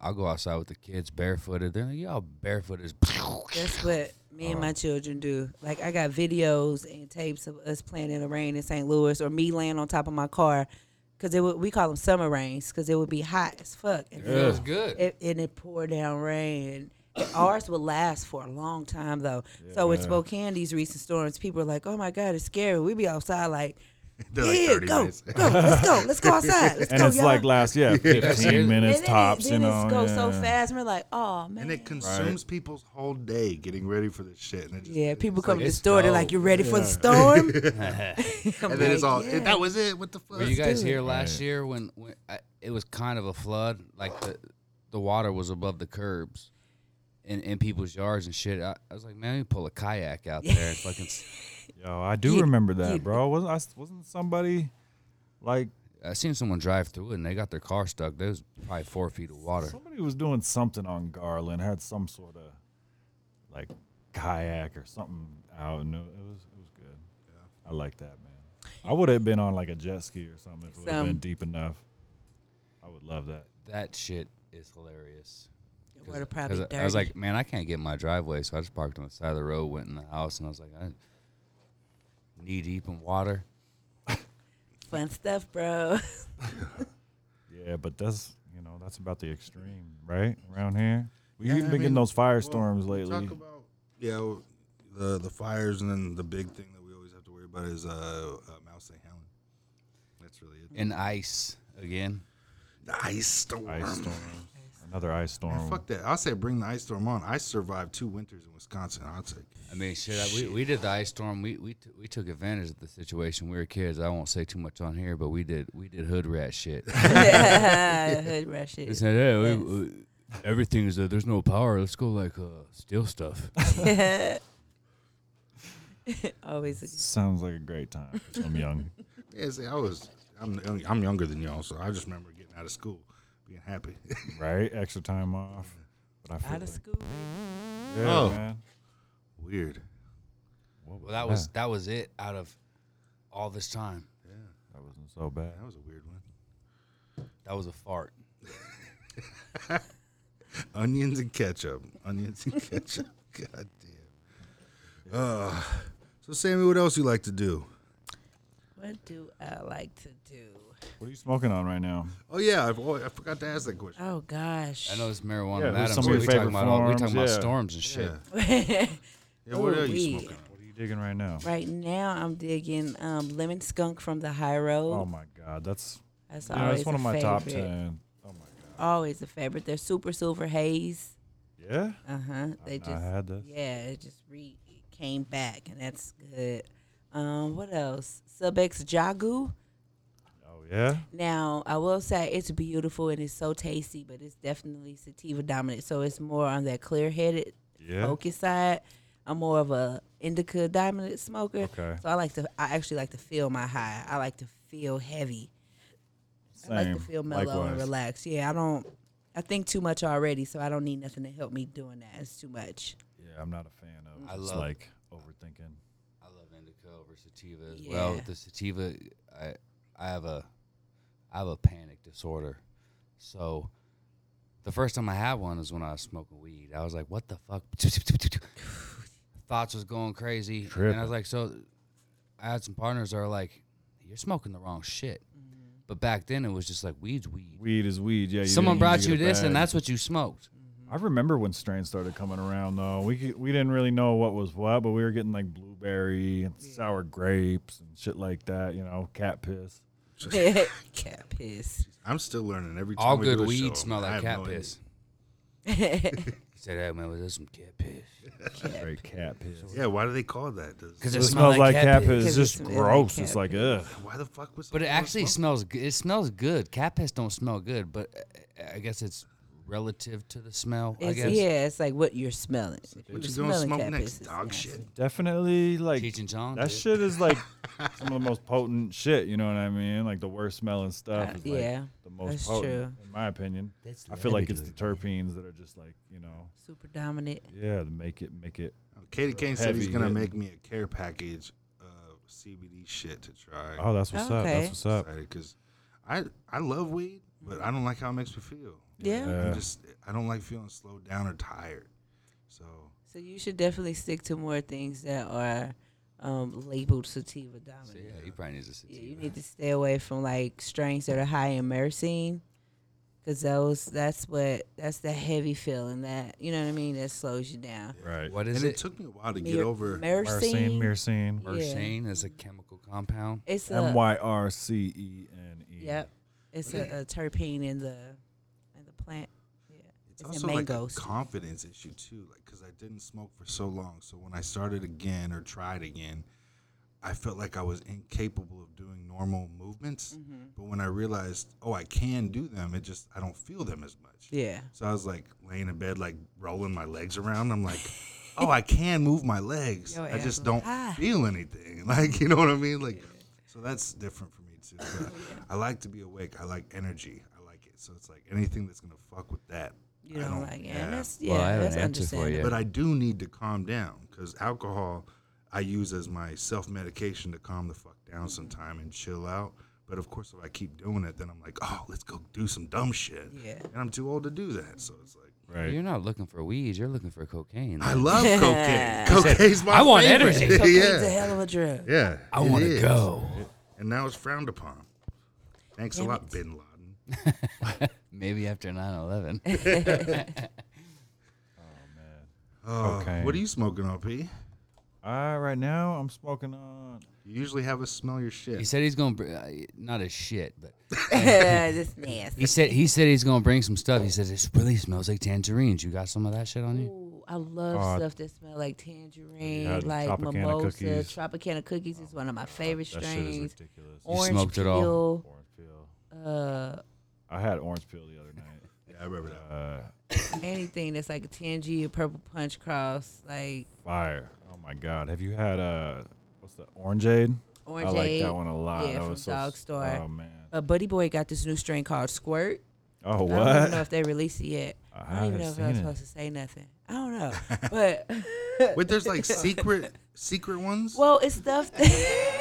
[SPEAKER 5] I'll go outside with the kids barefooted. They're like, y'all barefooted.
[SPEAKER 4] That's what me
[SPEAKER 2] Um,
[SPEAKER 4] and my children do. Like I got videos and tapes of us playing in the rain in St. Louis, or me laying on top of my car, because it would, we call them summer rains, because it would be hot as fuck, and
[SPEAKER 5] It was good.
[SPEAKER 4] it, and it poured down rain. And ours would last for a long time though. So in Spokane, these recent storms, people are like, "Oh my god, it's scary." We be outside like,
[SPEAKER 3] They're like
[SPEAKER 4] "Yeah,
[SPEAKER 3] 30
[SPEAKER 4] go,
[SPEAKER 3] minutes.
[SPEAKER 4] go, let's go, let's go outside,
[SPEAKER 2] [LAUGHS]
[SPEAKER 4] let's
[SPEAKER 2] And
[SPEAKER 4] go,
[SPEAKER 2] it's
[SPEAKER 4] y'all."
[SPEAKER 2] like last,
[SPEAKER 5] [LAUGHS]
[SPEAKER 2] yeah, 15 minutes
[SPEAKER 4] and then
[SPEAKER 2] tops,
[SPEAKER 4] it,
[SPEAKER 2] you
[SPEAKER 4] then
[SPEAKER 2] know.
[SPEAKER 4] it goes so
[SPEAKER 2] yeah.
[SPEAKER 4] fast, and we're like, "Oh man."
[SPEAKER 3] And it consumes people's whole day getting ready for this shit. And it just,
[SPEAKER 4] Yeah, people come to the
[SPEAKER 5] it's
[SPEAKER 4] store. They're
[SPEAKER 5] dope.
[SPEAKER 4] like, "You ready for the storm?"
[SPEAKER 3] [LAUGHS]
[SPEAKER 4] I'm [LAUGHS]
[SPEAKER 3] and then it's
[SPEAKER 4] like,
[SPEAKER 3] all
[SPEAKER 4] "Yeah."
[SPEAKER 3] that was it. What the fuck?
[SPEAKER 5] Were you guys here last
[SPEAKER 2] Right.
[SPEAKER 5] year when, when I, it was kind of a flood? Like the the water was above the curbs in, in people's yards and shit. I, I was like, man, we pull a kayak out there and
[SPEAKER 4] [LAUGHS]
[SPEAKER 5] fucking. s-
[SPEAKER 2] Yo, I do
[SPEAKER 4] You-
[SPEAKER 2] remember that,
[SPEAKER 4] you-
[SPEAKER 2] bro. Wasn't I, wasn't somebody like
[SPEAKER 5] I seen someone drive through it and they got their car stuck. There was probably four feet of water.
[SPEAKER 2] somebody was doing something on Garland, had some sort of like kayak or something out, and it it was it was good. I like that, man. I would have been on like a jet ski or something if it would have
[SPEAKER 4] Some-
[SPEAKER 2] been deep enough. I would love that.
[SPEAKER 5] That shit is hilarious.
[SPEAKER 4] It would've
[SPEAKER 5] 'Cause
[SPEAKER 4] probably
[SPEAKER 5] I, I was
[SPEAKER 4] dirty.
[SPEAKER 5] like, man, I can't get in my driveway, so I just parked on the side of the road, went in the house, and I was like, I knee deep in water.
[SPEAKER 4] fun stuff, [LAUGHS] bro.
[SPEAKER 2] Yeah, but that's you know that's about the extreme, right? Around here, we've
[SPEAKER 3] Yeah,
[SPEAKER 2] even
[SPEAKER 3] I
[SPEAKER 2] been getting
[SPEAKER 3] mean,
[SPEAKER 2] those firestorms
[SPEAKER 3] Well,
[SPEAKER 2] lately.
[SPEAKER 3] Talk about yeah, well, the the fires, and then the big thing that we always have to worry about is uh, uh Mount St. Helen. That's really it.
[SPEAKER 5] And ice again.
[SPEAKER 3] The ice storm.
[SPEAKER 2] ice storms, another ice storm.
[SPEAKER 3] Man, fuck that. I'll say bring the ice storm on. I survived two winters in Wisconsin. I'll take.
[SPEAKER 5] I mean, shit, I, we, we did the ice storm. We we, t- we took advantage of the situation. We were kids. I won't say too much on here, but we did we did hood rat shit. [LAUGHS]
[SPEAKER 4] Hood rush
[SPEAKER 5] They
[SPEAKER 4] it.
[SPEAKER 5] said, "Hey, we- we- everything is uh, there's no power. Let's go like uh, steal stuff."
[SPEAKER 4] Always.
[SPEAKER 2] Sounds like a great time for some young.
[SPEAKER 3] Yeah, see, I was. I'm I'm younger than y'all, so I just remember getting out of school, being happy. [LAUGHS]
[SPEAKER 2] right? Extra time off. But I
[SPEAKER 4] a-
[SPEAKER 2] feel
[SPEAKER 4] Out of
[SPEAKER 2] like-
[SPEAKER 4] school.
[SPEAKER 2] Yeah,
[SPEAKER 3] Oh.
[SPEAKER 2] man.
[SPEAKER 3] Weird.
[SPEAKER 5] Well, that [LAUGHS] was that was it out of all this time.
[SPEAKER 2] That wasn't so bad.
[SPEAKER 3] That was a weird one.
[SPEAKER 5] That was a fart.
[SPEAKER 3] Onions and ketchup. Onions and ketchup. [LAUGHS] God damn. Uh, so, Sammy, what else you like to do?
[SPEAKER 4] What do I like to do?
[SPEAKER 2] What are you smoking on right now?
[SPEAKER 3] Oh yeah, I've, oh, I forgot to ask that question.
[SPEAKER 4] Oh gosh.
[SPEAKER 5] I know it's marijuana.
[SPEAKER 2] Yeah,
[SPEAKER 5] Yeah,
[SPEAKER 2] there's
[SPEAKER 5] Madam,
[SPEAKER 2] some of
[SPEAKER 5] so
[SPEAKER 2] your
[SPEAKER 5] we talking
[SPEAKER 2] favorite
[SPEAKER 5] about all- we
[SPEAKER 2] farms,
[SPEAKER 5] talking about
[SPEAKER 2] yeah.
[SPEAKER 5] storms and shit.
[SPEAKER 3] Yeah. Yeah, what
[SPEAKER 4] Ooh,
[SPEAKER 3] are you
[SPEAKER 4] Oh, weed.
[SPEAKER 3] smoking? on?
[SPEAKER 2] What are you digging right now?
[SPEAKER 4] [LAUGHS] right now, I'm digging um, lemon skunk from the high road.
[SPEAKER 2] Oh my god, that's
[SPEAKER 4] that's
[SPEAKER 2] yeah,
[SPEAKER 4] always
[SPEAKER 2] that's one
[SPEAKER 4] a
[SPEAKER 2] of my
[SPEAKER 4] favorite.
[SPEAKER 2] top ten. Oh my god.
[SPEAKER 4] Always a favorite. They're super silver haze.
[SPEAKER 2] Yeah.
[SPEAKER 4] Uh huh. They
[SPEAKER 2] I
[SPEAKER 4] just
[SPEAKER 2] had this.
[SPEAKER 4] yeah, it just re it came back, and that's good. Um, what else? Subex Jagu.
[SPEAKER 2] Oh yeah.
[SPEAKER 4] Now, I will say it's beautiful and it's so tasty, but it's definitely sativa dominant. So it's more on that clear headed,
[SPEAKER 2] Yeah.
[SPEAKER 4] oaky side. I'm more of a indica dominant smoker.
[SPEAKER 2] Okay.
[SPEAKER 4] So I like to, I actually like to feel my high. I like to feel heavy.
[SPEAKER 2] Same.
[SPEAKER 4] I like to feel mellow and
[SPEAKER 2] Likewise.
[SPEAKER 4] relaxed. Yeah, I don't, I think too much already, so I don't need nothing to help me doing that. It's too much. [LAUGHS]
[SPEAKER 2] Yeah, I'm not a fan of.
[SPEAKER 5] I
[SPEAKER 2] just
[SPEAKER 5] love-
[SPEAKER 2] like overthinking.
[SPEAKER 5] I love indica over sativa as well.
[SPEAKER 4] Yeah.
[SPEAKER 5] With the sativa, I I have a I have a panic disorder. So the first time I had one is when I was smoking weed. I was like, "What the fuck?" [SIGHS] Thoughts was going crazy, and I
[SPEAKER 2] Tripping.
[SPEAKER 5] was like, "So." I had some partners that are like, "You're smoking the wrong shit." But back then, it was just like weed's weed.
[SPEAKER 2] Weed is weed. Yeah. You
[SPEAKER 5] Someone
[SPEAKER 2] didn't
[SPEAKER 5] brought
[SPEAKER 2] get
[SPEAKER 5] you
[SPEAKER 2] a
[SPEAKER 5] this, and
[SPEAKER 2] bag.
[SPEAKER 5] that's what you smoked.
[SPEAKER 2] I remember when strains started coming around though. We could- we didn't really know what was what, but we were getting like blueberry and sour grapes and shit like that. You know, cat piss.
[SPEAKER 4] cat piss. [LAUGHS]
[SPEAKER 3] I'm still learning every time.
[SPEAKER 5] All
[SPEAKER 3] we
[SPEAKER 5] good
[SPEAKER 3] do a show.
[SPEAKER 5] weed smell
[SPEAKER 3] I
[SPEAKER 5] like
[SPEAKER 3] have
[SPEAKER 5] cat
[SPEAKER 3] no idea.
[SPEAKER 5] piss. He said, "Hey man, was this some cat piss?"
[SPEAKER 2] Straight cat piss.
[SPEAKER 3] Yeah, why do they call it that? Does-
[SPEAKER 5] Because
[SPEAKER 2] It smells like cat piss. It's
[SPEAKER 4] 'Cause it
[SPEAKER 2] just
[SPEAKER 4] smells like
[SPEAKER 2] gross.
[SPEAKER 4] cat
[SPEAKER 2] It's like ugh.
[SPEAKER 3] why the fuck was?
[SPEAKER 5] But it
[SPEAKER 3] someone
[SPEAKER 5] actually
[SPEAKER 3] smoking?
[SPEAKER 5] smells. g- It smells good. Cat piss don't smell good, but uh, I guess it's relative to the smell. I
[SPEAKER 4] It's,
[SPEAKER 5] guess.
[SPEAKER 4] yeah, it's like what you're smelling. If
[SPEAKER 3] What
[SPEAKER 4] you're
[SPEAKER 3] you doing?
[SPEAKER 4] smelling
[SPEAKER 3] Smoke
[SPEAKER 4] cat
[SPEAKER 3] next
[SPEAKER 4] piss, it's
[SPEAKER 3] dog
[SPEAKER 4] nasty.
[SPEAKER 3] shit.
[SPEAKER 2] Definitely like
[SPEAKER 5] Cheech and Chong,
[SPEAKER 2] that
[SPEAKER 5] dude.
[SPEAKER 2] shit is
[SPEAKER 5] [LAUGHS]
[SPEAKER 2] like some of the most potent shit. You know what I mean? Like the worst smelling stuff.
[SPEAKER 4] Uh,
[SPEAKER 2] is like
[SPEAKER 4] yeah,
[SPEAKER 2] the most
[SPEAKER 4] that's
[SPEAKER 2] potent,
[SPEAKER 4] true.
[SPEAKER 2] in my opinion.
[SPEAKER 5] That's
[SPEAKER 2] I feel like it's the
[SPEAKER 5] lovely.
[SPEAKER 2] terpenes that are just like you know,
[SPEAKER 4] Super dominant.
[SPEAKER 2] yeah, the make it make it.
[SPEAKER 3] Oh, Katie Kane said he's
[SPEAKER 2] Heavy
[SPEAKER 3] gonna
[SPEAKER 2] hitting.
[SPEAKER 3] make me a care package of CBD shit to try.
[SPEAKER 2] Oh, that's what's up.
[SPEAKER 4] Okay.
[SPEAKER 2] That's what's up.
[SPEAKER 3] Because I I love weed, but I don't like how it makes me feel.
[SPEAKER 4] Yeah.
[SPEAKER 2] Yeah.
[SPEAKER 3] I just I don't like feeling slowed down or tired. So
[SPEAKER 4] So you should definitely stick to more things that are um, labeled sativa dominant.
[SPEAKER 5] So, yeah, he probably needs a
[SPEAKER 4] Yeah,
[SPEAKER 5] sativa.
[SPEAKER 4] you need to stay away from like strains that are high in myrcene, because those that's what that's the heavy feeling that you know what I mean that slows you down.
[SPEAKER 2] Right.
[SPEAKER 5] What is
[SPEAKER 3] and it,
[SPEAKER 5] it?
[SPEAKER 3] took me a while to
[SPEAKER 4] Myr-
[SPEAKER 3] get over.
[SPEAKER 2] Myrcene,
[SPEAKER 4] myrcene.
[SPEAKER 2] myrcene.
[SPEAKER 4] Yeah.
[SPEAKER 5] Mercane is a chemical compound.
[SPEAKER 4] It's a
[SPEAKER 2] M Y R C E N E.
[SPEAKER 4] yep. It's a, a terpene in the in the plant. Yeah,
[SPEAKER 3] It's
[SPEAKER 4] in
[SPEAKER 3] also like a
[SPEAKER 4] mangoes.
[SPEAKER 3] confidence issue too, like because I didn't smoke for so long. So when I started again or tried again, I felt like I was incapable of doing normal movements. But when I realized, oh, I can do them, it just I don't feel them as much.
[SPEAKER 4] Yeah.
[SPEAKER 3] So I was like laying in bed, like rolling my legs around. I'm like, oh, I can move my legs.
[SPEAKER 4] Yo,
[SPEAKER 3] I just
[SPEAKER 4] asshole.
[SPEAKER 3] don't
[SPEAKER 4] Ah.
[SPEAKER 3] feel anything. [LAUGHS] Like you know what I mean? Like, so that's different for me
[SPEAKER 4] [LAUGHS]
[SPEAKER 3] too. But I like to be awake. I like energy. I like it. So it's like anything that's gonna fuck with that.
[SPEAKER 4] You know, like yeah, that's yeah,
[SPEAKER 5] Well, I have
[SPEAKER 4] that's
[SPEAKER 5] an answer for
[SPEAKER 4] understandable.
[SPEAKER 5] you.
[SPEAKER 3] But I do need to calm down because alcohol I use as my self medication to calm the fuck down
[SPEAKER 4] Mm-hmm.
[SPEAKER 3] sometime and chill out. But of course, if I keep doing it, then I'm like, oh, let's go do some dumb shit.
[SPEAKER 4] Yeah.
[SPEAKER 3] And I'm too old to do that. So it's like,
[SPEAKER 2] Right.
[SPEAKER 5] You're not looking for weed. You're looking for cocaine.
[SPEAKER 3] I
[SPEAKER 5] man.
[SPEAKER 3] love
[SPEAKER 4] [LAUGHS]
[SPEAKER 3] cocaine. Cocaine's my
[SPEAKER 5] I want
[SPEAKER 3] favorite.
[SPEAKER 5] energy.
[SPEAKER 4] Cocaine's
[SPEAKER 3] [LAUGHS]
[SPEAKER 4] a
[SPEAKER 3] yeah.
[SPEAKER 4] hell of
[SPEAKER 2] [LAUGHS]
[SPEAKER 4] a drug.
[SPEAKER 3] Yeah.
[SPEAKER 5] I
[SPEAKER 3] it
[SPEAKER 5] want to
[SPEAKER 3] is.
[SPEAKER 5] go.
[SPEAKER 3] And now it's frowned upon. Thanks
[SPEAKER 4] Damn
[SPEAKER 3] a lot,
[SPEAKER 4] it.
[SPEAKER 3] Bin Laden.
[SPEAKER 5] Maybe
[SPEAKER 4] [LAUGHS]
[SPEAKER 5] after 9/11.
[SPEAKER 3] Oh,
[SPEAKER 2] Cocaine.
[SPEAKER 3] What are you smoking, OP? You
[SPEAKER 2] Uh, right now I'm smoking uh, on.
[SPEAKER 3] usually have us smell your
[SPEAKER 5] he
[SPEAKER 3] shit.
[SPEAKER 5] said he's gonna br- uh, not his shit, but
[SPEAKER 4] that's nasty.
[SPEAKER 5] he said he said he's gonna bring some stuff. He said this really smells like tangerines. You got some of that shit on you?
[SPEAKER 4] Ooh, I love
[SPEAKER 2] Uh,
[SPEAKER 4] stuff that smell like tangerine,
[SPEAKER 2] yeah, the
[SPEAKER 4] like
[SPEAKER 2] Tropicana
[SPEAKER 4] mimosa.
[SPEAKER 2] cookies.
[SPEAKER 4] Tropicana cookies is one of my favorite
[SPEAKER 2] oh, That shit is
[SPEAKER 4] strains.
[SPEAKER 2] ridiculous.
[SPEAKER 4] Orange
[SPEAKER 5] smoked it all.
[SPEAKER 4] peel.
[SPEAKER 2] Orange peel.
[SPEAKER 4] Uh,
[SPEAKER 2] I had orange peel the other night.
[SPEAKER 3] [LAUGHS] Yeah, I remember that.
[SPEAKER 2] Uh,
[SPEAKER 4] anything that's like a tangy, a purple punch cross, like
[SPEAKER 2] fire. Oh my god. Have you had uh what's the orangeade?
[SPEAKER 4] orange.
[SPEAKER 2] I like
[SPEAKER 4] ale.
[SPEAKER 2] that one a lot.
[SPEAKER 4] yeah,
[SPEAKER 2] that
[SPEAKER 4] from
[SPEAKER 2] was so,
[SPEAKER 4] Dog
[SPEAKER 2] s-
[SPEAKER 4] Store.
[SPEAKER 2] Oh man.
[SPEAKER 4] Uh, Buddy Boy got this new strain called Squirt.
[SPEAKER 2] Oh
[SPEAKER 4] I don't even know
[SPEAKER 2] [LAUGHS] what?
[SPEAKER 4] if they released it yet.
[SPEAKER 2] I
[SPEAKER 4] I don't even
[SPEAKER 2] haven't seen
[SPEAKER 4] know if I was
[SPEAKER 2] it.
[SPEAKER 4] supposed to say nothing. I
[SPEAKER 2] [LAUGHS]
[SPEAKER 4] don't know, but
[SPEAKER 3] Wait, there's like
[SPEAKER 4] [LAUGHS]
[SPEAKER 3] secret secret ones?
[SPEAKER 4] well, it's stuff. That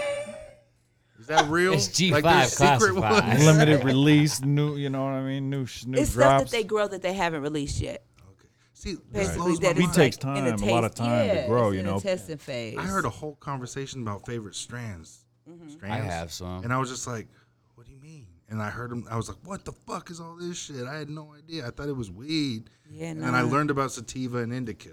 [SPEAKER 3] Is that real?
[SPEAKER 5] It's
[SPEAKER 3] like
[SPEAKER 5] G5
[SPEAKER 3] there's secret
[SPEAKER 5] classified.
[SPEAKER 3] ones.
[SPEAKER 2] Limited
[SPEAKER 4] [LAUGHS]
[SPEAKER 2] release, new. You know what I mean? New, sh- new
[SPEAKER 4] it's stuff
[SPEAKER 2] drops.
[SPEAKER 4] that they grow that they haven't released yet.
[SPEAKER 3] Okay. See, this
[SPEAKER 4] Basically,
[SPEAKER 3] blows my
[SPEAKER 4] that
[SPEAKER 2] He
[SPEAKER 3] mind.
[SPEAKER 4] it's like
[SPEAKER 2] takes
[SPEAKER 4] in the
[SPEAKER 2] time, a lot of
[SPEAKER 4] taste-
[SPEAKER 2] time to
[SPEAKER 4] yeah,
[SPEAKER 2] grow,
[SPEAKER 4] it's
[SPEAKER 2] you
[SPEAKER 4] in the
[SPEAKER 2] know.
[SPEAKER 4] testing phase.
[SPEAKER 3] I heard a whole conversation about favorite strands.
[SPEAKER 4] Mm-hmm.
[SPEAKER 3] strands.
[SPEAKER 5] I have some.
[SPEAKER 3] And I was just like, what do you mean? And I heard him, I was like, what the fuck is all this shit? I had no idea. I thought it was weed.
[SPEAKER 4] Yeah,
[SPEAKER 3] And then I
[SPEAKER 4] nah. Uh-huh.
[SPEAKER 3] learned about sativa and indica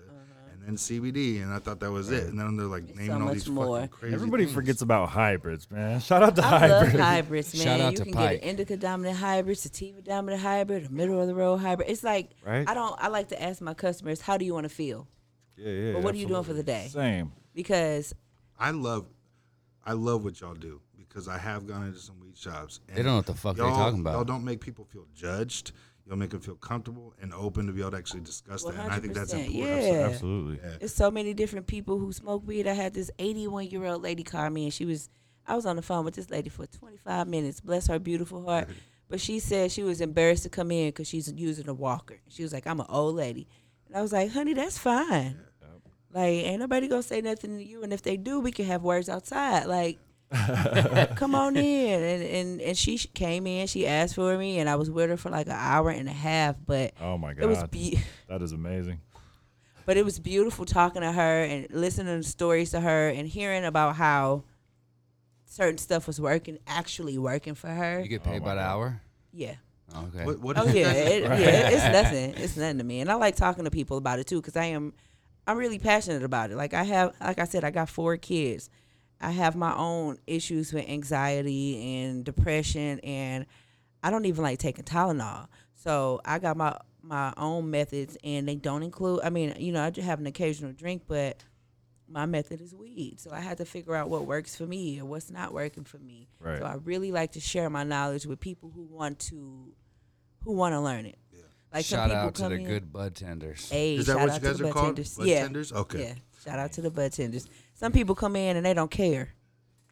[SPEAKER 3] and then CBD, and I thought that was it. And then they're like
[SPEAKER 4] It's so
[SPEAKER 3] naming all
[SPEAKER 4] much
[SPEAKER 3] these
[SPEAKER 4] more.
[SPEAKER 3] fucking crazy
[SPEAKER 2] Everybody
[SPEAKER 3] things.
[SPEAKER 2] forgets about hybrids, man. [LAUGHS] Shout out to
[SPEAKER 4] I love
[SPEAKER 2] hybrids.
[SPEAKER 4] hybrids, man.
[SPEAKER 5] Shout out
[SPEAKER 4] you
[SPEAKER 5] to
[SPEAKER 4] can
[SPEAKER 5] Pike.
[SPEAKER 4] get an indica dominant hybrid, sativa dominant hybrid, a middle of the road hybrid. It's like
[SPEAKER 2] Right.
[SPEAKER 4] I don't. I like to ask my customers, how do you want to feel?
[SPEAKER 2] Yeah, yeah.
[SPEAKER 4] But what are you doing for
[SPEAKER 2] absolutely.
[SPEAKER 4] the day?
[SPEAKER 2] Same.
[SPEAKER 4] Because
[SPEAKER 3] I love, I love what y'all do because I have gone into some weed shops. And
[SPEAKER 5] don't know what the fuck they're
[SPEAKER 3] y'all-
[SPEAKER 5] talking about.
[SPEAKER 3] Y'all don't make people feel judged. Y'all make them feel comfortable and open to be able to actually discuss that. And I think that's
[SPEAKER 4] 100%,
[SPEAKER 3] important.
[SPEAKER 4] Yeah.
[SPEAKER 2] Absolutely.
[SPEAKER 4] there's so many different people who smoke weed. I had this 81 year old lady call me, and she was. I was on the phone with this lady for 25 minutes. Bless her beautiful heart. But she said she was embarrassed to come in because she's using a walker. She was like, "I'm an old lady," and I was like, "Honey, that's fine. Like, ain't nobody gonna say nothing to you, and if they do, we can have words outside. Like, come on in." And and and she sh- came in. She asked for me, and I was with her for like an hour and a half. But
[SPEAKER 2] Oh my
[SPEAKER 4] it was
[SPEAKER 2] God.
[SPEAKER 4] be-
[SPEAKER 2] That is amazing.
[SPEAKER 4] but it was beautiful talking to her and listening to stories to her and hearing about how certain stuff was working, actually working for her.
[SPEAKER 3] Oh
[SPEAKER 5] You get paid by the hour.
[SPEAKER 4] yeah.
[SPEAKER 5] Okay.
[SPEAKER 3] What, what
[SPEAKER 4] Oh
[SPEAKER 3] is
[SPEAKER 4] yeah,
[SPEAKER 3] that?
[SPEAKER 4] it, yeah, it's nothing. It's nothing to me, and I like talking to people about it too because I am, I'm really passionate about it. Like I have, like I said, I got four kids. I have my own issues with anxiety and depression, and I don't even like taking Tylenol. So I got my my own methods, and they don't include. I mean, you know, I do have an occasional drink, but my method is weed. So I had to figure out what works for me and what's not working for me.
[SPEAKER 2] Right.
[SPEAKER 4] So I really like to share my knowledge with people who want to who want to learn it. Like some
[SPEAKER 5] Shout
[SPEAKER 4] people
[SPEAKER 5] out to
[SPEAKER 4] come
[SPEAKER 5] the
[SPEAKER 4] in-
[SPEAKER 5] good bud tenders.
[SPEAKER 4] Hey,
[SPEAKER 3] Is that
[SPEAKER 4] shout
[SPEAKER 3] what
[SPEAKER 4] out
[SPEAKER 3] you
[SPEAKER 4] to
[SPEAKER 3] guys
[SPEAKER 4] the
[SPEAKER 3] are
[SPEAKER 4] bud
[SPEAKER 3] called?
[SPEAKER 4] tenders.
[SPEAKER 3] Bud
[SPEAKER 4] yeah.
[SPEAKER 3] tenders? Okay.
[SPEAKER 4] Yeah. Shout out to the bud tenders. Some people come in and they don't care.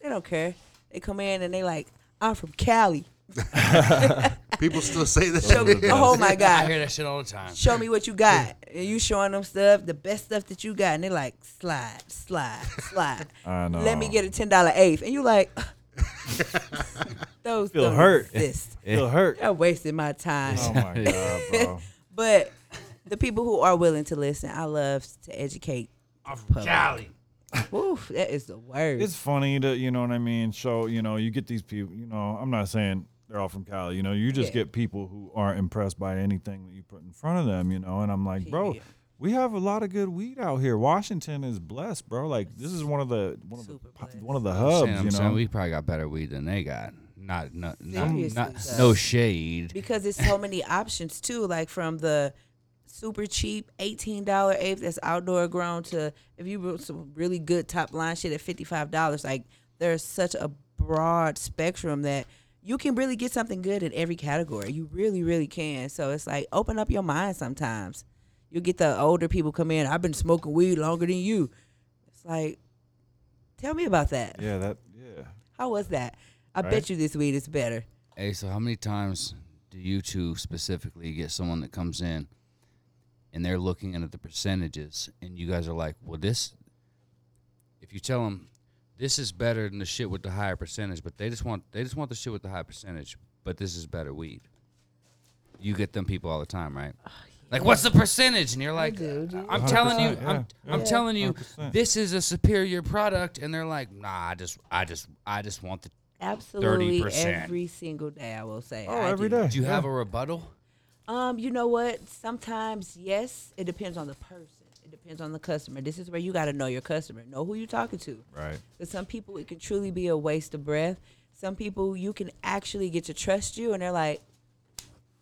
[SPEAKER 4] They don't care. They come in and they like, I'm from
[SPEAKER 3] [LAUGHS]
[SPEAKER 4] Cali.
[SPEAKER 3] People still say that.
[SPEAKER 4] Show me,
[SPEAKER 3] [LAUGHS]
[SPEAKER 4] oh my
[SPEAKER 5] I
[SPEAKER 4] God.
[SPEAKER 5] hear that shit all the time.
[SPEAKER 4] Show me what you got. And you showing them stuff, the best stuff that you got. And they're like, slide, slide,
[SPEAKER 5] [LAUGHS]
[SPEAKER 4] slide.
[SPEAKER 2] I know.
[SPEAKER 4] Let me get a ten dollar eighth. And
[SPEAKER 3] [LAUGHS]
[SPEAKER 4] you like [LAUGHS] those
[SPEAKER 2] Feel
[SPEAKER 4] don't
[SPEAKER 2] hurt.
[SPEAKER 4] exist.
[SPEAKER 2] [LAUGHS] It'll hurt.
[SPEAKER 3] [LAUGHS]
[SPEAKER 4] You're wasting my time.
[SPEAKER 2] Oh my god,
[SPEAKER 4] [LAUGHS]
[SPEAKER 2] bro.
[SPEAKER 4] But the people who are willing to listen, I love to educate.
[SPEAKER 5] Jolly.
[SPEAKER 4] Oof, that is the word.
[SPEAKER 2] It's funny to you know what I mean. So you know you get these people. You know I'm not saying they're all from Cali. You know you just
[SPEAKER 4] Yeah.
[SPEAKER 2] get people who aren't impressed by anything that you put in front of them. You know, and I'm like, bro,
[SPEAKER 4] Period.
[SPEAKER 2] we have a lot of good weed out here. Washington is blessed, bro. Like this is one of the one of the
[SPEAKER 4] Super
[SPEAKER 2] po-
[SPEAKER 4] blessed.
[SPEAKER 2] one of the
[SPEAKER 5] Saying,
[SPEAKER 2] hubs.
[SPEAKER 5] I'm
[SPEAKER 2] You
[SPEAKER 5] saying
[SPEAKER 2] know,
[SPEAKER 5] we probably got better weed than they got. Not not not,
[SPEAKER 4] Seriously,
[SPEAKER 5] not
[SPEAKER 4] though.
[SPEAKER 5] no shade.
[SPEAKER 4] because it's so many options too, like from the super cheap eighteen dollar eighth that's outdoor grown to if you wrote some really good top line shit at fifty five dollars. Like there's such a broad spectrum that you can really get something good in every category. You really, really can. So it's like open up your mind sometimes. You get the older people come in. I've been smoking weed longer than you. It's like, tell me about that.
[SPEAKER 2] yeah, that yeah.
[SPEAKER 4] How was that? I
[SPEAKER 2] Right.
[SPEAKER 4] bet you this weed is better.
[SPEAKER 5] Hey, so how many times do you two specifically get someone that comes in and they're looking at the percentages and you guys are like, well, this, if you tell them this is better than the shit with the higher percentage, but they just want, they just want the shit with the high percentage, but this is better weed. You get them people all the time, right? Like, what's the percentage? And you're like,
[SPEAKER 4] Oh, do, dude.
[SPEAKER 5] I'm telling you,
[SPEAKER 2] 100%,
[SPEAKER 5] I'm,
[SPEAKER 2] yeah,
[SPEAKER 5] I'm
[SPEAKER 2] yeah.
[SPEAKER 5] telling you,
[SPEAKER 2] 100%.
[SPEAKER 5] this is a superior product, and they're like, nah, I just, I just, I just want the.
[SPEAKER 4] Absolutely,
[SPEAKER 5] 30%.
[SPEAKER 4] every single day. I will say.
[SPEAKER 2] Oh,
[SPEAKER 4] I
[SPEAKER 2] every
[SPEAKER 4] do.
[SPEAKER 2] day.
[SPEAKER 5] Do [LAUGHS] you
[SPEAKER 2] yeah.
[SPEAKER 5] have a rebuttal?
[SPEAKER 4] Um, you know what? Sometimes yes, it depends on the person. It depends on the customer. This is where you got to know your customer. Know who you're talking to.
[SPEAKER 2] right?
[SPEAKER 4] For some people, it can truly be a waste of breath. Some people, you can actually get to trust you, and they're like,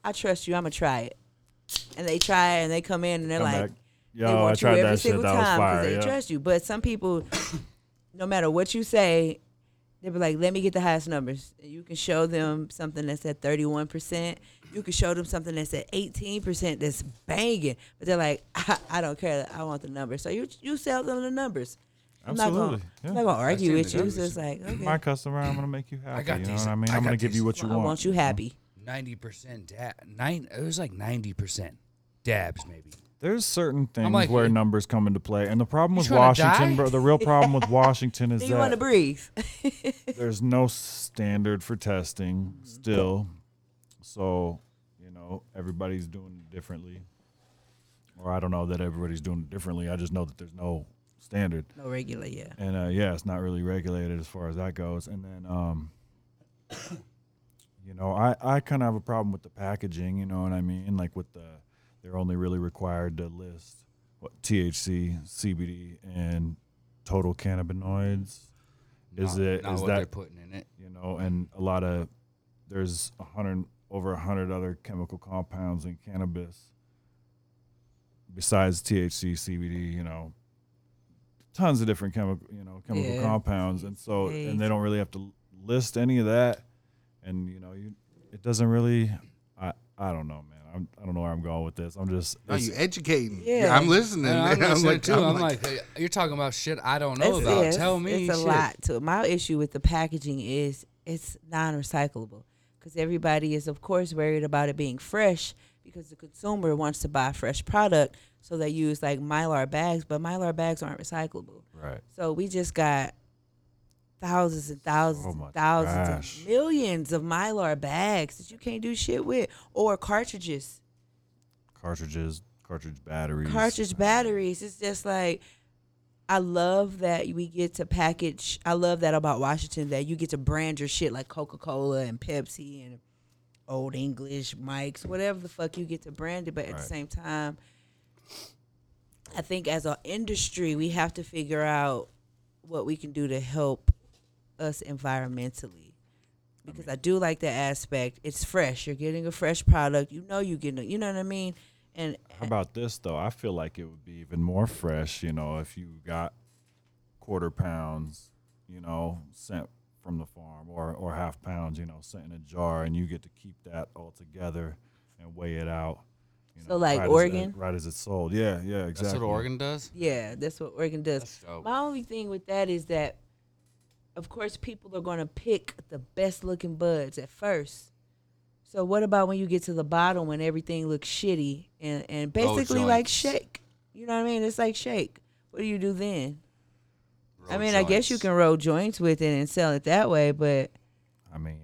[SPEAKER 4] "I trust you. I'm gonna try it." And they try it, and they come in, and they're
[SPEAKER 2] Come
[SPEAKER 4] like,
[SPEAKER 2] back.
[SPEAKER 4] they
[SPEAKER 2] Yo,
[SPEAKER 4] want
[SPEAKER 2] I
[SPEAKER 4] you
[SPEAKER 2] tried
[SPEAKER 4] every
[SPEAKER 2] that shit.
[SPEAKER 4] single
[SPEAKER 2] That was
[SPEAKER 4] time because
[SPEAKER 2] fire.
[SPEAKER 4] they
[SPEAKER 2] Yeah.
[SPEAKER 4] trust you. But some people, no matter what you say, they be like, "Let me get the highest numbers." And You can show them something that's at thirty-one percent. You can show them something that's at eighteen percent. That's banging, but they're like, [LAUGHS] I, "I don't care. I want the numbers." So you you sell them the numbers. I'm Not gonna,
[SPEAKER 2] Absolutely, yeah.
[SPEAKER 4] I'm not gonna argue
[SPEAKER 5] seen
[SPEAKER 4] with
[SPEAKER 5] the
[SPEAKER 4] you.
[SPEAKER 5] numbers.
[SPEAKER 4] So it's like, okay,
[SPEAKER 2] My customer, I'm gonna make you happy.
[SPEAKER 5] got
[SPEAKER 2] you know
[SPEAKER 5] these.
[SPEAKER 2] what I mean?
[SPEAKER 5] I
[SPEAKER 2] I'm
[SPEAKER 5] got
[SPEAKER 2] gonna give you what
[SPEAKER 5] these.
[SPEAKER 2] you
[SPEAKER 4] I
[SPEAKER 2] want.
[SPEAKER 4] want you happy.
[SPEAKER 5] ninety percent dab. Nine. It was like ninety percent dabs, maybe.
[SPEAKER 2] There's certain things
[SPEAKER 5] like,
[SPEAKER 2] where
[SPEAKER 5] "Hey,
[SPEAKER 2] numbers come into play, and the problem with
[SPEAKER 5] tryna
[SPEAKER 2] Washington,
[SPEAKER 5] die?"
[SPEAKER 2] bro, the real problem with Washington is
[SPEAKER 4] Do you want to
[SPEAKER 2] that
[SPEAKER 4] breathe?
[SPEAKER 2] there's no standard for testing still, so you know everybody's doing it differently, or I don't know that everybody's doing it differently. I just know that there's no standard,
[SPEAKER 4] [LAUGHS] no regular, yeah.
[SPEAKER 2] and uh, yeah, it's not really regulated as far as that goes. And then, um, [COUGHS] you know, I I kind of have a problem with the packaging. You know what I mean? Like with the they're only really required to list what THC, CBD, and total cannabinoids. Is
[SPEAKER 5] Not-
[SPEAKER 2] it
[SPEAKER 5] not
[SPEAKER 2] is
[SPEAKER 5] what they're
[SPEAKER 2] that
[SPEAKER 4] [LAUGHS]
[SPEAKER 5] putting in it?
[SPEAKER 2] you know? And a lot of there's a hundred over a hundred other chemical compounds in cannabis besides THC, CBD. You know, tons of different chemical you know chemical
[SPEAKER 4] Yeah.
[SPEAKER 2] compounds, and so and
[SPEAKER 4] Right.
[SPEAKER 2] they don't really have to list any of that. And you know, you it doesn't really. I I don't know, man. I'm, I don't know where I'm going with this. I'm just
[SPEAKER 3] Are
[SPEAKER 2] it's-
[SPEAKER 3] you educating?
[SPEAKER 4] Yeah.
[SPEAKER 3] I'm listening.
[SPEAKER 5] And I'm,
[SPEAKER 3] man. [LAUGHS]
[SPEAKER 5] listening
[SPEAKER 3] like,
[SPEAKER 5] too. I'm, like, "Hey, you're talking about shit I don't know
[SPEAKER 4] It's-
[SPEAKER 5] about.
[SPEAKER 4] yeah,
[SPEAKER 5] Tell
[SPEAKER 4] it's-
[SPEAKER 5] me.
[SPEAKER 4] It's a
[SPEAKER 5] shit.
[SPEAKER 4] lot. To my issue with the packaging is it's non-recyclable because everybody is, of course, worried about it being fresh because the consumer wants to buy fresh product, so they use like mylar bags, but mylar bags aren't recyclable.
[SPEAKER 2] right.
[SPEAKER 4] So we just got thousands and thousands
[SPEAKER 2] So
[SPEAKER 4] and
[SPEAKER 2] much
[SPEAKER 4] thousands
[SPEAKER 2] trash.
[SPEAKER 4] and millions of mylar bags that you can't do shit with or cartridges
[SPEAKER 2] cartridges, cartridge batteries.
[SPEAKER 4] cartridge batteries. It's just like I love that we get to package. I love that about Washington that you get to brand your shit like Coca Cola and Pepsi and old English mics, whatever the fuck you get to brand it. But at
[SPEAKER 2] Right.
[SPEAKER 4] the same time, I think as an industry, we have to figure out what we can do to help us environmentally. Because I, do like the aspect. It's fresh. You're getting a fresh product. You know you getting. A, you know what I mean. And
[SPEAKER 2] How about this though? I feel like it would be even more fresh, you know, if you got quarter pounds, you know, sent from the farm or or half pounds, you know, sent in a jar and you get to keep that all together and weigh it out. You
[SPEAKER 4] So, like,
[SPEAKER 2] right as it-
[SPEAKER 4] Oregon?
[SPEAKER 2] right as it's sold. Yeah, yeah, exactly.
[SPEAKER 5] That's what Oregon does.
[SPEAKER 4] Yeah, that's what Oregon does.
[SPEAKER 5] That's dope.
[SPEAKER 4] My only thing with that is that, of course, people are going to pick the best looking buds at first. So what about when you get to the bottom when everything looks shitty and, and
[SPEAKER 5] Low
[SPEAKER 4] basically like
[SPEAKER 5] joints.
[SPEAKER 4] shake? You know what I mean? It's like shake. What do you do then? I
[SPEAKER 5] Road
[SPEAKER 4] mean, I guess you
[SPEAKER 5] joints.
[SPEAKER 4] can roll joints with it and sell it that way, but
[SPEAKER 2] I mean,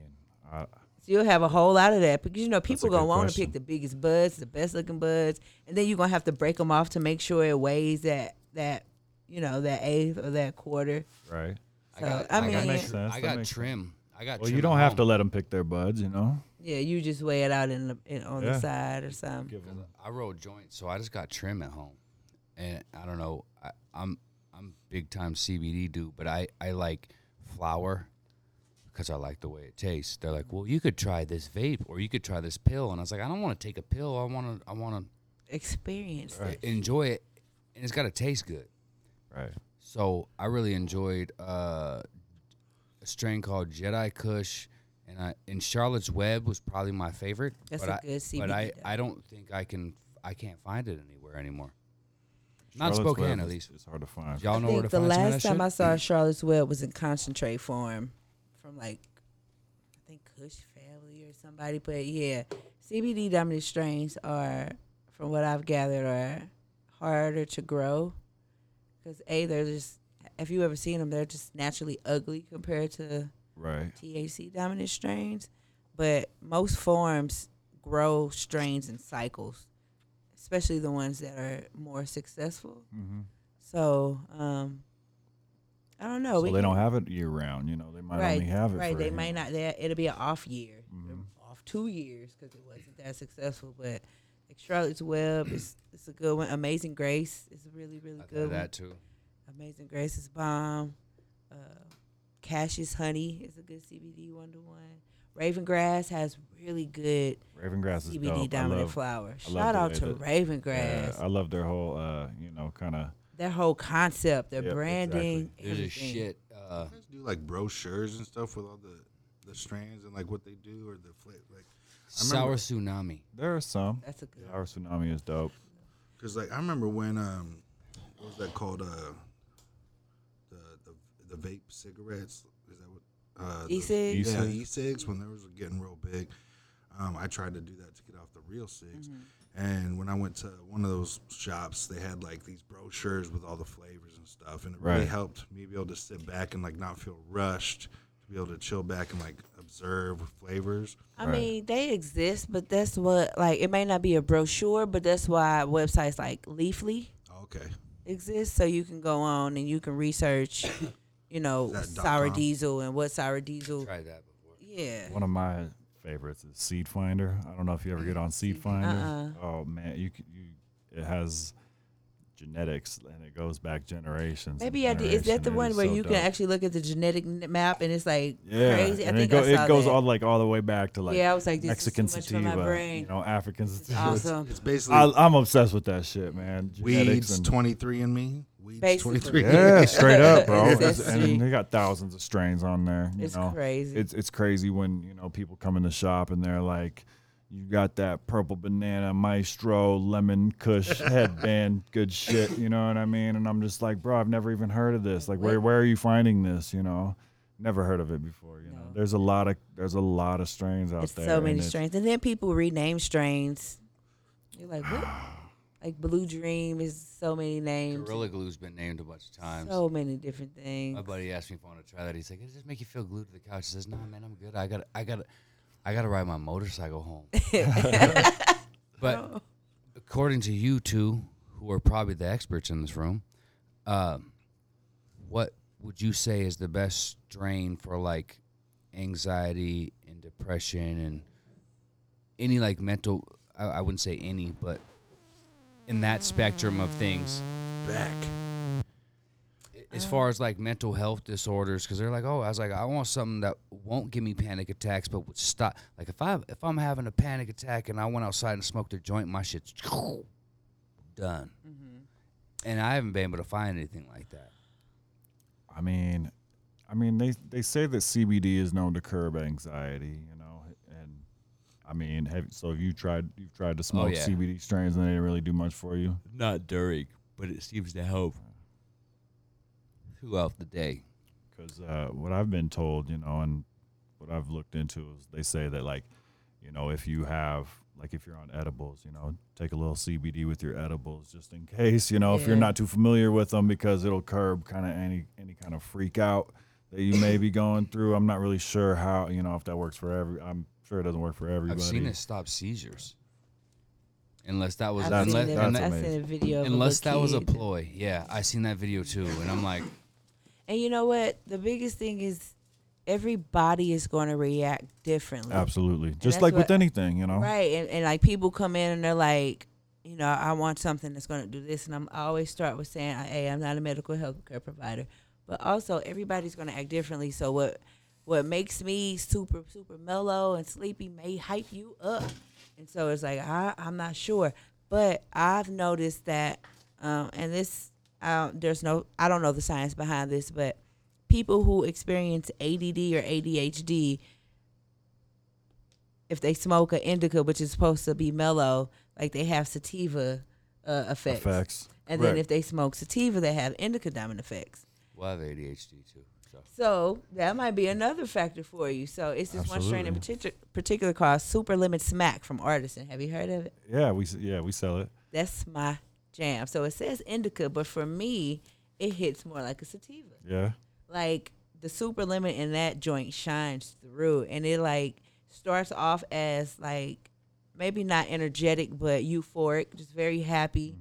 [SPEAKER 2] I,
[SPEAKER 4] you'll have a whole lot of that because you know people
[SPEAKER 2] a
[SPEAKER 4] gonna
[SPEAKER 2] good
[SPEAKER 4] want to
[SPEAKER 2] question.
[SPEAKER 4] pick the biggest buds, the best looking buds, and then you're gonna have to break them off to make sure it weighs that that you know that eighth or that quarter.
[SPEAKER 2] right.
[SPEAKER 5] I got,
[SPEAKER 4] So, I
[SPEAKER 5] I got,
[SPEAKER 4] mean- That makes
[SPEAKER 5] tr-
[SPEAKER 2] sense,
[SPEAKER 5] I
[SPEAKER 2] that
[SPEAKER 5] got
[SPEAKER 2] makes sense.
[SPEAKER 5] trim. I got.
[SPEAKER 2] Well,
[SPEAKER 5] trim
[SPEAKER 2] you
[SPEAKER 5] at
[SPEAKER 2] don't have to
[SPEAKER 5] home.
[SPEAKER 2] let them pick their buds, you know.
[SPEAKER 4] Yeah, you just weigh it out in the in, on the
[SPEAKER 2] Yeah.
[SPEAKER 4] side or something.
[SPEAKER 2] Give 'em-
[SPEAKER 5] I roll joints, so I just got trim at home, and I don't know. I, I'm I'm big time CBD dude, but I I like flower because I like the way it tastes. They're like, well, you could try this vape or you could try this pill, and I was like, I don't want to take a pill. I want to I want
[SPEAKER 4] Experience.
[SPEAKER 5] to enjoy it, and it's got to taste good.
[SPEAKER 2] right.
[SPEAKER 5] So I really enjoyed uh, a strain called Jedi Kush, and I and Charlotte's Web was probably my favorite.
[SPEAKER 4] That's
[SPEAKER 5] but
[SPEAKER 4] a
[SPEAKER 5] I-
[SPEAKER 4] good CBD
[SPEAKER 5] But I,
[SPEAKER 4] though.
[SPEAKER 5] I don't think I can I can't find it anywhere anymore. Not in
[SPEAKER 2] Charlotte's Web
[SPEAKER 5] Spokane at
[SPEAKER 2] is-
[SPEAKER 5] least.
[SPEAKER 2] It's hard to find.
[SPEAKER 5] Y'all know
[SPEAKER 4] I
[SPEAKER 5] where to
[SPEAKER 4] think the
[SPEAKER 5] find some of
[SPEAKER 4] last
[SPEAKER 5] that
[SPEAKER 4] time I
[SPEAKER 5] shit?
[SPEAKER 4] saw Charlotte's Web was in concentrate form from like I think Kush Family or somebody, but yeah, CBD dominant strains are, from what I've gathered, are harder to grow because a they're just if you ever seen them they're just naturally ugly compared to
[SPEAKER 2] Right.
[SPEAKER 4] THC dominant strains, but most forms grow strains in cycles, especially the ones that are more successful.
[SPEAKER 2] mm-hmm.
[SPEAKER 4] So, um, I don't know.
[SPEAKER 2] So
[SPEAKER 4] Oh, we
[SPEAKER 2] they
[SPEAKER 4] can-
[SPEAKER 2] don't have it year round, you know. They might
[SPEAKER 4] right,
[SPEAKER 2] only have it
[SPEAKER 4] right.
[SPEAKER 2] for Mm-hmm.
[SPEAKER 4] they
[SPEAKER 2] you know,
[SPEAKER 4] might not. They, it'll be an off year, off two years because it wasn't that successful. But like Charlotte's Web is it's a good one. Amazing Grace is a really really
[SPEAKER 5] I've
[SPEAKER 4] good.
[SPEAKER 5] had
[SPEAKER 4] one.
[SPEAKER 5] that too.
[SPEAKER 4] Amazing Grace is bomb. Uh, Cassius Honey is a good CBD one to one. Raven Grass has really good
[SPEAKER 2] Raven grass is
[SPEAKER 4] CBD
[SPEAKER 2] dope. I
[SPEAKER 4] dominant
[SPEAKER 2] love-
[SPEAKER 4] flower.
[SPEAKER 2] I love
[SPEAKER 4] Shout
[SPEAKER 2] the
[SPEAKER 4] out
[SPEAKER 2] way
[SPEAKER 4] to
[SPEAKER 2] that-
[SPEAKER 4] Raven
[SPEAKER 2] Yeah,
[SPEAKER 4] Grass.
[SPEAKER 2] I love their whole, uh, you know, kind of.
[SPEAKER 4] their whole concept, their
[SPEAKER 2] Yep,
[SPEAKER 4] branding,
[SPEAKER 5] There's a
[SPEAKER 4] everything.
[SPEAKER 5] shit. Uh,
[SPEAKER 3] You guys do like brochures and stuff with all the the strands and like what they do or the flavor, like
[SPEAKER 5] sour tsunami.
[SPEAKER 2] There are some.
[SPEAKER 4] That's a good.
[SPEAKER 2] Our tsunami is dope.
[SPEAKER 3] because like I remember when um what was that called uh the the, the vape cigarettes is that what uh the-
[SPEAKER 4] E-cig?
[SPEAKER 3] yeah
[SPEAKER 2] E-cig.
[SPEAKER 3] e cigs when those were getting real big. Um, I tried to do that to get off the real 6 and when I went to one of those shops, they had like these brochures with all the flavors and stuff, and it really
[SPEAKER 2] Right.
[SPEAKER 3] helped me be able to sit back and like not feel rushed, to be able to chill back and like observe flavors.
[SPEAKER 4] I
[SPEAKER 2] Right.
[SPEAKER 4] mean, they exist, but that's what like it may not be a brochure, but that's why websites like Leafly
[SPEAKER 3] Okay.
[SPEAKER 4] exist, so you can go on and you
[SPEAKER 2] [COUGHS]
[SPEAKER 4] can research, you know,
[SPEAKER 3] That dot
[SPEAKER 4] sour
[SPEAKER 3] com?
[SPEAKER 4] diesel and what sour diesel.
[SPEAKER 5] Tried that before.
[SPEAKER 4] Yeah.
[SPEAKER 2] One of my favorites is Seed Finder. I don't know if you ever get on Seed Finder.
[SPEAKER 4] Uh-uh.
[SPEAKER 2] Oh man, you c- you it has genetics and it goes back generations. and
[SPEAKER 4] Maybe I did. Is that
[SPEAKER 2] generations.
[SPEAKER 4] the
[SPEAKER 2] It
[SPEAKER 4] one where
[SPEAKER 2] so
[SPEAKER 4] you
[SPEAKER 2] dope.
[SPEAKER 4] can actually look at the genetic n- map and it's like
[SPEAKER 2] yeah,
[SPEAKER 4] crazy? I
[SPEAKER 2] and it,
[SPEAKER 4] think
[SPEAKER 2] go-
[SPEAKER 4] I saw
[SPEAKER 2] it goes
[SPEAKER 4] that.
[SPEAKER 2] all like all the way back to like
[SPEAKER 4] Yeah, I was like, this is too
[SPEAKER 2] Mexican
[SPEAKER 4] much for my
[SPEAKER 2] sativa,
[SPEAKER 4] brain.
[SPEAKER 2] you know, African sativa. [LAUGHS]
[SPEAKER 4] awesome.
[SPEAKER 3] It's basically
[SPEAKER 2] I, I'm obsessed with that shit, man. Genetics
[SPEAKER 3] Weeds
[SPEAKER 2] and-
[SPEAKER 3] 23 and me. Weeds
[SPEAKER 4] Basically.
[SPEAKER 3] 23.
[SPEAKER 2] Yeah, straight up, [LAUGHS] bro.
[SPEAKER 4] [LAUGHS] It's
[SPEAKER 2] It's-
[SPEAKER 4] that
[SPEAKER 2] and
[SPEAKER 4] sweet.
[SPEAKER 2] they got thousands of strains on there. You
[SPEAKER 4] It's
[SPEAKER 2] know?
[SPEAKER 4] crazy.
[SPEAKER 2] It's it's crazy when you know people come in the shop and they're like, "You got that purple banana maestro lemon
[SPEAKER 4] [LAUGHS]
[SPEAKER 2] Kush headband, good shit." You know what I mean? And I'm just like, "Bro, I've never even heard of this. Like, where where are you finding this? You know, never heard of it before. You know,
[SPEAKER 4] No.
[SPEAKER 2] there's a lot of there's a lot of strains out
[SPEAKER 4] It's
[SPEAKER 2] there.
[SPEAKER 4] so
[SPEAKER 2] and
[SPEAKER 4] many
[SPEAKER 2] it's-
[SPEAKER 4] strains, and then people rename strains. You're like, what? like Blue Dream is so many names,
[SPEAKER 5] Gorilla glue's been named a bunch of times.
[SPEAKER 4] so many different things.
[SPEAKER 5] My buddy asked me if I want to try that. He's like, "Does this make you feel glued to the couch?" He says, "No, man, I'm good. I got, to I got, to I got to ride my motorcycle home." [LAUGHS] but according to you two, who are probably the experts in this room, um, what would you say is the best strain for like anxiety and depression and any like mental I, I wouldn't say any but in that spectrum of things
[SPEAKER 3] back.
[SPEAKER 4] Uh-huh.
[SPEAKER 5] as far as like mental health disorders because they're like oh i was like i want something that won't give me panic attacks but would stop like if i if i'm having a panic attack and i went outside and smoked a joint my shit's [SNIFFS] done
[SPEAKER 4] Mm-hmm.
[SPEAKER 5] and i haven't been able to find anything like that
[SPEAKER 2] I mean, I mean they they say that CBD is known to curb anxiety, you know, and I mean, have so have you tried you've tried to smoke
[SPEAKER 5] yeah.
[SPEAKER 2] CBD strains and they didn't really do much for you?
[SPEAKER 5] not during but it seems to help throughout the day
[SPEAKER 2] Because uh, what I've been told, you know, and what I've looked into is they say that like, you know, if you have like if you're on edibles, you know, take a little CBD with your edibles just in case, you know, if you're
[SPEAKER 4] Yeah.
[SPEAKER 2] not too familiar with them because it'll curb kind of any any kind of freak out that you may
[SPEAKER 4] [COUGHS]
[SPEAKER 2] be going through. I'm not really sure how, you know, if that works for every. I'm sure it doesn't work for everybody.
[SPEAKER 5] i've seen it stop seizures unless that was
[SPEAKER 4] I've
[SPEAKER 2] That's-
[SPEAKER 4] seen
[SPEAKER 5] unless,
[SPEAKER 4] it.
[SPEAKER 2] that's
[SPEAKER 4] I seen a
[SPEAKER 2] amazing.
[SPEAKER 4] video. Of a
[SPEAKER 5] unless that
[SPEAKER 4] little
[SPEAKER 5] was a
[SPEAKER 4] kid.
[SPEAKER 5] ploy yeah i seen that video too and i'm like
[SPEAKER 4] And you know what? The biggest thing is everybody is going to react differently.
[SPEAKER 2] Absolutely, just
[SPEAKER 4] that's
[SPEAKER 2] like with
[SPEAKER 4] what-
[SPEAKER 2] anything, you know.
[SPEAKER 4] Right. And, and like people come in and they're like, you know, I want something that's going to do this. And I'm I always start with saying, hey, I'm not a medical health care provider. But also, everybody's going to act differently. So what what makes me super, super mellow and sleepy may hype you up. And so it's like, I, I'm not sure. But I've noticed that, um, and this, I don't, there's no, I don't know the science behind this, but people who experience ADD or ADHD, if they smoke an indica, which is supposed to be mellow, like they have sativa uh, effects.
[SPEAKER 2] Effects.
[SPEAKER 4] And
[SPEAKER 2] Correct.
[SPEAKER 4] then if they smoke sativa, they have indica dominant effects.
[SPEAKER 5] Well, I have ADHD too. So
[SPEAKER 4] So that might be another factor for you. So it's this one strain in particular, particular called Super Lemon Smack from Artisan. Have you heard of it?
[SPEAKER 2] Yeah, we s- yeah we sell it.
[SPEAKER 4] That's my jam. So it says indica, but for me, it hits more like a sativa.
[SPEAKER 2] Yeah,
[SPEAKER 4] like the super lemon in that joint shines through and it like starts off as like maybe not energetic but euphoric just very happy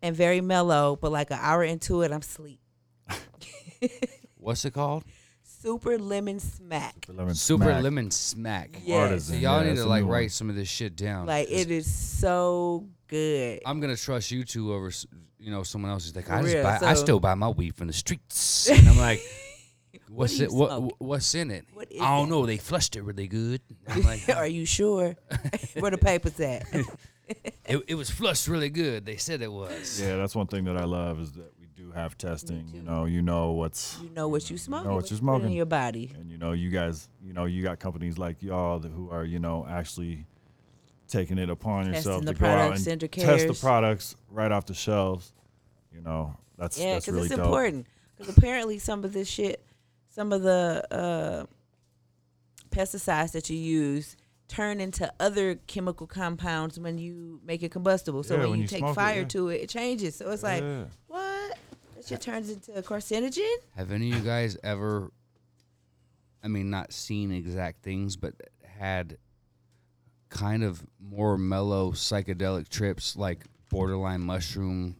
[SPEAKER 4] and very mellow but like an hour into it i'm sleep
[SPEAKER 5] what's it called?
[SPEAKER 4] super lemon smack
[SPEAKER 2] For lemon
[SPEAKER 5] Super
[SPEAKER 2] smack.
[SPEAKER 5] Lemon Smack.
[SPEAKER 4] Yes.
[SPEAKER 5] So
[SPEAKER 2] Artisan,
[SPEAKER 5] y'all
[SPEAKER 2] yeah,
[SPEAKER 5] need
[SPEAKER 2] it's
[SPEAKER 5] to
[SPEAKER 2] a
[SPEAKER 5] like
[SPEAKER 2] new one.
[SPEAKER 5] write some of this shit down.
[SPEAKER 4] like it is so good
[SPEAKER 5] I'm gonna trust you two over, s- you know, someone else is like, I
[SPEAKER 4] For
[SPEAKER 5] just
[SPEAKER 4] real,
[SPEAKER 5] buy, I
[SPEAKER 4] so-
[SPEAKER 5] still buy my weed from the
[SPEAKER 4] [LAUGHS]
[SPEAKER 5] streets, and I'm like, what's
[SPEAKER 4] do
[SPEAKER 5] it?
[SPEAKER 4] you
[SPEAKER 5] What
[SPEAKER 4] smoke?
[SPEAKER 5] what's in it?
[SPEAKER 4] What is
[SPEAKER 5] I don't
[SPEAKER 4] it?
[SPEAKER 5] know. They flushed it
[SPEAKER 4] [LAUGHS]
[SPEAKER 5] really good. I'm like,
[SPEAKER 4] are you sure where the papers at
[SPEAKER 5] it, it was flushed really good. They said it was.
[SPEAKER 2] Yeah, that's one thing that I love is that we do have testing. You know, you know what's
[SPEAKER 4] you know what you smoking
[SPEAKER 2] what
[SPEAKER 4] what
[SPEAKER 2] you
[SPEAKER 4] you put in
[SPEAKER 2] smoking.
[SPEAKER 4] your body
[SPEAKER 2] and you know you guys you know you got companies like y'all that, who are you know actually taking it upon yourself to
[SPEAKER 4] Testing the
[SPEAKER 2] go out
[SPEAKER 4] products,
[SPEAKER 2] and
[SPEAKER 4] under
[SPEAKER 2] test the
[SPEAKER 4] cares.
[SPEAKER 2] products right off the shelves you know that's
[SPEAKER 4] Yeah,
[SPEAKER 2] that's
[SPEAKER 4] because
[SPEAKER 2] really
[SPEAKER 4] it's
[SPEAKER 2] dope
[SPEAKER 4] important. Because apparently, some of this shit, some of the uh, pesticides that you use turn into other chemical compounds when you make it combustible. So
[SPEAKER 2] Yeah,
[SPEAKER 4] when,
[SPEAKER 2] when
[SPEAKER 4] you,
[SPEAKER 2] you
[SPEAKER 4] take
[SPEAKER 2] smoke it,
[SPEAKER 4] fire
[SPEAKER 2] yeah.
[SPEAKER 4] to it, it changes. So it's like,
[SPEAKER 2] Yeah.
[SPEAKER 4] what? That shit turns into a carcinogen?
[SPEAKER 5] Have any of you guys ever, I mean, not seen exact things, but had kind of more mellow psychedelic trips like borderline mushroom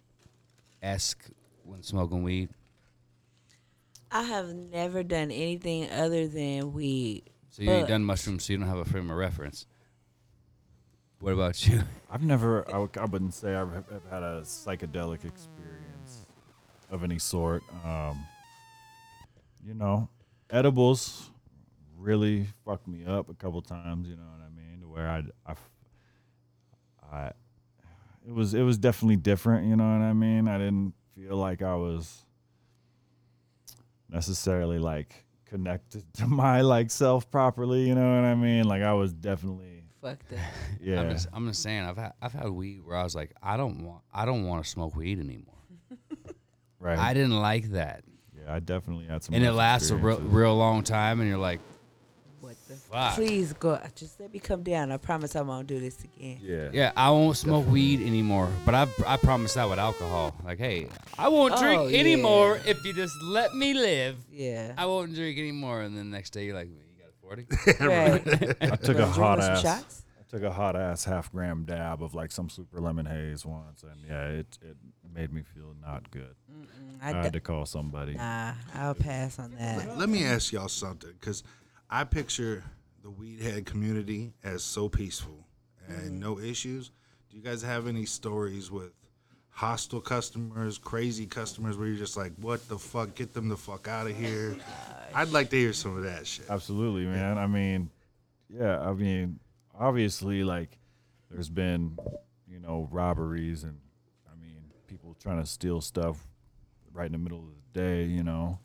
[SPEAKER 5] esque when smoking weed?
[SPEAKER 4] I have never done anything other than weed.
[SPEAKER 5] So you ain't
[SPEAKER 4] But-
[SPEAKER 5] done mushrooms, so you don't have a frame of reference. What about you? [LAUGHS]
[SPEAKER 2] i've never I, would- I wouldn't say i've I've had a psychedelic experience of any sort um you know edibles really fucked me up a couple times you know what i mean to where i i I it was it was definitely different, you know what I mean? I didn't feel like I was necessarily like connected [LAUGHS] to my like self properly, you know what I mean? Like I was definitely
[SPEAKER 4] Fuck that.
[SPEAKER 2] yeah.
[SPEAKER 5] I'm just I'm just saying I've had I've had weed where I was like I don't want I don't want to smoke weed anymore.
[SPEAKER 2] right.
[SPEAKER 5] I didn't like that,
[SPEAKER 2] yeah, I definitely had some
[SPEAKER 5] and it
[SPEAKER 2] rough
[SPEAKER 5] lasts a real,
[SPEAKER 2] experiences.
[SPEAKER 5] real long time, and you're like,
[SPEAKER 4] What
[SPEAKER 2] [LAUGHS]
[SPEAKER 4] the
[SPEAKER 5] Fuck.
[SPEAKER 4] Please go. Just let me come down. I promise I won't do this again.
[SPEAKER 2] yeah.
[SPEAKER 5] Yeah, I won't smoke weed anymore. But I I promise that with alcohol. Like, hey, I won't drink
[SPEAKER 4] Oh, yeah.
[SPEAKER 5] anymore if you just let me live.
[SPEAKER 4] Yeah.
[SPEAKER 5] I won't drink anymore. And then the next day you're like, you got a
[SPEAKER 2] [LAUGHS]
[SPEAKER 5] 40?
[SPEAKER 4] Right. [LAUGHS]
[SPEAKER 2] I took a
[SPEAKER 4] Wanna join
[SPEAKER 2] hot
[SPEAKER 4] with some
[SPEAKER 2] ass
[SPEAKER 4] shots?
[SPEAKER 2] I took a hot ass half gram dab of like some super lemon haze once and yeah, it it made me feel not good.
[SPEAKER 4] Mm, I
[SPEAKER 2] I, had
[SPEAKER 4] d-
[SPEAKER 2] to call somebody.
[SPEAKER 4] nah, I'll pass on that.
[SPEAKER 3] Let me ask y'all something, because I picture the weed head community as so peaceful and no issues. Do you guys have any stories with hostile customers, crazy customers where you're just like, what the fuck? Get them the fuck out of here. I'd like to hear some of that shit.
[SPEAKER 2] Absolutely, man. I mean, yeah, I mean, obviously, like, there's been, you know, robberies and, I mean, people trying to steal stuff right in the middle of the day, you know.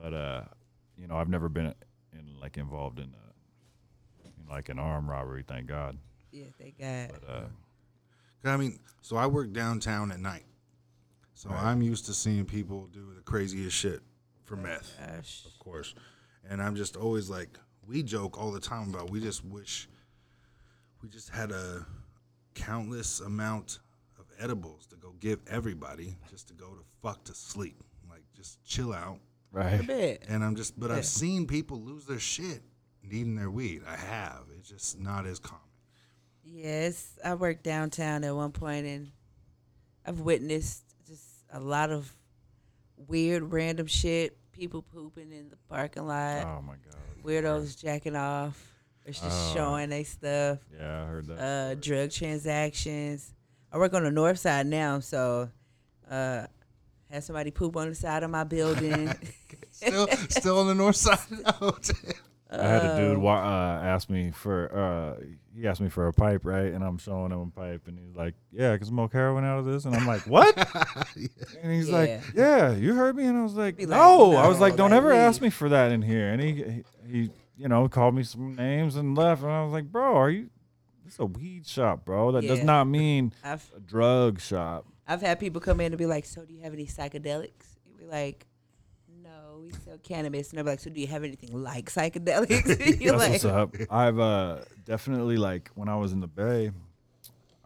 [SPEAKER 2] But, uh, you know, I've never been in, like, involved in, a, in like, an armed robbery, thank God.
[SPEAKER 4] Yeah, thank God.
[SPEAKER 2] But, uh,
[SPEAKER 3] 'Cause I mean, so I work downtown at night. So I'm used to seeing people do the craziest shit for meth.
[SPEAKER 4] Gosh.
[SPEAKER 3] of course. And I'm just always like, we joke all the time about we just wish we just had a countless amount of edibles to go give everybody just to go to fuck to sleep. Like, just chill out.
[SPEAKER 4] A
[SPEAKER 2] right.
[SPEAKER 4] bit.
[SPEAKER 3] And I'm just, but I've seen people lose their shit needing their weed. I have. It's just not as common.
[SPEAKER 4] Yes, I worked downtown at one point, and I've witnessed just a lot of weird, random shit. People pooping in the parking lot,
[SPEAKER 2] Oh, my God.
[SPEAKER 4] weirdos jacking off, or just showing they stuff,
[SPEAKER 2] Yeah, I heard that.
[SPEAKER 4] uh, drug transactions. I work on the north side now, so uh, had somebody poop on the side of my building.
[SPEAKER 3] Still, still on the north side. Oh, damn.
[SPEAKER 2] I had a
[SPEAKER 4] Um,
[SPEAKER 2] dude wa- uh, ask me for uh, he asked me for a pipe, right? And I'm showing him a pipe, and he's like, "Yeah, I can smoke heroin out of this." And I'm like, "What?" And he's
[SPEAKER 4] Yeah.
[SPEAKER 2] like, "Yeah, you heard me." And I was like,
[SPEAKER 4] Be like,
[SPEAKER 2] no. I was
[SPEAKER 4] no,
[SPEAKER 2] like, "Don't
[SPEAKER 4] like,
[SPEAKER 2] ever ask me
[SPEAKER 4] leave."
[SPEAKER 2] for that in here." And he, he he you know called me some names and left. And I was like, "Bro, are you?" It's a weed shop, bro. That does
[SPEAKER 4] Yeah.
[SPEAKER 2] not mean
[SPEAKER 4] I've
[SPEAKER 2] a drug shop.
[SPEAKER 4] I've had people come in and be like, "So do you have any psychedelics?" You be like, "No, we sell cannabis." And they're like, "So do you have anything like psychedelics?" [LAUGHS] You're
[SPEAKER 2] That's
[SPEAKER 4] like,
[SPEAKER 2] what's up. I've uh, definitely like when I was in the Bay,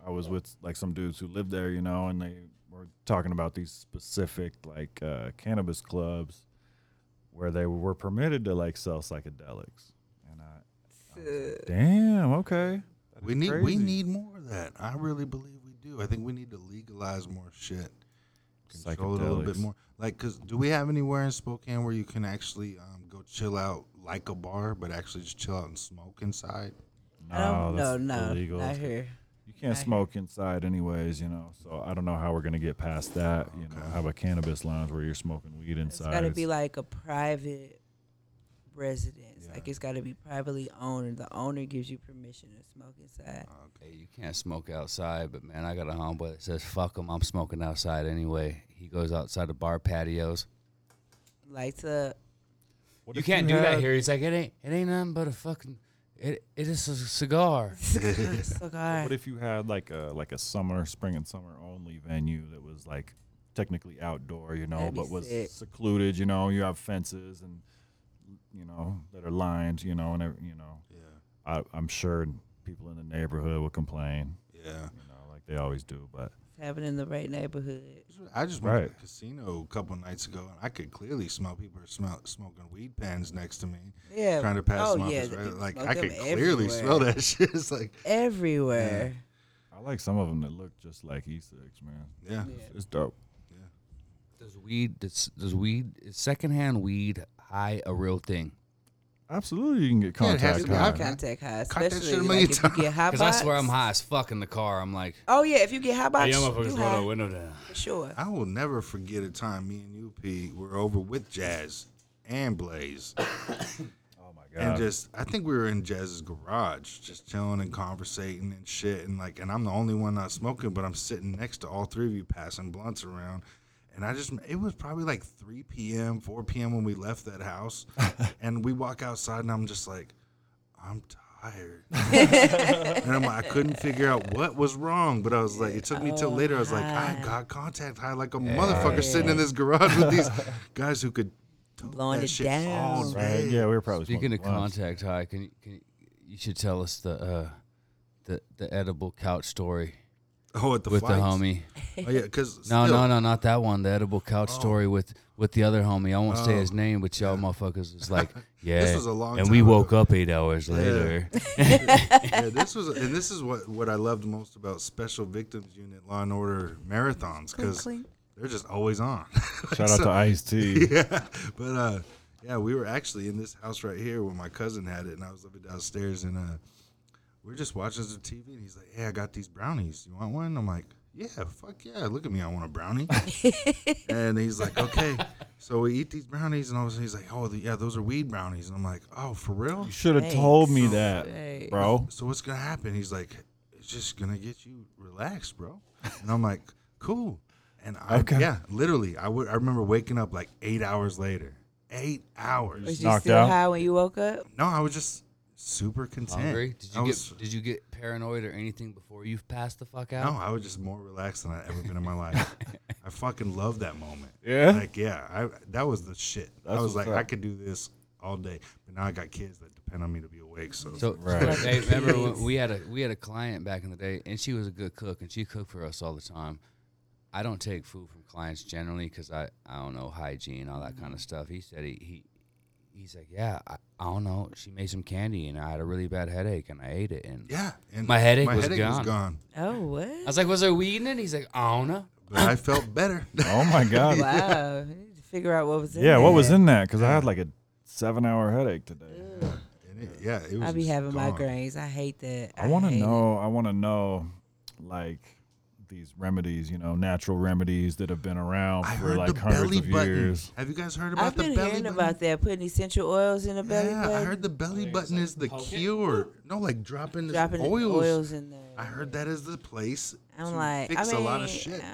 [SPEAKER 2] I was with like some dudes who lived there, you know, and they were talking about these specific like uh, cannabis clubs where they were permitted to like sell psychedelics. And I, damn, okay, That
[SPEAKER 3] We
[SPEAKER 2] is
[SPEAKER 3] need we
[SPEAKER 2] crazy.
[SPEAKER 3] need more of that. I really believe we do. I think we need to legalize more shit. Control it a little bit
[SPEAKER 2] Psychedelics.
[SPEAKER 3] more. Like, cause do we have anywhere in Spokane where you can actually um, go chill out like a bar, but actually just chill out and smoke inside?
[SPEAKER 4] I don't, "Um, no,
[SPEAKER 2] that's
[SPEAKER 4] no,
[SPEAKER 2] illegal.
[SPEAKER 4] not here.
[SPEAKER 2] You can't smoke inside, anyways, you know. So I don't know how we're gonna get past that. You know, have a cannabis lounge where you're smoking weed
[SPEAKER 4] It's
[SPEAKER 2] inside.
[SPEAKER 4] got to be like a private residence. Like it's got to be privately owned, and the owner gives you permission to smoke inside.
[SPEAKER 5] Hey, you can't smoke outside, but man, I got a homeboy that says, fuck him, I'm smoking outside anyway. He goes outside the bar patios.
[SPEAKER 4] Lights up.
[SPEAKER 3] [LAUGHS]
[SPEAKER 2] What
[SPEAKER 5] you
[SPEAKER 2] if
[SPEAKER 5] can't do that
[SPEAKER 2] had-
[SPEAKER 5] here. He's like, it ain't, it ain't nothing but a fucking, it, it is a cigar.
[SPEAKER 4] [LAUGHS] Cigar.
[SPEAKER 2] What if you had like a like a summer, spring and summer only venue that was like technically outdoor, you know,
[SPEAKER 4] That'd be
[SPEAKER 2] but was
[SPEAKER 4] sick.
[SPEAKER 2] secluded, you know, you have fences and you know that are lined, you know, and every, you know,
[SPEAKER 3] Yeah,
[SPEAKER 2] I, I'm sure people in the neighborhood will complain,
[SPEAKER 3] yeah.
[SPEAKER 2] you know, like they always do, but
[SPEAKER 4] Having in the right neighborhood.
[SPEAKER 3] I just went to
[SPEAKER 2] Right.
[SPEAKER 3] a casino a couple nights ago, and I could clearly smell people are smell, smoking weed pens next to me,
[SPEAKER 4] Yeah.
[SPEAKER 3] trying to pass
[SPEAKER 4] oh,
[SPEAKER 3] them off
[SPEAKER 4] yeah,
[SPEAKER 3] as
[SPEAKER 4] the
[SPEAKER 3] reg-
[SPEAKER 4] people
[SPEAKER 3] Like,
[SPEAKER 4] smoke
[SPEAKER 3] I
[SPEAKER 4] them
[SPEAKER 3] could clearly smell
[SPEAKER 4] everywhere.
[SPEAKER 3] that [LAUGHS] shit. It's like,
[SPEAKER 4] Everywhere.
[SPEAKER 2] I like some of them that look just like E6, man.
[SPEAKER 3] yeah,
[SPEAKER 2] It's dope.
[SPEAKER 5] Does weed, does, does weed, is secondhand weed high a real thing?
[SPEAKER 2] Absolutely, you can get
[SPEAKER 3] Yeah, it
[SPEAKER 2] contact
[SPEAKER 3] has to
[SPEAKER 4] You
[SPEAKER 2] high.
[SPEAKER 3] be
[SPEAKER 4] can
[SPEAKER 3] Okay.
[SPEAKER 4] contact high,
[SPEAKER 3] Cock that shit a
[SPEAKER 4] especially like,
[SPEAKER 3] million
[SPEAKER 4] if you get
[SPEAKER 5] [LAUGHS]
[SPEAKER 4] high
[SPEAKER 5] Because I
[SPEAKER 4] box.
[SPEAKER 5] swear I'm high as fuck in the car. I'm like,
[SPEAKER 4] Oh yeah, if you get high box,
[SPEAKER 5] hey,
[SPEAKER 4] you
[SPEAKER 5] motherfuckers roll
[SPEAKER 4] high
[SPEAKER 5] the window down.
[SPEAKER 4] for sure.
[SPEAKER 3] I will never forget a time me and you, P, were over with Jazz and Blaze. [COUGHS]
[SPEAKER 2] Oh my
[SPEAKER 3] and
[SPEAKER 2] god.
[SPEAKER 3] just I think we were in Jazz's garage, just chilling and conversating and shit, and like, and I'm the only one not smoking, but I'm sitting next to all three of you passing blunts around, and I just it was probably like 3 p.m., 4 p.m. when we left that
[SPEAKER 2] [LAUGHS]
[SPEAKER 3] house, and we walk outside, and I'm just like, I'm tired, and I'm like, I couldn't figure out what was wrong, but I was like, it took me till later, I was like, I got contact high like a motherfucker sitting in this garage with these guys who could. tote
[SPEAKER 4] Blowing
[SPEAKER 3] that
[SPEAKER 4] it
[SPEAKER 3] shit all
[SPEAKER 4] down.
[SPEAKER 2] Right?
[SPEAKER 3] day.
[SPEAKER 2] Yeah, we were probably
[SPEAKER 5] Speaking of
[SPEAKER 2] smoking blunts.
[SPEAKER 5] contact high, can you, can you, you should tell us the, uh, the, the edible couch story
[SPEAKER 3] Oh, at the
[SPEAKER 5] with
[SPEAKER 3] flights.
[SPEAKER 5] the
[SPEAKER 3] [LAUGHS]
[SPEAKER 5] homie.
[SPEAKER 3] Oh yeah, because
[SPEAKER 5] [LAUGHS] No, no, no, not that one. The edible couch
[SPEAKER 3] Oh.
[SPEAKER 5] story with with the other homie. I won't say his name, but y'all
[SPEAKER 3] [LAUGHS]
[SPEAKER 5] motherfuckers was like, yeah.
[SPEAKER 3] was a long
[SPEAKER 5] And
[SPEAKER 3] time
[SPEAKER 5] we
[SPEAKER 3] ago.
[SPEAKER 5] woke up eight hours later.
[SPEAKER 3] yeah, this was, and this is what what I loved most about Special Victims Unit Law and Order marathons because
[SPEAKER 4] clink.
[SPEAKER 3] they're just always on. [LAUGHS]
[SPEAKER 2] [LAUGHS] Shout out to Ice T.
[SPEAKER 3] yeah, [LAUGHS] but uh, Yeah, we were actually in this house right here when my cousin had it, and I was living downstairs, and uh, we are just watching some TV, and he's like, "Hey, I got these brownies. You want one?" I'm like, "Yeah, fuck yeah! Look at me, I want a brownie." and he's like, "Okay." So we eat these brownies, and all of a sudden he's like, "Oh, the, yeah, those are weed brownies." And I'm like, "Oh, for real?"
[SPEAKER 2] You should have told me
[SPEAKER 4] Thanks.
[SPEAKER 2] that,
[SPEAKER 4] Thanks.
[SPEAKER 2] bro.
[SPEAKER 3] So what's gonna happen? He's like, "It's just gonna get you relaxed, bro." And I'm like, "Cool." And I,
[SPEAKER 2] Okay.
[SPEAKER 3] yeah, literally, I would. I remember waking up like eight hours later. Eight hours.
[SPEAKER 4] Was you
[SPEAKER 2] knocked
[SPEAKER 4] still
[SPEAKER 2] out?
[SPEAKER 4] high when you woke up?
[SPEAKER 3] No, I was just super content.
[SPEAKER 5] Hungry? Did
[SPEAKER 3] I
[SPEAKER 5] you
[SPEAKER 3] was,
[SPEAKER 5] get Did you get paranoid or anything before you passed the fuck
[SPEAKER 3] No,
[SPEAKER 5] out?
[SPEAKER 3] I was just more relaxed than I've ever been in my
[SPEAKER 5] [LAUGHS]
[SPEAKER 3] life. I fucking love that moment.
[SPEAKER 2] Yeah?
[SPEAKER 3] Like, yeah, I that was the shit.
[SPEAKER 2] That's
[SPEAKER 3] I was
[SPEAKER 2] what's
[SPEAKER 3] like,
[SPEAKER 2] up.
[SPEAKER 3] I could do this all day. But now I got kids that depend on me to be awake. So,
[SPEAKER 5] So
[SPEAKER 2] Right.
[SPEAKER 5] hey, remember [LAUGHS] when we had a we had a client back in the day, and she was a good cook, and she cooked for us all the time. I don't take food from clients generally because I I don't know hygiene all that kind of stuff. He said he, he he's like yeah I, I don't know. She made some candy, and I had a really bad headache, and I ate it, and
[SPEAKER 3] yeah. And
[SPEAKER 5] My headache was
[SPEAKER 3] was
[SPEAKER 5] gone.
[SPEAKER 3] gone.
[SPEAKER 4] Oh, what?
[SPEAKER 5] I was like, was there weed in it? He's like, I don't know.
[SPEAKER 3] But I felt
[SPEAKER 5] [LAUGHS]
[SPEAKER 3] better.
[SPEAKER 2] Oh my god.
[SPEAKER 4] wow. You need to figure out what was in
[SPEAKER 2] yeah, what was
[SPEAKER 4] there.
[SPEAKER 2] in that? Because I had like a seven-hour headache today.
[SPEAKER 3] And it- yeah, it was.
[SPEAKER 4] I be
[SPEAKER 3] just
[SPEAKER 4] having
[SPEAKER 3] gone.
[SPEAKER 4] migraines. I hate that.
[SPEAKER 2] I want to
[SPEAKER 4] hate it.
[SPEAKER 2] know. I want to know, like these remedies. You know, natural remedies that have been around
[SPEAKER 3] I
[SPEAKER 2] for
[SPEAKER 3] heard
[SPEAKER 2] like
[SPEAKER 3] the
[SPEAKER 2] hundreds
[SPEAKER 3] belly
[SPEAKER 2] of
[SPEAKER 3] button.
[SPEAKER 2] years.
[SPEAKER 3] Have you guys heard about
[SPEAKER 4] I've
[SPEAKER 3] the
[SPEAKER 4] been
[SPEAKER 3] belly
[SPEAKER 4] hearing
[SPEAKER 3] button?
[SPEAKER 4] about that, putting essential oils in the belly
[SPEAKER 3] yeah,
[SPEAKER 4] button.
[SPEAKER 3] I heard the belly button is the cure. No, like dropping this
[SPEAKER 4] dropping
[SPEAKER 3] oils.
[SPEAKER 4] oils. in there.
[SPEAKER 3] I heard that is the place.
[SPEAKER 4] I'm
[SPEAKER 3] to
[SPEAKER 4] like,
[SPEAKER 3] fix
[SPEAKER 4] I mean,
[SPEAKER 3] a lot of shit.
[SPEAKER 4] uh,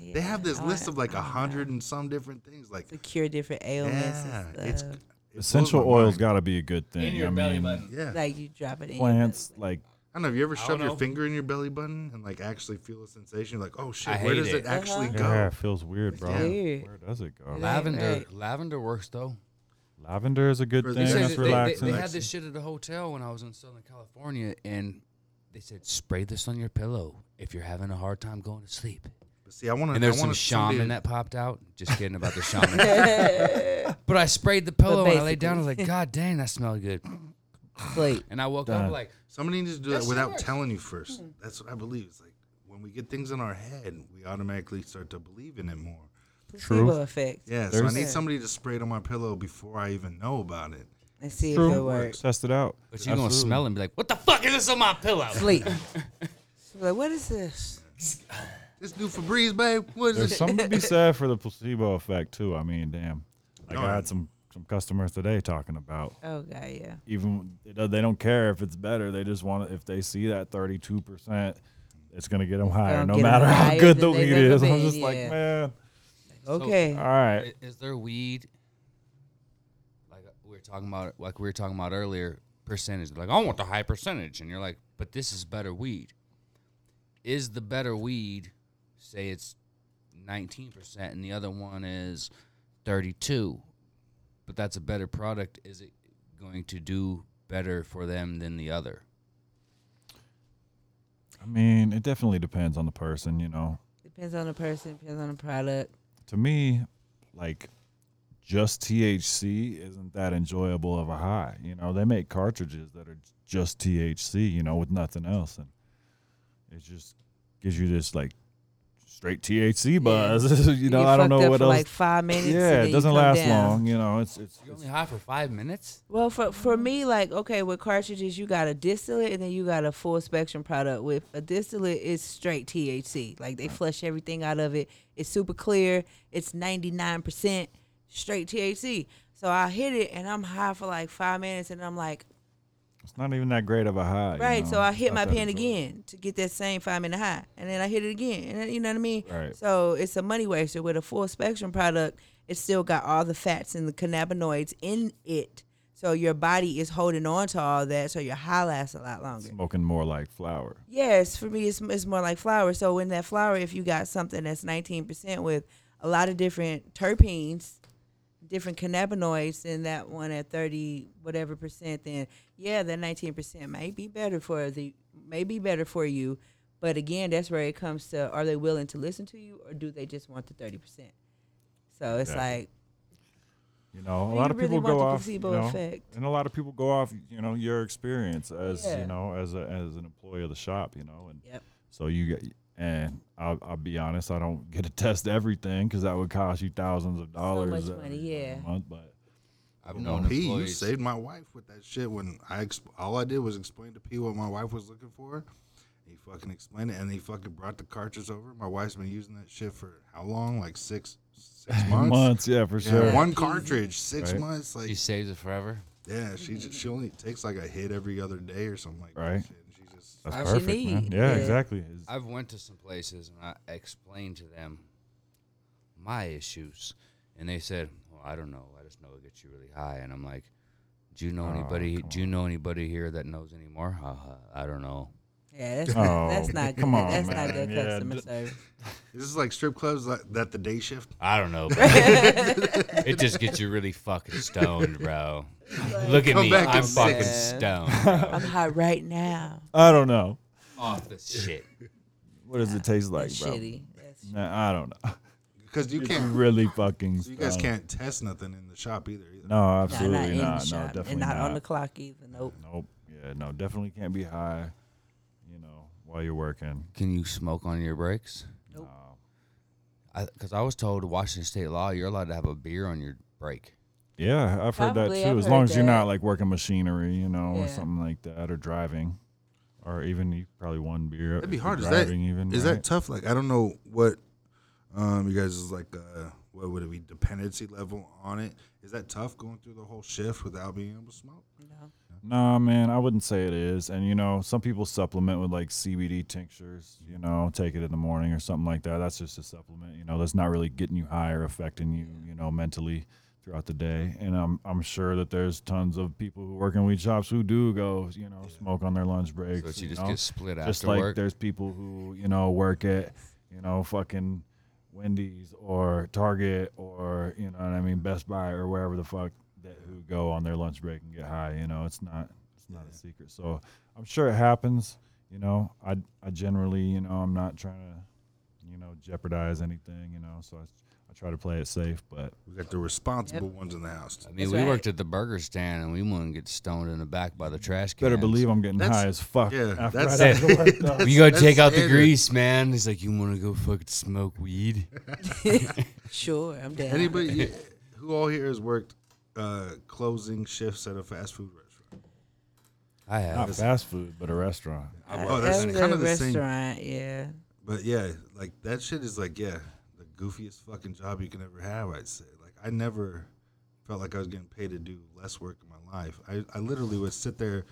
[SPEAKER 3] They
[SPEAKER 4] yeah,
[SPEAKER 3] have this
[SPEAKER 4] I
[SPEAKER 3] list
[SPEAKER 4] wanna-
[SPEAKER 3] of like
[SPEAKER 4] I
[SPEAKER 3] a
[SPEAKER 4] wanna
[SPEAKER 3] hundred and some different things. Like,
[SPEAKER 4] to cure different ailments.
[SPEAKER 3] yeah,
[SPEAKER 4] and
[SPEAKER 3] it's [LAUGHS]
[SPEAKER 4] stuff.
[SPEAKER 3] it blows
[SPEAKER 2] Essential
[SPEAKER 3] my
[SPEAKER 2] oil's
[SPEAKER 3] mind.
[SPEAKER 2] got to be a good thing. I mean,
[SPEAKER 3] Yeah,
[SPEAKER 4] like you drop it in. your
[SPEAKER 2] plants like
[SPEAKER 3] I don't know. Have you ever shoved your
[SPEAKER 5] know.
[SPEAKER 3] finger in your belly button and like actually feel a sensation? Like, oh shit,
[SPEAKER 5] I
[SPEAKER 3] where
[SPEAKER 5] hate
[SPEAKER 3] does it,
[SPEAKER 5] it.
[SPEAKER 3] actually
[SPEAKER 4] Uh-huh.
[SPEAKER 3] go?
[SPEAKER 2] yeah, it feels weird, bro.
[SPEAKER 4] weird.
[SPEAKER 2] Where does it go?
[SPEAKER 4] Yeah.
[SPEAKER 5] Lavender,
[SPEAKER 4] right.
[SPEAKER 5] lavender works though.
[SPEAKER 2] Lavender is a good
[SPEAKER 3] For the
[SPEAKER 2] thing.
[SPEAKER 5] They
[SPEAKER 3] Yeah,
[SPEAKER 2] That's
[SPEAKER 5] said that they, they,
[SPEAKER 2] relaxing.
[SPEAKER 5] they had this shit at the hotel when I was in Southern California, and they said spray this on your pillow if you're having a hard time going to sleep.
[SPEAKER 3] But see, I want to.
[SPEAKER 5] And there's
[SPEAKER 3] I
[SPEAKER 5] some
[SPEAKER 3] wanna
[SPEAKER 5] shaman
[SPEAKER 3] someday-
[SPEAKER 5] that popped out. Just kidding about the shaman. but I sprayed the pillow and I laid down. I was like, God dang, that smelled good.
[SPEAKER 4] Plate.
[SPEAKER 2] [SIGHS]
[SPEAKER 5] And I woke
[SPEAKER 2] Done.
[SPEAKER 5] up like,
[SPEAKER 3] Somebody needs to do
[SPEAKER 5] That
[SPEAKER 3] that
[SPEAKER 5] shit
[SPEAKER 3] without
[SPEAKER 5] works.
[SPEAKER 3] telling you first. That's what I believe. It's like when we get things in our head, we automatically start to believe in it more.
[SPEAKER 4] Placebo effect.
[SPEAKER 3] Yeah, so I
[SPEAKER 2] There's-
[SPEAKER 3] need
[SPEAKER 4] Yeah.
[SPEAKER 3] somebody to spray it on my pillow before I even know about it.
[SPEAKER 4] And see if it
[SPEAKER 2] True.
[SPEAKER 4] works.
[SPEAKER 2] Test it out.
[SPEAKER 5] but you're gonna smell it and be like, what the fuck is this on my pillow?
[SPEAKER 4] Sleep. She's like, what is this?
[SPEAKER 3] This dude Febreze, babe. What is
[SPEAKER 2] There's
[SPEAKER 3] it?
[SPEAKER 2] something
[SPEAKER 3] [LAUGHS]
[SPEAKER 2] to be said for the placebo effect too. I mean, damn. Like
[SPEAKER 3] No,
[SPEAKER 2] I
[SPEAKER 3] I-
[SPEAKER 2] had some some customers today talking about
[SPEAKER 4] Oh god, yeah.
[SPEAKER 2] even it don't- they don't care if it's better. They just want to, if they see that 32 percent, it's gonna get them higher,
[SPEAKER 4] Gonna
[SPEAKER 2] no
[SPEAKER 4] get 'em
[SPEAKER 2] matter how
[SPEAKER 4] higher
[SPEAKER 2] good the
[SPEAKER 4] than
[SPEAKER 2] weed
[SPEAKER 4] they've ever
[SPEAKER 2] is. I'm
[SPEAKER 4] been,
[SPEAKER 2] just like,
[SPEAKER 4] yeah.
[SPEAKER 2] man,
[SPEAKER 4] Okay.
[SPEAKER 2] all
[SPEAKER 5] I-
[SPEAKER 2] right,
[SPEAKER 5] Is there weed? Like uh, we were talking about, like we were talking about earlier, percentage. Like I want the high percentage, and you're like, but this is better weed. Is the better weed? Say it's 19 percent, and the other one is 32, but that's a better product. Is it going to do better for them than the other?
[SPEAKER 2] I mean, it definitely depends on the person, you know.
[SPEAKER 4] Depends on the person, depends on the product.
[SPEAKER 2] To me, like just THC isn't that enjoyable of a high. You know, they make cartridges that are just THC, you know, with nothing else, and it just gives you this like straight THC buzz. [LAUGHS] you know,
[SPEAKER 4] get
[SPEAKER 2] I don't
[SPEAKER 4] fucked
[SPEAKER 2] know
[SPEAKER 4] up
[SPEAKER 2] what
[SPEAKER 4] for
[SPEAKER 2] else.
[SPEAKER 4] like five minutes. and
[SPEAKER 2] yeah,
[SPEAKER 4] then
[SPEAKER 2] it
[SPEAKER 4] you
[SPEAKER 2] doesn't
[SPEAKER 4] come
[SPEAKER 2] last
[SPEAKER 4] down.
[SPEAKER 2] long. You know, it's it's,
[SPEAKER 5] You're
[SPEAKER 2] it's
[SPEAKER 5] only high for five minutes.
[SPEAKER 4] Well, for for me, like okay, with cartridges, you got a distillate and then you got a full spectrum product. With a distillate, it's straight THC. Like they flush everything out of it. It's super clear. It's ninety nine percent straight THC. So I hit it and I'm high for like five minutes and I'm like,
[SPEAKER 2] It's not even that great of a high. you
[SPEAKER 4] right.
[SPEAKER 2] know?
[SPEAKER 4] So I
[SPEAKER 2] It's
[SPEAKER 4] hit
[SPEAKER 2] not
[SPEAKER 4] my
[SPEAKER 2] that
[SPEAKER 4] pen
[SPEAKER 2] enjoyable.
[SPEAKER 4] again to get that same five minute high, and then I hit it again, and then, you know what I mean.
[SPEAKER 2] Right.
[SPEAKER 4] So it's a money waster. With a full spectrum product, it's still got all the fats and the cannabinoids in it. So your body is holding on to all that, so your high lasts a lot longer.
[SPEAKER 2] Smoking more like flour.
[SPEAKER 4] Yes, for me, it's, it's more like flour. So in that flour, if you got something that's 19% with a lot of different terpenes, different cannabinoids, then that one at 30 whatever percent, then yeah, that 19% may be better for the may be better for you. But again, that's where it comes to: are they willing to listen to you, or do they just want the 30%? So it's
[SPEAKER 2] Exactly.
[SPEAKER 4] like
[SPEAKER 2] You know, a
[SPEAKER 4] you
[SPEAKER 2] lot of
[SPEAKER 4] really
[SPEAKER 2] people
[SPEAKER 4] want
[SPEAKER 2] go
[SPEAKER 4] the
[SPEAKER 2] off.
[SPEAKER 4] placebo
[SPEAKER 2] you know,
[SPEAKER 4] effect.
[SPEAKER 2] And a lot of people go off. You know, your experience as
[SPEAKER 4] Yeah.
[SPEAKER 2] you know as a, as an employee of the shop. You know, and
[SPEAKER 4] Yep.
[SPEAKER 2] so you get. And I'll, I'll be honest, I don't get to test everything because that would cost you thousands of dollars.
[SPEAKER 4] much money,
[SPEAKER 2] every
[SPEAKER 4] yeah.
[SPEAKER 2] month, but
[SPEAKER 5] I've
[SPEAKER 3] Well,
[SPEAKER 5] known
[SPEAKER 3] P, you
[SPEAKER 5] employees.
[SPEAKER 3] saved my wife with that shit when I exp- all I did was explain to P what my wife was looking for. He fucking explained it, and he fucking brought the cartridge over. My wife's been using that shit for how long? Like six, six months.
[SPEAKER 2] Months, yeah, for
[SPEAKER 3] Yeah,
[SPEAKER 2] sure.
[SPEAKER 3] one cartridge, six
[SPEAKER 2] Right.
[SPEAKER 3] months. Like
[SPEAKER 5] She saves it forever.
[SPEAKER 3] yeah, she just, she only takes like a hit every other day or something like
[SPEAKER 2] Right.
[SPEAKER 3] that. Shit. And she just
[SPEAKER 2] That's
[SPEAKER 4] All she
[SPEAKER 2] perfect, man.
[SPEAKER 4] need,
[SPEAKER 2] Yeah,
[SPEAKER 4] yeah.
[SPEAKER 2] exactly. It's-
[SPEAKER 5] I've went to some places and I explained to them my issues, and they said, "Well, I don't know. I just know it gets you really high." And I'm like, "Do you know anybody? Do you know anybody here that knows anymore?" Ha ha. I don't know.
[SPEAKER 4] Yeah, that's
[SPEAKER 2] Oh,
[SPEAKER 4] not, that's not
[SPEAKER 2] come
[SPEAKER 4] good.
[SPEAKER 2] on,
[SPEAKER 4] that's
[SPEAKER 2] man.
[SPEAKER 4] not good
[SPEAKER 2] Yeah,
[SPEAKER 4] customer
[SPEAKER 2] d-
[SPEAKER 4] service.
[SPEAKER 3] this is like strip clubs like that the day shift.
[SPEAKER 5] I don't know. Bro. it just gets you really fucking stoned, bro. Look at
[SPEAKER 3] Come
[SPEAKER 5] me.
[SPEAKER 3] back
[SPEAKER 5] I'm
[SPEAKER 3] at
[SPEAKER 5] fucking
[SPEAKER 4] six.
[SPEAKER 5] stoned. Bro.
[SPEAKER 4] [LAUGHS] I'm hot right now.
[SPEAKER 2] I don't know.
[SPEAKER 5] Off the shit.
[SPEAKER 2] What does it taste like,
[SPEAKER 4] That's
[SPEAKER 2] bro?
[SPEAKER 4] shitty. That's
[SPEAKER 2] Nah, I don't know.
[SPEAKER 3] Because you
[SPEAKER 2] It's
[SPEAKER 3] can't,
[SPEAKER 2] really fucking.
[SPEAKER 3] you guys
[SPEAKER 2] stoned.
[SPEAKER 3] can't test nothing in the shop either. either.
[SPEAKER 2] No,
[SPEAKER 4] nah, not in
[SPEAKER 2] absolutely
[SPEAKER 4] the
[SPEAKER 2] not. No,
[SPEAKER 4] shop,
[SPEAKER 2] definitely
[SPEAKER 4] and not,
[SPEAKER 2] not.
[SPEAKER 4] on the clock either. Nope.
[SPEAKER 2] Nope. Yeah, no, definitely can't be high. You know, while you're working. Um,
[SPEAKER 5] Can you smoke on your breaks?
[SPEAKER 4] Nope.
[SPEAKER 5] Because I, was told Washington state law, you're allowed to have a beer on your break.
[SPEAKER 2] Yeah, I've heard that
[SPEAKER 4] Probably,
[SPEAKER 2] too.
[SPEAKER 4] I've
[SPEAKER 2] as long
[SPEAKER 4] heard
[SPEAKER 2] as you're
[SPEAKER 4] that.
[SPEAKER 2] not like working machinery, you know,
[SPEAKER 4] Yeah.
[SPEAKER 2] or something like that, or driving, or even you probably one beer.
[SPEAKER 3] That'd be
[SPEAKER 2] if
[SPEAKER 3] hard.
[SPEAKER 2] you're
[SPEAKER 3] Is that,
[SPEAKER 2] driving even,
[SPEAKER 3] is
[SPEAKER 2] right?
[SPEAKER 3] that tough? Like, I don't know what um, you guys is like, uh, what would it be, dependency level on it? Is that tough going through the whole shift without being able to smoke?
[SPEAKER 4] No.
[SPEAKER 2] Nah, man, I wouldn't say it is. And you know, some people supplement with like CBD tinctures. You know, take it in the morning or something like that. That's just a supplement. You know, that's not really getting you high or affecting you. You know, mentally throughout the day. And I'm I'm sure that there's tons of people who work in weed shops who do go. You know, smoke on their lunch breaks.
[SPEAKER 5] So you
[SPEAKER 2] you
[SPEAKER 5] just
[SPEAKER 2] know?
[SPEAKER 5] get split after
[SPEAKER 2] just like
[SPEAKER 5] work.
[SPEAKER 2] there's people who you know work at you know fucking wendy's or target or you know what i mean best buy or wherever the fuck that who go on their lunch break and get high you know it's not it's not a secret so i'm sure it happens you know i i generally you know i'm not trying to you know jeopardize anything you know so i, I try to play it safe but
[SPEAKER 3] We got the responsible ones in the house.
[SPEAKER 5] I mean,
[SPEAKER 4] That's
[SPEAKER 5] we
[SPEAKER 4] right.
[SPEAKER 5] worked at the burger stand and we wouldn't get stoned in the back by the trash can.
[SPEAKER 2] better believe i'm getting
[SPEAKER 3] That's-
[SPEAKER 2] high as fuck
[SPEAKER 3] yeah,
[SPEAKER 2] after
[SPEAKER 3] that's-
[SPEAKER 2] I done [LAUGHS] work, though.
[SPEAKER 5] We gotta take out the
[SPEAKER 3] standard.
[SPEAKER 5] grease, man. He's like, you wanna go fucking smoke
[SPEAKER 3] [LAUGHS]
[SPEAKER 5] weed?
[SPEAKER 4] Sure, I'm down.
[SPEAKER 3] Anybody who all here has worked uh, closing shifts at a fast food restaurant?
[SPEAKER 5] I
[SPEAKER 2] not
[SPEAKER 5] have.
[SPEAKER 2] fast food but a restaurant
[SPEAKER 4] Uh,
[SPEAKER 3] Oh, that's
[SPEAKER 4] every
[SPEAKER 3] kinda the same.
[SPEAKER 4] restaurant. Yeah.
[SPEAKER 3] But yeah, like that shit is like, yeah, the goofiest fucking job you can ever have, I'd say. Like, I never felt like I was getting paid to do less work in my life. I, I literally would sit there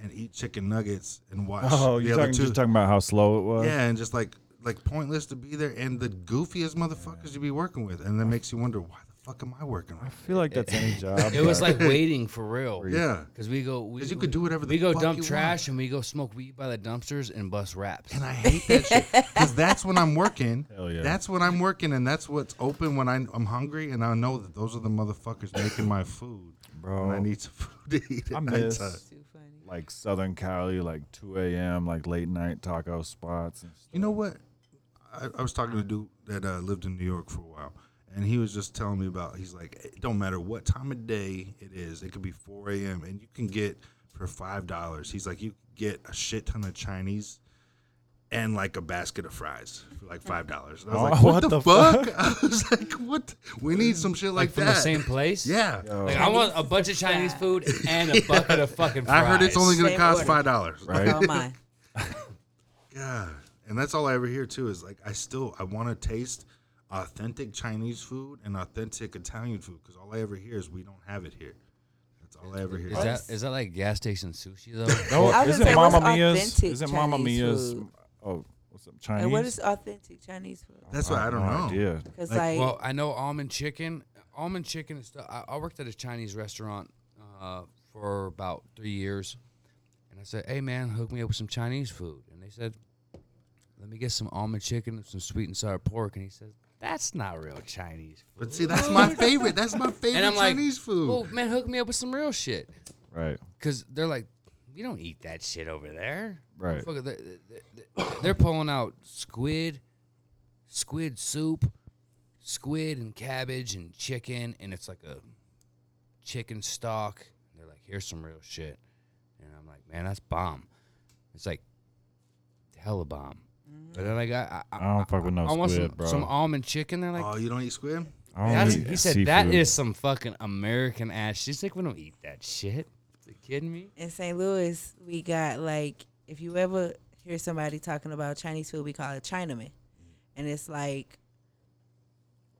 [SPEAKER 3] and eat chicken nuggets and watch
[SPEAKER 2] Oh,
[SPEAKER 3] the
[SPEAKER 2] you're
[SPEAKER 3] other
[SPEAKER 2] talking,
[SPEAKER 3] two.
[SPEAKER 2] just talking about how slow it was.
[SPEAKER 3] Yeah, and just like like pointless to be there, and the goofiest motherfuckers you be working with, and that makes you wonder why the fuck am I working
[SPEAKER 2] I
[SPEAKER 3] with?
[SPEAKER 2] feel like that's any job.
[SPEAKER 5] [LAUGHS] It was
[SPEAKER 2] but-
[SPEAKER 5] like waiting for real.
[SPEAKER 3] Yeah,
[SPEAKER 5] Cause we go, we,
[SPEAKER 3] 'Cause you could do whatever the
[SPEAKER 5] we go
[SPEAKER 3] fuck
[SPEAKER 5] dump
[SPEAKER 3] you
[SPEAKER 5] trash and we go smoke weed by the dumpsters and bust raps.
[SPEAKER 3] and I hate that shit because that's when I'm working.
[SPEAKER 2] [LAUGHS] Hell yeah.
[SPEAKER 3] That's when I'm working, and that's what's open when I, I'm hungry, and I know that those are the motherfuckers making my food,
[SPEAKER 2] Bro.
[SPEAKER 3] And I need some food to eat.
[SPEAKER 2] [LAUGHS] I
[SPEAKER 3] At
[SPEAKER 2] miss
[SPEAKER 3] nighttime.
[SPEAKER 4] Too funny.
[SPEAKER 2] like Southern Cali, like 2 a.m., like late night taco spots. And stuff.
[SPEAKER 3] You know what? I, I was talking to a dude that uh, lived in New York for a while, and he was just telling me about. He's like, it don't matter what time of day it is, it could be 4 a.m. and you can get for five dollars. He's like, you can get a shit ton of Chinese. And like a basket of fries for like five dollars. I was
[SPEAKER 2] Oh,
[SPEAKER 3] like, "What, the, fuck?" [LAUGHS] I was like, "What? We need some shit like,
[SPEAKER 5] Like, from
[SPEAKER 3] that."
[SPEAKER 5] the same place?
[SPEAKER 3] Yeah,
[SPEAKER 5] Like, I want a bunch of Chinese food and a bucket of fucking
[SPEAKER 3] [LAUGHS] I
[SPEAKER 5] fries.
[SPEAKER 3] heard it's only gonna
[SPEAKER 4] Same
[SPEAKER 3] cost
[SPEAKER 4] order.
[SPEAKER 3] five dollars.
[SPEAKER 2] Right.
[SPEAKER 4] Oh
[SPEAKER 3] [LAUGHS]
[SPEAKER 4] my.
[SPEAKER 3] Yeah, and that's all I ever hear too. Is like I still I want to taste authentic Chinese food and authentic Italian food because all I ever hear is we don't have it here. That's all I ever hear.
[SPEAKER 5] Is that is that like gas station
[SPEAKER 3] [LAUGHS]
[SPEAKER 5] sushi though?
[SPEAKER 2] No,
[SPEAKER 4] I was
[SPEAKER 2] isn't
[SPEAKER 4] gonna say, what's
[SPEAKER 2] Mama Mia's?
[SPEAKER 4] authentic
[SPEAKER 2] Isn't Mama
[SPEAKER 4] Chinese
[SPEAKER 2] Mia's?
[SPEAKER 4] food?
[SPEAKER 2] Oh, what's up? Chinese?
[SPEAKER 4] And what is authentic Chinese food?
[SPEAKER 3] that's what I don't
[SPEAKER 2] no
[SPEAKER 5] Oh.
[SPEAKER 3] know.
[SPEAKER 2] Idea.
[SPEAKER 4] Because
[SPEAKER 3] Like,
[SPEAKER 4] like,
[SPEAKER 5] well, I know almond chicken, almond chicken and stuff. I, I worked at a Chinese restaurant uh, for about three years, and I said, "Hey man, hook me up with some Chinese food." And they said, "Let me get some almond chicken and some sweet and sour pork." And he said, "That's not real Chinese." food."
[SPEAKER 3] But see, that's my favorite. That's my favorite
[SPEAKER 5] [LAUGHS] And I'm like,
[SPEAKER 3] Chinese food.
[SPEAKER 5] "Well, man, hook me up with some real shit."
[SPEAKER 2] Right.
[SPEAKER 5] Because they're like, "We don't eat that shit over there."
[SPEAKER 2] Right.
[SPEAKER 5] Fuck it, they- they- [COUGHS] they- they're pulling out squid, squid soup, squid and cabbage and chicken, and it's like a chicken stock. And they're like, here's some real shit. And I'm like, man, that's bomb. It's like hella bomb. But then like, I, I,
[SPEAKER 2] I don't fuck with no
[SPEAKER 5] I want
[SPEAKER 2] squid,
[SPEAKER 5] some,
[SPEAKER 2] bro.
[SPEAKER 5] some almond chicken. They're like,
[SPEAKER 3] oh, you don't eat squid?
[SPEAKER 2] I don't
[SPEAKER 5] That's,
[SPEAKER 2] eat
[SPEAKER 5] he said
[SPEAKER 2] seafood.
[SPEAKER 5] that is some fucking American ass. She's like, we don't eat that shit. You kidding me?
[SPEAKER 4] in St. Louis, we got like if you ever hear somebody talking about Chinese food, we call it Chinaman, and it's like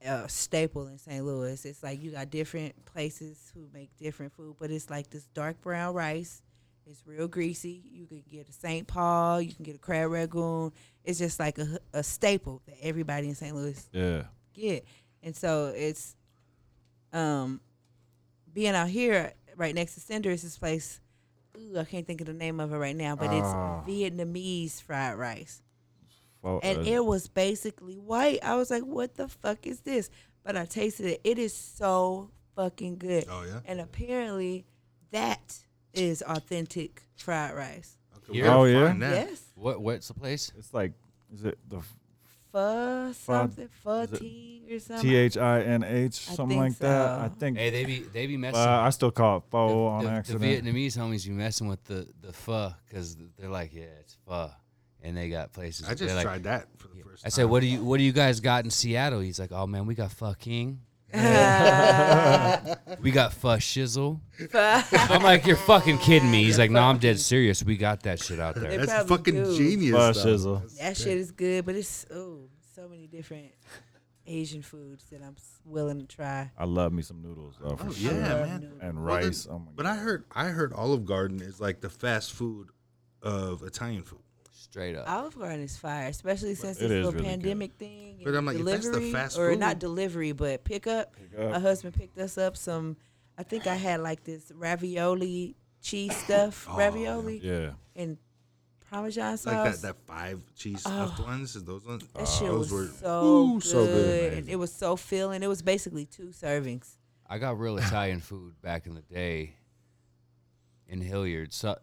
[SPEAKER 4] a staple in St. Louis. It's like you got different places who make different food, but it's like this dark brown rice. It's real greasy. You can get a St. Paul. You can get a crab ragoon. It's just like a, a staple that everybody in St. Louis
[SPEAKER 2] yeah.
[SPEAKER 4] get. And so it's um being out here right next to Cinder is this place. Ooh, I can't think of the name of it right now, but
[SPEAKER 2] Ah.
[SPEAKER 4] it's Vietnamese fried rice.
[SPEAKER 2] Well, uh,
[SPEAKER 4] And it was basically white. I was like, what the fuck is this? But I tasted it. It is so fucking good.
[SPEAKER 3] Oh, yeah?
[SPEAKER 4] And apparently that is authentic fried rice.
[SPEAKER 3] Okay, we
[SPEAKER 5] Yeah.
[SPEAKER 3] gotta
[SPEAKER 2] Oh, yeah?
[SPEAKER 3] find that.
[SPEAKER 4] Yes.
[SPEAKER 5] What? What's the place?
[SPEAKER 2] it's like is it the
[SPEAKER 4] Pho something, pho
[SPEAKER 2] is it
[SPEAKER 4] tea or something.
[SPEAKER 2] T H I N H
[SPEAKER 4] I
[SPEAKER 2] something
[SPEAKER 4] think
[SPEAKER 2] like that? I
[SPEAKER 4] so.
[SPEAKER 2] think.
[SPEAKER 5] Hey, they be they be messing.
[SPEAKER 2] uh, I still call it
[SPEAKER 5] the,
[SPEAKER 2] pho on
[SPEAKER 5] the- the
[SPEAKER 2] accident.
[SPEAKER 5] Vietnamese homies be messing with the the pho because they're like, yeah, it's pho, and they got places.
[SPEAKER 3] I just
[SPEAKER 5] they're like-
[SPEAKER 3] tried that for the first
[SPEAKER 5] I
[SPEAKER 3] time.
[SPEAKER 5] said, what do you what do you guys got in Seattle? He's like, oh man, we got fucking. we got pho shizzle.
[SPEAKER 4] [LAUGHS]
[SPEAKER 5] I'm like, you're fucking kidding me. He's like, no, I'm dead serious. We got that shit out there.
[SPEAKER 4] They
[SPEAKER 3] That's
[SPEAKER 4] probably
[SPEAKER 3] fucking
[SPEAKER 4] do.
[SPEAKER 2] Pho
[SPEAKER 3] genius. though.
[SPEAKER 2] shizzle.
[SPEAKER 4] That shit is good, but it's oh, so many different Asian foods that I'm s- willing to try.
[SPEAKER 2] I love me some noodles though, for
[SPEAKER 3] Oh,
[SPEAKER 2] sure.
[SPEAKER 3] yeah, man.
[SPEAKER 2] And
[SPEAKER 3] Well, then-
[SPEAKER 2] rice. oh my
[SPEAKER 3] but I heard I heard Olive Garden is like the fast food of Italian food.
[SPEAKER 5] Straight up.
[SPEAKER 4] Olive Garden is fire, especially since
[SPEAKER 2] it is
[SPEAKER 4] this little
[SPEAKER 2] really good.
[SPEAKER 4] pandemic thing.
[SPEAKER 3] But
[SPEAKER 4] and
[SPEAKER 3] I'm like, if that's the fast
[SPEAKER 4] or
[SPEAKER 3] food-
[SPEAKER 4] not delivery, but pickup.
[SPEAKER 2] up.
[SPEAKER 4] My husband picked us up some. I think I had like this ravioli cheese stuff, ravioli
[SPEAKER 2] Yeah.
[SPEAKER 4] and parmesan sauce.
[SPEAKER 3] Oh, Like that, that five cheese stuffed ones. is Those ones.
[SPEAKER 4] That shit
[SPEAKER 3] those
[SPEAKER 4] was
[SPEAKER 3] were
[SPEAKER 4] so,
[SPEAKER 3] ooh,
[SPEAKER 4] good. and it was so filling. It was basically two servings.
[SPEAKER 5] I got real Italian food back in the day in Hilliard, so,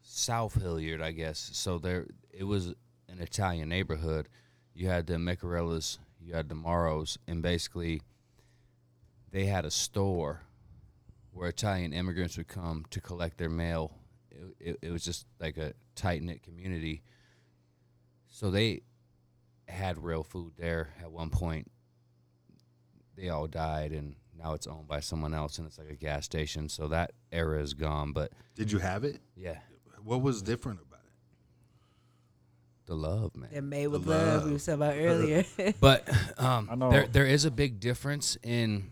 [SPEAKER 5] South Hilliard, I guess. So there, it was an Italian neighborhood. You had the Mecarellas, you had the Maros, and basically they had a store where Italian immigrants would come to collect their mail. It, it, it was just like a tight knit community. So they had real food there at one point they all died and now it's owned by someone else and it's like a gas station so that era is gone but
[SPEAKER 3] Did you have it?
[SPEAKER 5] yeah
[SPEAKER 3] What was different about it?
[SPEAKER 5] the love man
[SPEAKER 4] That made with love, we were talking about earlier.
[SPEAKER 3] [LAUGHS]
[SPEAKER 4] [LAUGHS]
[SPEAKER 5] but um
[SPEAKER 2] I know.
[SPEAKER 5] there there is a big difference in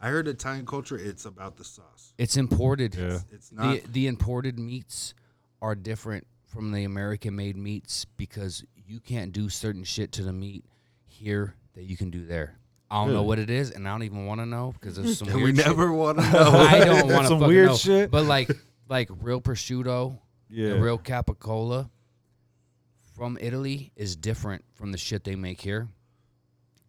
[SPEAKER 3] I heard Italian culture. It's about the sauce.
[SPEAKER 5] it's imported
[SPEAKER 2] Yeah.
[SPEAKER 3] It's not.
[SPEAKER 5] the the imported meats are different from the american made meats because you can't do certain shit to the meat here that you can do there i don't know what it is and i don't even want to know because there's some
[SPEAKER 3] and we
[SPEAKER 5] weird shit. [LAUGHS]
[SPEAKER 3] never want to
[SPEAKER 2] [LAUGHS]
[SPEAKER 3] know.
[SPEAKER 5] I don't want to
[SPEAKER 2] Some
[SPEAKER 5] fucking
[SPEAKER 2] weird
[SPEAKER 5] know.
[SPEAKER 2] shit.
[SPEAKER 5] But like, like real prosciutto,
[SPEAKER 2] Yeah.
[SPEAKER 5] yeah, real capicola from Italy is different from the shit they make here.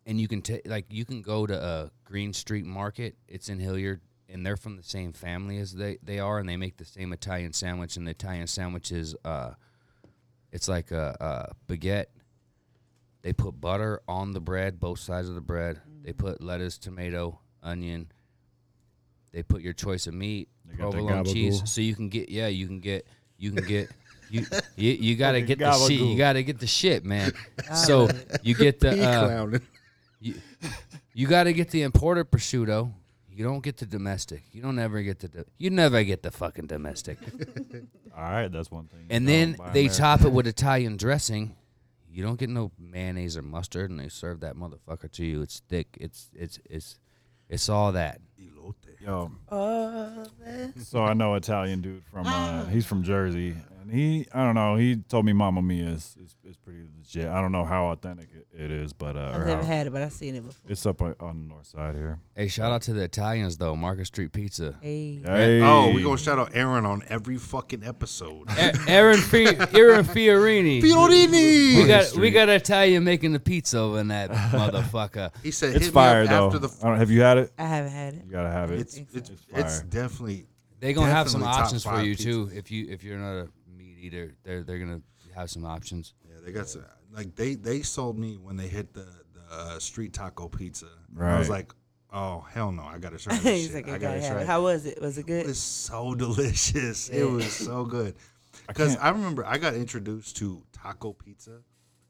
[SPEAKER 5] And you can take like you can go to a Green Street Market. It's in Hilliard, and they're from the same family as they they are, and they make the same Italian sandwich. And the Italian sandwich is uh, it's like a, a baguette. They put butter on the bread, both sides of the bread. They put lettuce, tomato, onion. They put your choice of meat,
[SPEAKER 2] They got that
[SPEAKER 5] provolone cheese,
[SPEAKER 2] gabagool.
[SPEAKER 5] so you can get yeah, you can get you can get you you, you gotta
[SPEAKER 2] Fucking
[SPEAKER 5] get the shit. You
[SPEAKER 2] gabagool.
[SPEAKER 5] gotta get the shit, man.
[SPEAKER 2] [LAUGHS]
[SPEAKER 5] so you get the uh, you, you gotta get the imported prosciutto. You don't get the domestic. You don't ever get the do- you never get the fucking domestic.
[SPEAKER 2] All right, that's one thing.
[SPEAKER 5] And
[SPEAKER 3] Oh,
[SPEAKER 2] you
[SPEAKER 5] then
[SPEAKER 2] don't buy
[SPEAKER 5] they
[SPEAKER 2] American.
[SPEAKER 5] top it
[SPEAKER 3] [LAUGHS]
[SPEAKER 5] with Italian dressing. You don't get no mayonnaise or mustard, and they serve that motherfucker to you. It's thick. It's it's it's it's all that.
[SPEAKER 2] Yo.
[SPEAKER 4] Oh,
[SPEAKER 2] so I know Italian dude from
[SPEAKER 3] Ah.
[SPEAKER 2] uh, he's from Jersey, and he I don't know he told me Mamma Mia is is, is pretty legit. I don't know how authentic it, it is, but uh,
[SPEAKER 4] I've
[SPEAKER 2] or
[SPEAKER 4] never
[SPEAKER 2] how,
[SPEAKER 4] had it, but I've seen it before.
[SPEAKER 2] it's up on, on the north side here.
[SPEAKER 5] Hey, shout out to the Italians though. Market Street Pizza.
[SPEAKER 4] Hey.
[SPEAKER 2] Hey.
[SPEAKER 3] Oh, we gonna shout out Aaron on every fucking episode.
[SPEAKER 5] A- Aaron Fi- Aaron Fiorini. We
[SPEAKER 3] Fiorini.
[SPEAKER 5] got we got Italian making the pizza over
[SPEAKER 3] [LAUGHS]
[SPEAKER 5] in that motherfucker.
[SPEAKER 3] He said,
[SPEAKER 2] It's
[SPEAKER 3] "Hit
[SPEAKER 2] fire
[SPEAKER 3] me up
[SPEAKER 2] though.
[SPEAKER 3] after the."
[SPEAKER 2] I don't, have you had it?
[SPEAKER 4] I haven't had it. [LAUGHS]
[SPEAKER 2] You gotta have it.
[SPEAKER 3] it's it's,
[SPEAKER 2] It's
[SPEAKER 3] it's
[SPEAKER 2] fire.
[SPEAKER 3] definitely.
[SPEAKER 5] They gonna have some
[SPEAKER 3] Definitely top
[SPEAKER 5] options for
[SPEAKER 3] five
[SPEAKER 5] you
[SPEAKER 3] pizzas.
[SPEAKER 5] too. If you if you're not a meat eater, they're they're gonna have some options.
[SPEAKER 3] Yeah, they got some, like they they sold me when they hit the the uh, street taco pizza. And I was
[SPEAKER 2] Right.
[SPEAKER 3] like, oh hell no, I gotta
[SPEAKER 4] [LAUGHS]
[SPEAKER 3] try this
[SPEAKER 4] He's
[SPEAKER 3] shit.
[SPEAKER 4] like,
[SPEAKER 3] I
[SPEAKER 4] I
[SPEAKER 3] gotta
[SPEAKER 4] gotta have
[SPEAKER 3] try.
[SPEAKER 4] it.
[SPEAKER 3] it."
[SPEAKER 4] How was it? Was
[SPEAKER 3] [LAUGHS]
[SPEAKER 4] it
[SPEAKER 3] It
[SPEAKER 4] good?
[SPEAKER 3] was so delicious. It was so good. Because I, remember I got introduced to taco pizza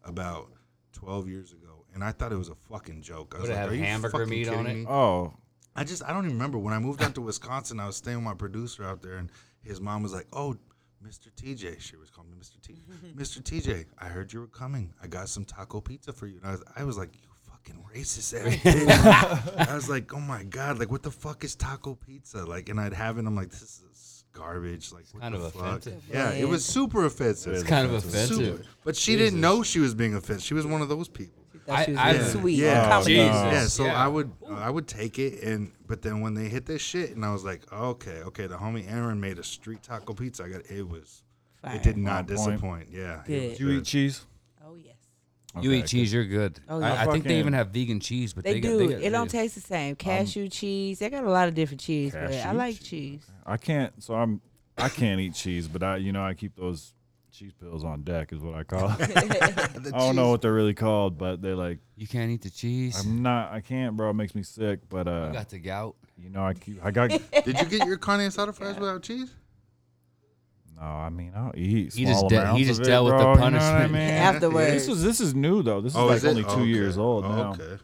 [SPEAKER 3] about 12 years ago, and I thought it was a fucking joke. I was
[SPEAKER 5] Would it
[SPEAKER 3] like,
[SPEAKER 5] have
[SPEAKER 3] "Are you
[SPEAKER 5] hamburger
[SPEAKER 3] fucking
[SPEAKER 5] meat
[SPEAKER 3] kidding
[SPEAKER 5] on it?"
[SPEAKER 3] me?
[SPEAKER 2] Oh,
[SPEAKER 3] I just I don't even remember when I moved out to Wisconsin. I was staying with my producer out there, and his mom was like, "Oh, Mr. TJ," she was calling me Mr. T. Mr. TJ, I heard you were coming. I got some taco pizza for you. And I was, I was like, "You fucking racist ass bitch." I was like, "Oh my god, like what the fuck is taco pizza?" Like, and I'd have it. and I'm like, "This is garbage." Like, what
[SPEAKER 5] kind
[SPEAKER 3] the
[SPEAKER 5] of
[SPEAKER 3] fuck?
[SPEAKER 5] offensive.
[SPEAKER 3] Yeah, it was super offensive.
[SPEAKER 5] It's kind of offensive.
[SPEAKER 3] Super. But she didn't know she was being offensive. She was one of those people.
[SPEAKER 5] I,
[SPEAKER 4] She's
[SPEAKER 5] I,
[SPEAKER 4] really sweet.
[SPEAKER 3] Yeah.
[SPEAKER 2] Oh,
[SPEAKER 4] accommodating.
[SPEAKER 2] Jesus.
[SPEAKER 3] Yeah, so
[SPEAKER 5] Yeah.
[SPEAKER 3] I would I would take it and but then when they hit this shit and I was like, okay, okay, the homie Aaron made a street taco pizza. I got it was
[SPEAKER 4] Fire.
[SPEAKER 3] it did
[SPEAKER 2] On point.
[SPEAKER 3] not disappoint. Yeah. it
[SPEAKER 4] Good.
[SPEAKER 3] was
[SPEAKER 2] do you eat
[SPEAKER 3] good.
[SPEAKER 2] cheese?
[SPEAKER 4] Oh yes.
[SPEAKER 5] You
[SPEAKER 2] Okay,
[SPEAKER 5] eat cheese, you're good.
[SPEAKER 4] Oh,
[SPEAKER 5] I,
[SPEAKER 4] yeah.
[SPEAKER 5] I think they even
[SPEAKER 2] Fucking-
[SPEAKER 5] have vegan cheese, but
[SPEAKER 4] They,
[SPEAKER 5] they,
[SPEAKER 4] do.
[SPEAKER 5] Got, they got,
[SPEAKER 4] it don't
[SPEAKER 5] they-
[SPEAKER 4] taste the same. Cashew cheese. They got a lot of different cheese, but I
[SPEAKER 2] cashew
[SPEAKER 4] like
[SPEAKER 2] cheese.
[SPEAKER 4] cheese.
[SPEAKER 2] I can't. So I'm. I can't eat cheese, but I, you know, I keep those cheese pills on deck, is what I
[SPEAKER 5] [LAUGHS]
[SPEAKER 2] call it.
[SPEAKER 3] The
[SPEAKER 2] I don't
[SPEAKER 3] cheese-
[SPEAKER 2] know what they're really called, but they like.
[SPEAKER 5] You can't eat the cheese.
[SPEAKER 2] I'm not. I can't, bro. It makes me sick. But
[SPEAKER 5] you
[SPEAKER 2] uh,
[SPEAKER 5] got the gout.
[SPEAKER 2] you know, I keep. I
[SPEAKER 4] [LAUGHS]
[SPEAKER 2] got. no,
[SPEAKER 3] Did you get your carne asada fries without cheese?
[SPEAKER 2] I mean, I'll eat.
[SPEAKER 5] He
[SPEAKER 2] Small
[SPEAKER 5] just de- he
[SPEAKER 2] amounts
[SPEAKER 5] just
[SPEAKER 2] of it,
[SPEAKER 5] dealt with the
[SPEAKER 2] bro, you know what I
[SPEAKER 5] punishment. Oh,
[SPEAKER 2] mean?
[SPEAKER 4] [LAUGHS] Afterwards.
[SPEAKER 2] This is this is new though. This is like
[SPEAKER 3] Oh, is it?
[SPEAKER 2] only two
[SPEAKER 3] Okay.
[SPEAKER 2] years old
[SPEAKER 3] Oh,
[SPEAKER 2] now.
[SPEAKER 3] Okay.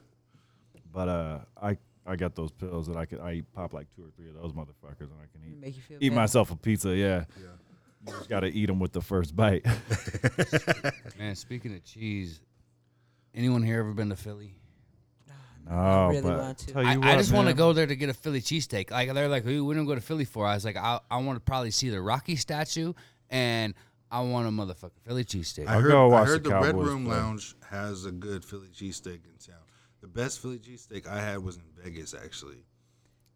[SPEAKER 2] But uh, I I got those pills that I could I eat pop like two or three of those motherfuckers, and I can eat
[SPEAKER 4] Make you feel
[SPEAKER 2] eat
[SPEAKER 4] better.
[SPEAKER 2] myself a pizza. Yeah, you just gotta eat them with the first
[SPEAKER 4] [LAUGHS]
[SPEAKER 2] bite. [LAUGHS]
[SPEAKER 5] Man, speaking of cheese, anyone here ever been to Philly?
[SPEAKER 2] no,
[SPEAKER 4] really
[SPEAKER 2] but
[SPEAKER 4] want to.
[SPEAKER 2] tell
[SPEAKER 5] I,
[SPEAKER 2] Oh, you
[SPEAKER 5] I
[SPEAKER 2] what,
[SPEAKER 5] just want to
[SPEAKER 2] man.
[SPEAKER 5] go there to get a Philly cheesesteak. Like they're like, "Ooh, we don't go to Philly for. I was like, I, I want to probably see the Rocky statue, and I want a motherfucking Philly cheesesteak.
[SPEAKER 3] I
[SPEAKER 2] I'll
[SPEAKER 3] heard,
[SPEAKER 2] go
[SPEAKER 3] I
[SPEAKER 2] watch
[SPEAKER 3] heard the,
[SPEAKER 2] the
[SPEAKER 3] Red
[SPEAKER 2] Cowboys
[SPEAKER 3] Room
[SPEAKER 2] play.
[SPEAKER 3] Lounge has a good Philly cheesesteak in town. The best Philly cheesesteak I had was in Vegas, actually.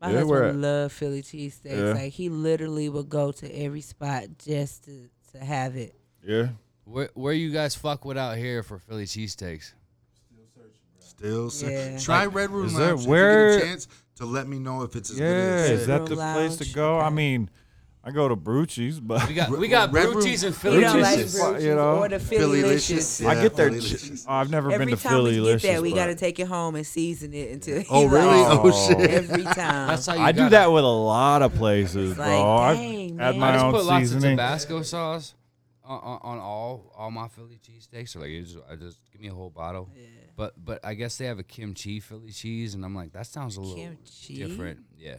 [SPEAKER 4] My
[SPEAKER 2] Yeah, we're
[SPEAKER 4] husband loved Philly cheesesteaks.
[SPEAKER 2] Yeah.
[SPEAKER 4] Like he literally would go to every spot just to, to have it.
[SPEAKER 2] Yeah,
[SPEAKER 5] where where you guys fuck with out here for Philly cheesesteaks?
[SPEAKER 3] Still, ser-
[SPEAKER 4] Yeah.
[SPEAKER 3] try Red Room
[SPEAKER 2] is there-
[SPEAKER 3] Lounge. if
[SPEAKER 2] where-
[SPEAKER 3] you get a chance to let me know if it's as
[SPEAKER 2] yeah.
[SPEAKER 3] good as
[SPEAKER 2] Is that
[SPEAKER 4] Room
[SPEAKER 2] the place
[SPEAKER 4] Lounge,
[SPEAKER 2] to go? I
[SPEAKER 4] okay.
[SPEAKER 2] mean, I go to Brucci's, but
[SPEAKER 5] We got we got
[SPEAKER 3] Red
[SPEAKER 5] blue
[SPEAKER 3] Room-
[SPEAKER 5] cheese and
[SPEAKER 4] We
[SPEAKER 5] Philly
[SPEAKER 4] don't like
[SPEAKER 5] cheese.
[SPEAKER 2] Delicious.
[SPEAKER 4] brew cheese
[SPEAKER 2] You know?
[SPEAKER 4] or the Philly
[SPEAKER 3] Philly-licious,
[SPEAKER 4] licious.
[SPEAKER 2] [LAUGHS]
[SPEAKER 3] yeah,
[SPEAKER 2] I get their.
[SPEAKER 3] Philly-licious.
[SPEAKER 2] che- I've never
[SPEAKER 4] Every
[SPEAKER 2] been to
[SPEAKER 4] time
[SPEAKER 2] Philly.
[SPEAKER 4] we get there, we gotta take it home and season it until. he
[SPEAKER 3] Oh, really?
[SPEAKER 4] likes it.
[SPEAKER 3] Oh, shit.
[SPEAKER 4] Every time.
[SPEAKER 5] That's how you
[SPEAKER 2] I do
[SPEAKER 5] gotta-
[SPEAKER 2] that with a lot of places,
[SPEAKER 4] like,
[SPEAKER 2] bro. I
[SPEAKER 4] dang,
[SPEAKER 2] add
[SPEAKER 4] man.
[SPEAKER 2] my
[SPEAKER 5] I just
[SPEAKER 2] own
[SPEAKER 5] put lots
[SPEAKER 2] seasoning.
[SPEAKER 5] of Tabasco sauce on, on, on all all my Philly cheesesteaks. Or like, it's just, I just give me a whole bottle. But but I guess they have a kimchi Philly cheese, and I'm like, that sounds a little
[SPEAKER 4] Kimchi?
[SPEAKER 5] different. Yeah.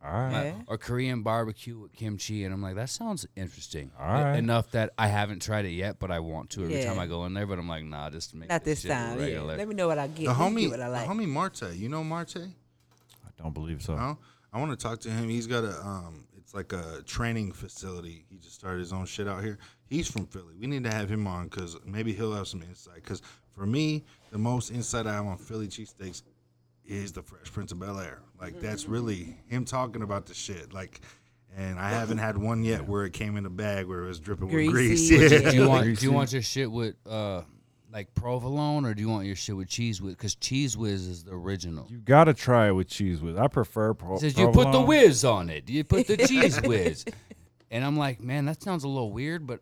[SPEAKER 2] All right.
[SPEAKER 4] Yeah.
[SPEAKER 5] Or Korean barbecue with kimchi, and I'm like, that sounds interesting.
[SPEAKER 2] All right.
[SPEAKER 5] Enough that I haven't tried it yet, but I want to every
[SPEAKER 4] Yeah.
[SPEAKER 5] time I go in there. But I'm like, nah, just make
[SPEAKER 4] Not this
[SPEAKER 5] shit
[SPEAKER 4] time. Yeah.
[SPEAKER 5] regular.
[SPEAKER 4] Let me know what I get.
[SPEAKER 3] The
[SPEAKER 4] Let
[SPEAKER 3] homie,
[SPEAKER 4] me get what I like.
[SPEAKER 3] the homie Marte. You know Marte?
[SPEAKER 2] I don't believe so.
[SPEAKER 3] No. I want to talk to him. He's got a um, it's like a training facility. He just started his own shit out here. He's from Philly. We need to have him on because maybe he'll have some insight. Because for me, the most insight I have on Philly cheesesteaks is the Fresh Prince of Bel Air.
[SPEAKER 4] Mm-hmm.
[SPEAKER 3] Like that's really him talking about the shit. Like, and I haven't had one yet where it came in a bag where it was dripping
[SPEAKER 4] Greasy.
[SPEAKER 3] with grease. [LAUGHS] Yeah.
[SPEAKER 5] do you want do you want your shit with uh like provolone or do you want your shit with cheese whiz? Because cheese whiz is the original.
[SPEAKER 2] You gotta try it with cheese with. I prefer. Pro-
[SPEAKER 5] It says you put the
[SPEAKER 2] provolone.
[SPEAKER 5] whiz on it. You put the
[SPEAKER 2] [LAUGHS]
[SPEAKER 5] cheese whiz. And I'm like, man, that sounds a little weird, but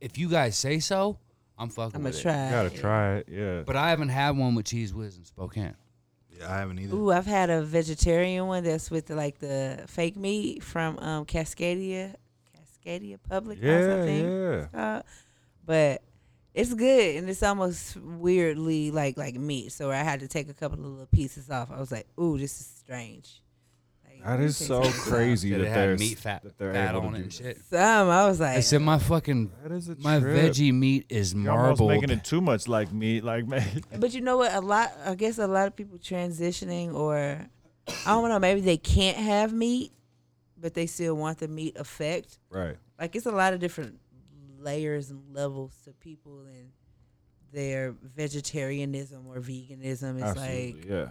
[SPEAKER 5] if you guys say so, I'm fucking
[SPEAKER 4] I'm
[SPEAKER 5] with
[SPEAKER 4] gonna
[SPEAKER 5] it.
[SPEAKER 4] try.
[SPEAKER 2] Gotta
[SPEAKER 4] it.
[SPEAKER 2] try it. Yeah.
[SPEAKER 5] But I haven't had one with cheese whiz in Spokane.
[SPEAKER 3] Yeah, I haven't either.
[SPEAKER 4] Ooh, I've had a vegetarian one that's with like the fake meat from um, Cascadia, Cascadia Public House, I
[SPEAKER 2] yeah,
[SPEAKER 4] think.
[SPEAKER 2] yeah.
[SPEAKER 4] Uh, but it's good and it's almost weirdly like like meat. So I had to take a couple of little pieces off. I was like, ooh, this is strange. Like,
[SPEAKER 2] That
[SPEAKER 4] you
[SPEAKER 2] is
[SPEAKER 4] take [LAUGHS]
[SPEAKER 2] so
[SPEAKER 4] some-
[SPEAKER 2] crazy
[SPEAKER 5] That
[SPEAKER 2] that
[SPEAKER 5] it had
[SPEAKER 2] there's
[SPEAKER 5] meat fat,
[SPEAKER 2] that they're
[SPEAKER 5] fat
[SPEAKER 2] able to
[SPEAKER 5] on it
[SPEAKER 2] do
[SPEAKER 5] and
[SPEAKER 2] that.
[SPEAKER 5] shit.
[SPEAKER 4] Some I was
[SPEAKER 5] I
[SPEAKER 4] like,
[SPEAKER 5] said my fucking
[SPEAKER 2] That is a
[SPEAKER 5] my
[SPEAKER 2] trip.
[SPEAKER 5] veggie meat is
[SPEAKER 2] You're almost
[SPEAKER 5] marbled.
[SPEAKER 2] making it too much like meat, like [LAUGHS] man.
[SPEAKER 4] but you know what? A lot, I guess, a lot of people transitioning or I don't know. Maybe they can't have meat, but they still want the meat effect.
[SPEAKER 2] Right.
[SPEAKER 4] like it's a lot of different layers and levels to people and their vegetarianism or veganism. It's
[SPEAKER 2] Absolutely.
[SPEAKER 4] like
[SPEAKER 2] yeah.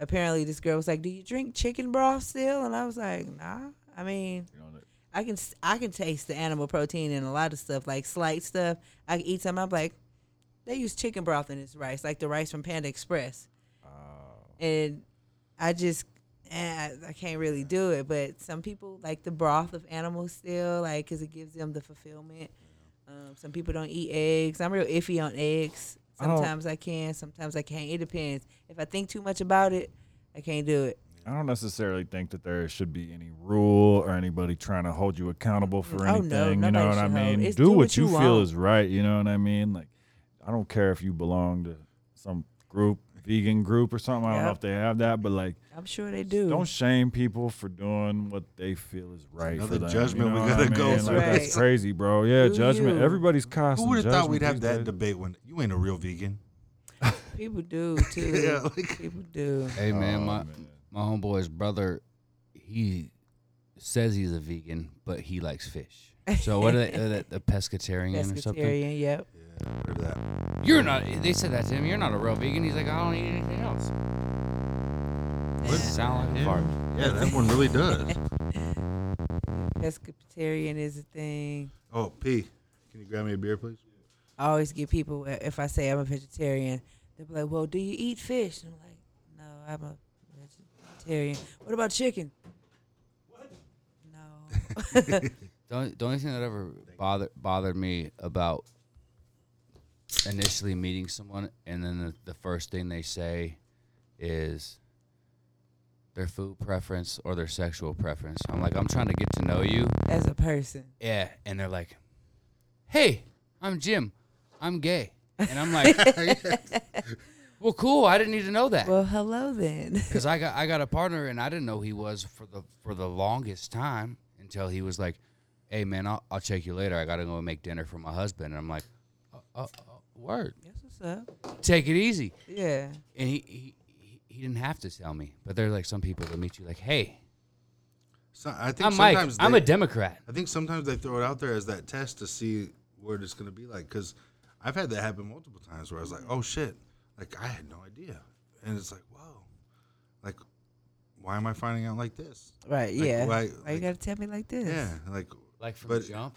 [SPEAKER 4] apparently this girl was like, "Do you drink chicken broth still?" And I was like, "Nah." I mean,
[SPEAKER 2] You know, that-
[SPEAKER 4] I can s- I can taste the animal protein and a lot of stuff like slight stuff. I can eat some. I'm like, they use chicken broth in this rice, like the rice from Panda Express,
[SPEAKER 2] Oh.
[SPEAKER 4] and I just eh, I- I can't really do it. But some people like the broth of animals still, like because it gives them the fulfillment. Um, some people don't eat eggs. I'm real iffy on eggs.
[SPEAKER 2] I don't-
[SPEAKER 4] Sometimes I can, sometimes I can't. It depends. If I think too much about it, I can't do it.
[SPEAKER 2] I don't necessarily think that there should be any rule or anybody trying to hold you accountable for
[SPEAKER 4] Oh, no,
[SPEAKER 2] anything. you know
[SPEAKER 4] nobody
[SPEAKER 2] what I
[SPEAKER 4] should hold-
[SPEAKER 2] mean?
[SPEAKER 4] it's
[SPEAKER 2] do what you, feel
[SPEAKER 4] want.
[SPEAKER 2] is right. You know what I mean? Like, I don't care if you belong to some group, vegan group or something. I don't know
[SPEAKER 7] Yep.
[SPEAKER 2] if they have that, but like,
[SPEAKER 7] I'm sure they do.
[SPEAKER 2] don't shame people for doing what they feel is right.
[SPEAKER 3] another
[SPEAKER 2] for them,
[SPEAKER 3] judgment
[SPEAKER 2] you
[SPEAKER 3] we
[SPEAKER 2] know what I
[SPEAKER 3] gotta go
[SPEAKER 2] mean?
[SPEAKER 3] through.
[SPEAKER 2] Like,
[SPEAKER 7] Right.
[SPEAKER 2] That's crazy, bro. Yeah,
[SPEAKER 7] Do
[SPEAKER 2] judgment.
[SPEAKER 7] you.
[SPEAKER 2] Everybody's
[SPEAKER 3] Who
[SPEAKER 2] constant.
[SPEAKER 3] would have thought we'd have
[SPEAKER 2] judgment
[SPEAKER 3] that
[SPEAKER 2] these days.
[SPEAKER 3] debate when you ain't a real vegan?
[SPEAKER 7] People
[SPEAKER 2] [LAUGHS]
[SPEAKER 7] do
[SPEAKER 5] [LAUGHS]
[SPEAKER 7] too.
[SPEAKER 3] Yeah, like-
[SPEAKER 7] People do.
[SPEAKER 5] Hey man,
[SPEAKER 2] Oh,
[SPEAKER 5] my
[SPEAKER 2] man.
[SPEAKER 5] my homeboy's brother, he says he's a vegan, but he likes fish. So what are they?
[SPEAKER 4] [LAUGHS]
[SPEAKER 5] uh, the, the pescatarian,
[SPEAKER 4] Mm-hmm.
[SPEAKER 5] or something?
[SPEAKER 4] Pescatarian, yep.
[SPEAKER 3] Yeah, heard of that.
[SPEAKER 5] You're not. They said that to him. You're not a real vegan. He's like, I don't eat anything else.
[SPEAKER 3] What?
[SPEAKER 5] Sound like a fart.
[SPEAKER 3] Yeah, that one really does.
[SPEAKER 4] Pescatarian is a thing.
[SPEAKER 3] [LAUGHS] Oh, P, can you grab me a beer, please?
[SPEAKER 4] I always get people uh, if I say I'm a vegetarian, they're like, "Well, do you eat fish?" And I'm like, "No, I'm a vegetarian." What about chicken? What? No. [LAUGHS]
[SPEAKER 5] The only, the only thing that ever bothered bothered me about initially meeting someone and then the, the first thing they say is their food preference or their sexual preference. I'm like, I'm trying to get to know you.
[SPEAKER 4] As a person,
[SPEAKER 5] Yeah. And they're like, hey, I'm Jim. I'm gay. And I'm like, well, cool. I didn't need to know that.
[SPEAKER 4] well, hello then.
[SPEAKER 5] Because I got I got a partner and I didn't know he was for the for the longest time until he was like, "Hey man, I'll, I'll check you later. I gotta go and make dinner for my husband." And I'm like, oh, oh, oh, "Word,
[SPEAKER 4] That's what's up.
[SPEAKER 5] take it easy."
[SPEAKER 4] Yeah.
[SPEAKER 5] And he, he he he didn't have to tell me, but there's like some people that meet you like, "Hey,
[SPEAKER 3] So, I think
[SPEAKER 5] I'm Mike.
[SPEAKER 3] sometimes
[SPEAKER 5] I'm a
[SPEAKER 3] they-
[SPEAKER 5] Democrat."
[SPEAKER 3] I think sometimes they throw it out there as that test to see what it's going to be like. Because I've had that happen multiple times where I was like, oh shit, like I had no idea. And it's like, whoa, like, why am I finding out like this?
[SPEAKER 4] Right.
[SPEAKER 3] Like,
[SPEAKER 4] Yeah.
[SPEAKER 3] why-
[SPEAKER 4] Why you
[SPEAKER 3] like-
[SPEAKER 4] gotta tell me like this?
[SPEAKER 3] Yeah, like,
[SPEAKER 5] Like from
[SPEAKER 3] But- uh,
[SPEAKER 5] the jump,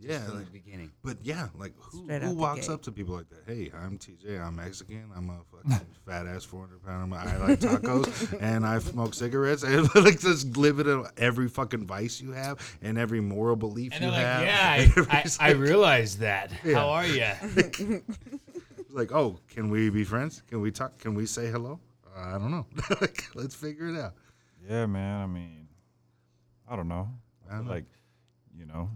[SPEAKER 3] yeah,
[SPEAKER 5] from
[SPEAKER 3] like,
[SPEAKER 5] the beginning.
[SPEAKER 3] but yeah, like who,
[SPEAKER 4] Straight out
[SPEAKER 3] who
[SPEAKER 4] the
[SPEAKER 3] walks
[SPEAKER 4] gate.
[SPEAKER 3] up to people like that? Hey, I'm TJ. I'm Mexican. I'm a
[SPEAKER 4] [LAUGHS]
[SPEAKER 3] fucking fat ass 400 pounder. I like tacos and I smoke cigarettes. [LAUGHS] And like just live it in every fucking vice you have and every moral belief you have. [LAUGHS] and every sexual-
[SPEAKER 5] realized that.
[SPEAKER 3] Yeah.
[SPEAKER 5] are you?
[SPEAKER 3] It's like, oh, can we be friends? Can we talk? Can we say hello? Uh, I don't know. [LAUGHS] like, let's figure it out.
[SPEAKER 2] Yeah, man. I mean, I don't know.
[SPEAKER 3] I don't know.
[SPEAKER 2] Like, you know,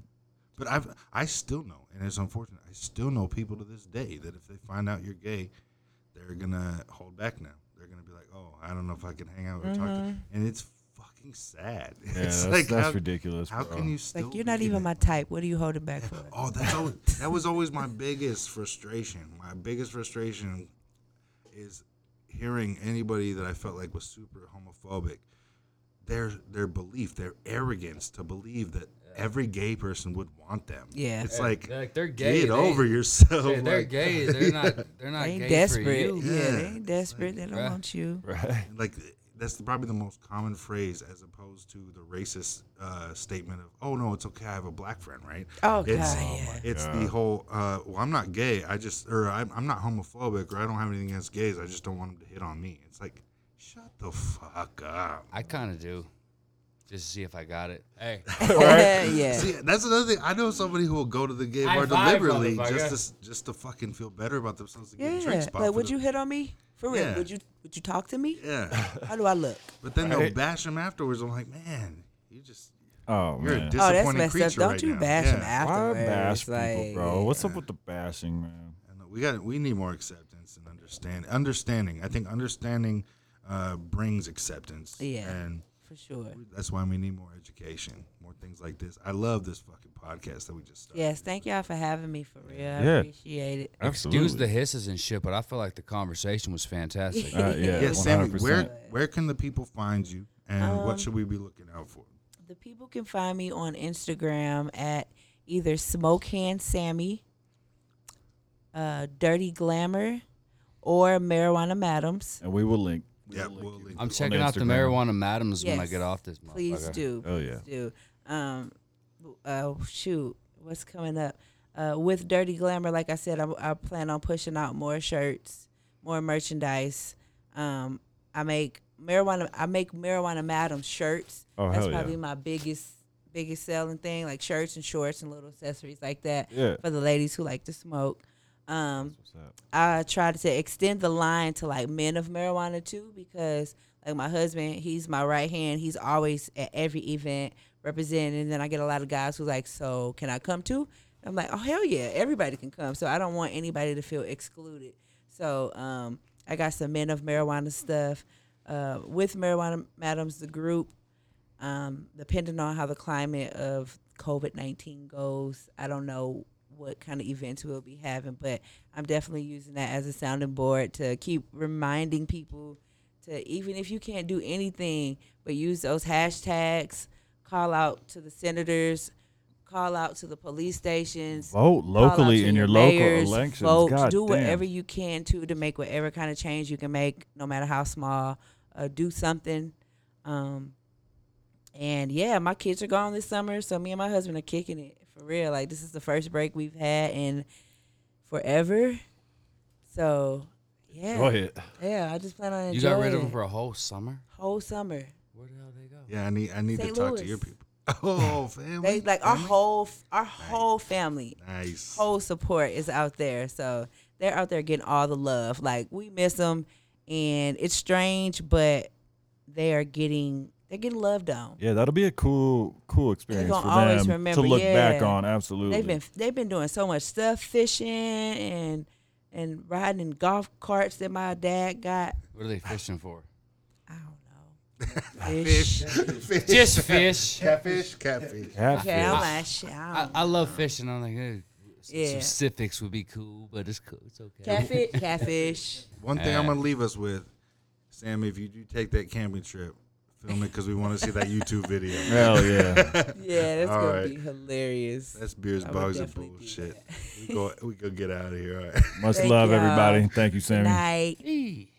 [SPEAKER 3] But I've I still know, and it's unfortunate. I still know people to this day that if they find out you're gay, they're gonna hold back now. They're gonna be like, oh, I don't know if I can hang out or talk.
[SPEAKER 4] Mm-hmm.
[SPEAKER 3] To. And it's fucking sad. [LAUGHS]
[SPEAKER 2] yeah,
[SPEAKER 3] it's
[SPEAKER 2] that's,
[SPEAKER 3] like
[SPEAKER 2] that's
[SPEAKER 3] how,
[SPEAKER 2] ridiculous.
[SPEAKER 3] How
[SPEAKER 2] bro.
[SPEAKER 3] can you
[SPEAKER 4] It's
[SPEAKER 3] still
[SPEAKER 4] Like you're
[SPEAKER 3] be
[SPEAKER 4] not
[SPEAKER 3] gay?
[SPEAKER 4] even my type. What are you holding back for?
[SPEAKER 3] Oh, that's always, that was always my biggest frustration. My biggest frustration is hearing anybody that I felt like was super homophobic. Their their belief, their arrogance to believe that every gay person would want them.
[SPEAKER 4] Yeah.
[SPEAKER 3] it's like,
[SPEAKER 5] They're, they're gay.
[SPEAKER 3] get
[SPEAKER 5] they-
[SPEAKER 3] over yourself.
[SPEAKER 5] They're, they're
[SPEAKER 3] like,
[SPEAKER 5] gay.
[SPEAKER 3] [LAUGHS]
[SPEAKER 5] They're not. They're
[SPEAKER 4] They
[SPEAKER 5] not
[SPEAKER 4] ain't
[SPEAKER 5] gay
[SPEAKER 4] desperate.
[SPEAKER 5] for you.
[SPEAKER 4] Yeah,
[SPEAKER 3] Yeah.
[SPEAKER 4] They ain't desperate. They don't
[SPEAKER 5] bruh.
[SPEAKER 4] want you.
[SPEAKER 2] Right.
[SPEAKER 3] like that's the, probably the most common phrase as opposed to the racist uh, statement of oh no it's okay i have a black friend right
[SPEAKER 4] Oh,
[SPEAKER 3] it's,
[SPEAKER 4] God, Oh, my
[SPEAKER 3] it's the whole uh, well i'm not gay i just or I'm, I'm not homophobic or i don't have anything against gays i just don't want them to hit on me it's like shut the fuck up
[SPEAKER 5] I kind of do, just to see if I got it. [LAUGHS] Hey,
[SPEAKER 4] [LAUGHS] [LAUGHS] yeah.
[SPEAKER 3] See, that's another thing. I know somebody who will go to the gay
[SPEAKER 5] High
[SPEAKER 3] bar
[SPEAKER 5] five,
[SPEAKER 3] deliberately
[SPEAKER 5] motherfucker.
[SPEAKER 3] just to just to fucking feel better about themselves to get
[SPEAKER 4] Yeah.
[SPEAKER 3] drinks bought
[SPEAKER 4] Like,
[SPEAKER 3] for
[SPEAKER 4] would
[SPEAKER 3] the-
[SPEAKER 4] you hit on me? For real?
[SPEAKER 3] Yeah.
[SPEAKER 4] Would you? Would you talk to me?
[SPEAKER 3] Yeah,
[SPEAKER 4] How do I look?
[SPEAKER 3] but then they'll
[SPEAKER 2] Right.
[SPEAKER 3] bash him afterwards. I'm like, man, you just
[SPEAKER 2] [LAUGHS] Oh
[SPEAKER 3] you're
[SPEAKER 2] man.
[SPEAKER 3] a disappointing
[SPEAKER 4] Oh, that's messed
[SPEAKER 3] creature
[SPEAKER 4] up. Don't
[SPEAKER 3] right
[SPEAKER 4] you
[SPEAKER 3] now.
[SPEAKER 4] bash
[SPEAKER 3] yeah.
[SPEAKER 4] him
[SPEAKER 2] Why
[SPEAKER 4] afterwards?
[SPEAKER 2] bash people,
[SPEAKER 4] like,
[SPEAKER 2] bro? What's up with the bashing, man?
[SPEAKER 3] And we got we need more acceptance and understand understanding. I think understanding uh, brings acceptance.
[SPEAKER 4] Yeah.
[SPEAKER 3] and
[SPEAKER 4] For sure.
[SPEAKER 3] that's why we need more education, more things like this. I love this fucking podcast that we just started.
[SPEAKER 4] Yes, thank y'all for having me for real. I
[SPEAKER 2] Yeah.
[SPEAKER 4] appreciate it.
[SPEAKER 5] excuse the hisses and shit, but I feel like the conversation was [LAUGHS] fantastic.
[SPEAKER 2] Uh,
[SPEAKER 4] [LAUGHS]
[SPEAKER 2] yeah,
[SPEAKER 3] Yeah, Sammy,
[SPEAKER 2] 100%.
[SPEAKER 3] where where can the people find you, and
[SPEAKER 4] Um,
[SPEAKER 3] what should we be looking out for?
[SPEAKER 4] The people can find me on Instagram at either Smoke Hand Sammy, uh, Dirty Glamour, or Marijuana Madams.
[SPEAKER 2] and we will link.
[SPEAKER 3] Yeah, we'll link
[SPEAKER 5] I'm
[SPEAKER 3] it.
[SPEAKER 5] checking out the marijuana madams when I
[SPEAKER 4] Yes.
[SPEAKER 5] get off this. motherfucker.
[SPEAKER 4] Please do.
[SPEAKER 2] Oh,
[SPEAKER 4] please
[SPEAKER 2] yeah.
[SPEAKER 4] Do. Um, oh shoot, what's coming up? Uh, with Dirty Glamour, like I said, I, I plan on pushing out more shirts, more merchandise. Um, I make marijuana. I make marijuana madam shirts.
[SPEAKER 2] Oh,
[SPEAKER 4] That's
[SPEAKER 2] hell yeah.
[SPEAKER 4] probably my biggest biggest selling thing, like shirts and shorts and little accessories like that
[SPEAKER 2] Yeah.
[SPEAKER 4] for the ladies who like to smoke. Um, I try to extend the line to like men of marijuana too, because like my husband, he's my right hand. He's always at every event representing. And then I get a lot of guys who's like, "So can I come too?" I'm like, "Oh hell yeah, everybody can come." So I don't want anybody to feel excluded. So um, I got some men of marijuana stuff uh, with marijuana madams, the group. Um, depending on how the climate of COVID nineteen goes, I don't know what kind of events we'll be having, but I'm definitely using that as a sounding board to keep reminding people to even if you can't do anything, but use those hashtags, call out to the senators, call out to the police stations,
[SPEAKER 2] Vote
[SPEAKER 4] call out
[SPEAKER 2] locally
[SPEAKER 4] to
[SPEAKER 2] in your,
[SPEAKER 4] mayors,
[SPEAKER 2] local elections.
[SPEAKER 4] Vote,
[SPEAKER 2] God
[SPEAKER 4] do
[SPEAKER 2] damn.
[SPEAKER 4] whatever you can to to make whatever kind of change you can make, no matter how small. Uh, do something. Um, and yeah, my kids are gone this summer, so me and my husband are kicking it for real. Like this is the first break we've had in forever. So yeah,
[SPEAKER 2] Enjoy it.
[SPEAKER 4] yeah, I just plan on
[SPEAKER 5] You
[SPEAKER 4] enjoying
[SPEAKER 5] got rid of
[SPEAKER 4] it
[SPEAKER 5] them for a whole summer.
[SPEAKER 4] whole summer.
[SPEAKER 5] Where the hell they go?
[SPEAKER 3] Yeah, I need I need to
[SPEAKER 4] St.
[SPEAKER 3] talk to
[SPEAKER 4] Louis.
[SPEAKER 3] your people. [LAUGHS] Oh, family.
[SPEAKER 4] They like our
[SPEAKER 3] Family?
[SPEAKER 4] whole f- our whole family,
[SPEAKER 3] nice.
[SPEAKER 4] whole support is out there. So they're out there getting all the love. Like we miss them, and it's strange, but they are getting they're getting loved on.
[SPEAKER 2] Yeah, that'll be a cool, cool experience
[SPEAKER 4] gonna
[SPEAKER 2] for
[SPEAKER 4] always
[SPEAKER 2] them
[SPEAKER 4] remember,
[SPEAKER 2] to look back
[SPEAKER 4] yeah.
[SPEAKER 2] on. Absolutely.
[SPEAKER 4] They've been they've been doing so much stuff, fishing and and riding in golf carts that my dad got.
[SPEAKER 5] What are they fishing for?
[SPEAKER 4] I
[SPEAKER 3] [LAUGHS]
[SPEAKER 4] don't know.
[SPEAKER 3] Fish, fish,
[SPEAKER 5] [LAUGHS] Just fish.
[SPEAKER 3] catfish, catfish.
[SPEAKER 2] Catfish.
[SPEAKER 4] Okay, I'm like, shit, I don't
[SPEAKER 5] I, I love fishing. I'm like, eh, s-
[SPEAKER 4] Yeah.
[SPEAKER 5] specifics would be cool, but it's cool. It's okay.
[SPEAKER 4] Catfish, catfish.
[SPEAKER 3] One thing I'm gonna leave us with, Sam, if you do take that camping trip, film it because we want to see
[SPEAKER 2] [LAUGHS]
[SPEAKER 3] that YouTube video.
[SPEAKER 2] Hell yeah.
[SPEAKER 4] [LAUGHS] Yeah, that's
[SPEAKER 3] [LAUGHS] All
[SPEAKER 4] gonna
[SPEAKER 3] right.
[SPEAKER 4] be hilarious.
[SPEAKER 3] That's beers,
[SPEAKER 4] I would
[SPEAKER 3] bugs, and
[SPEAKER 4] definitely do
[SPEAKER 3] bullshit. We go, we go get out of here. All right.
[SPEAKER 2] Much
[SPEAKER 4] Thank
[SPEAKER 2] love,
[SPEAKER 4] y'all.
[SPEAKER 2] everybody. Thank you,
[SPEAKER 4] Good
[SPEAKER 2] Sammy.
[SPEAKER 4] night.
[SPEAKER 5] Eee.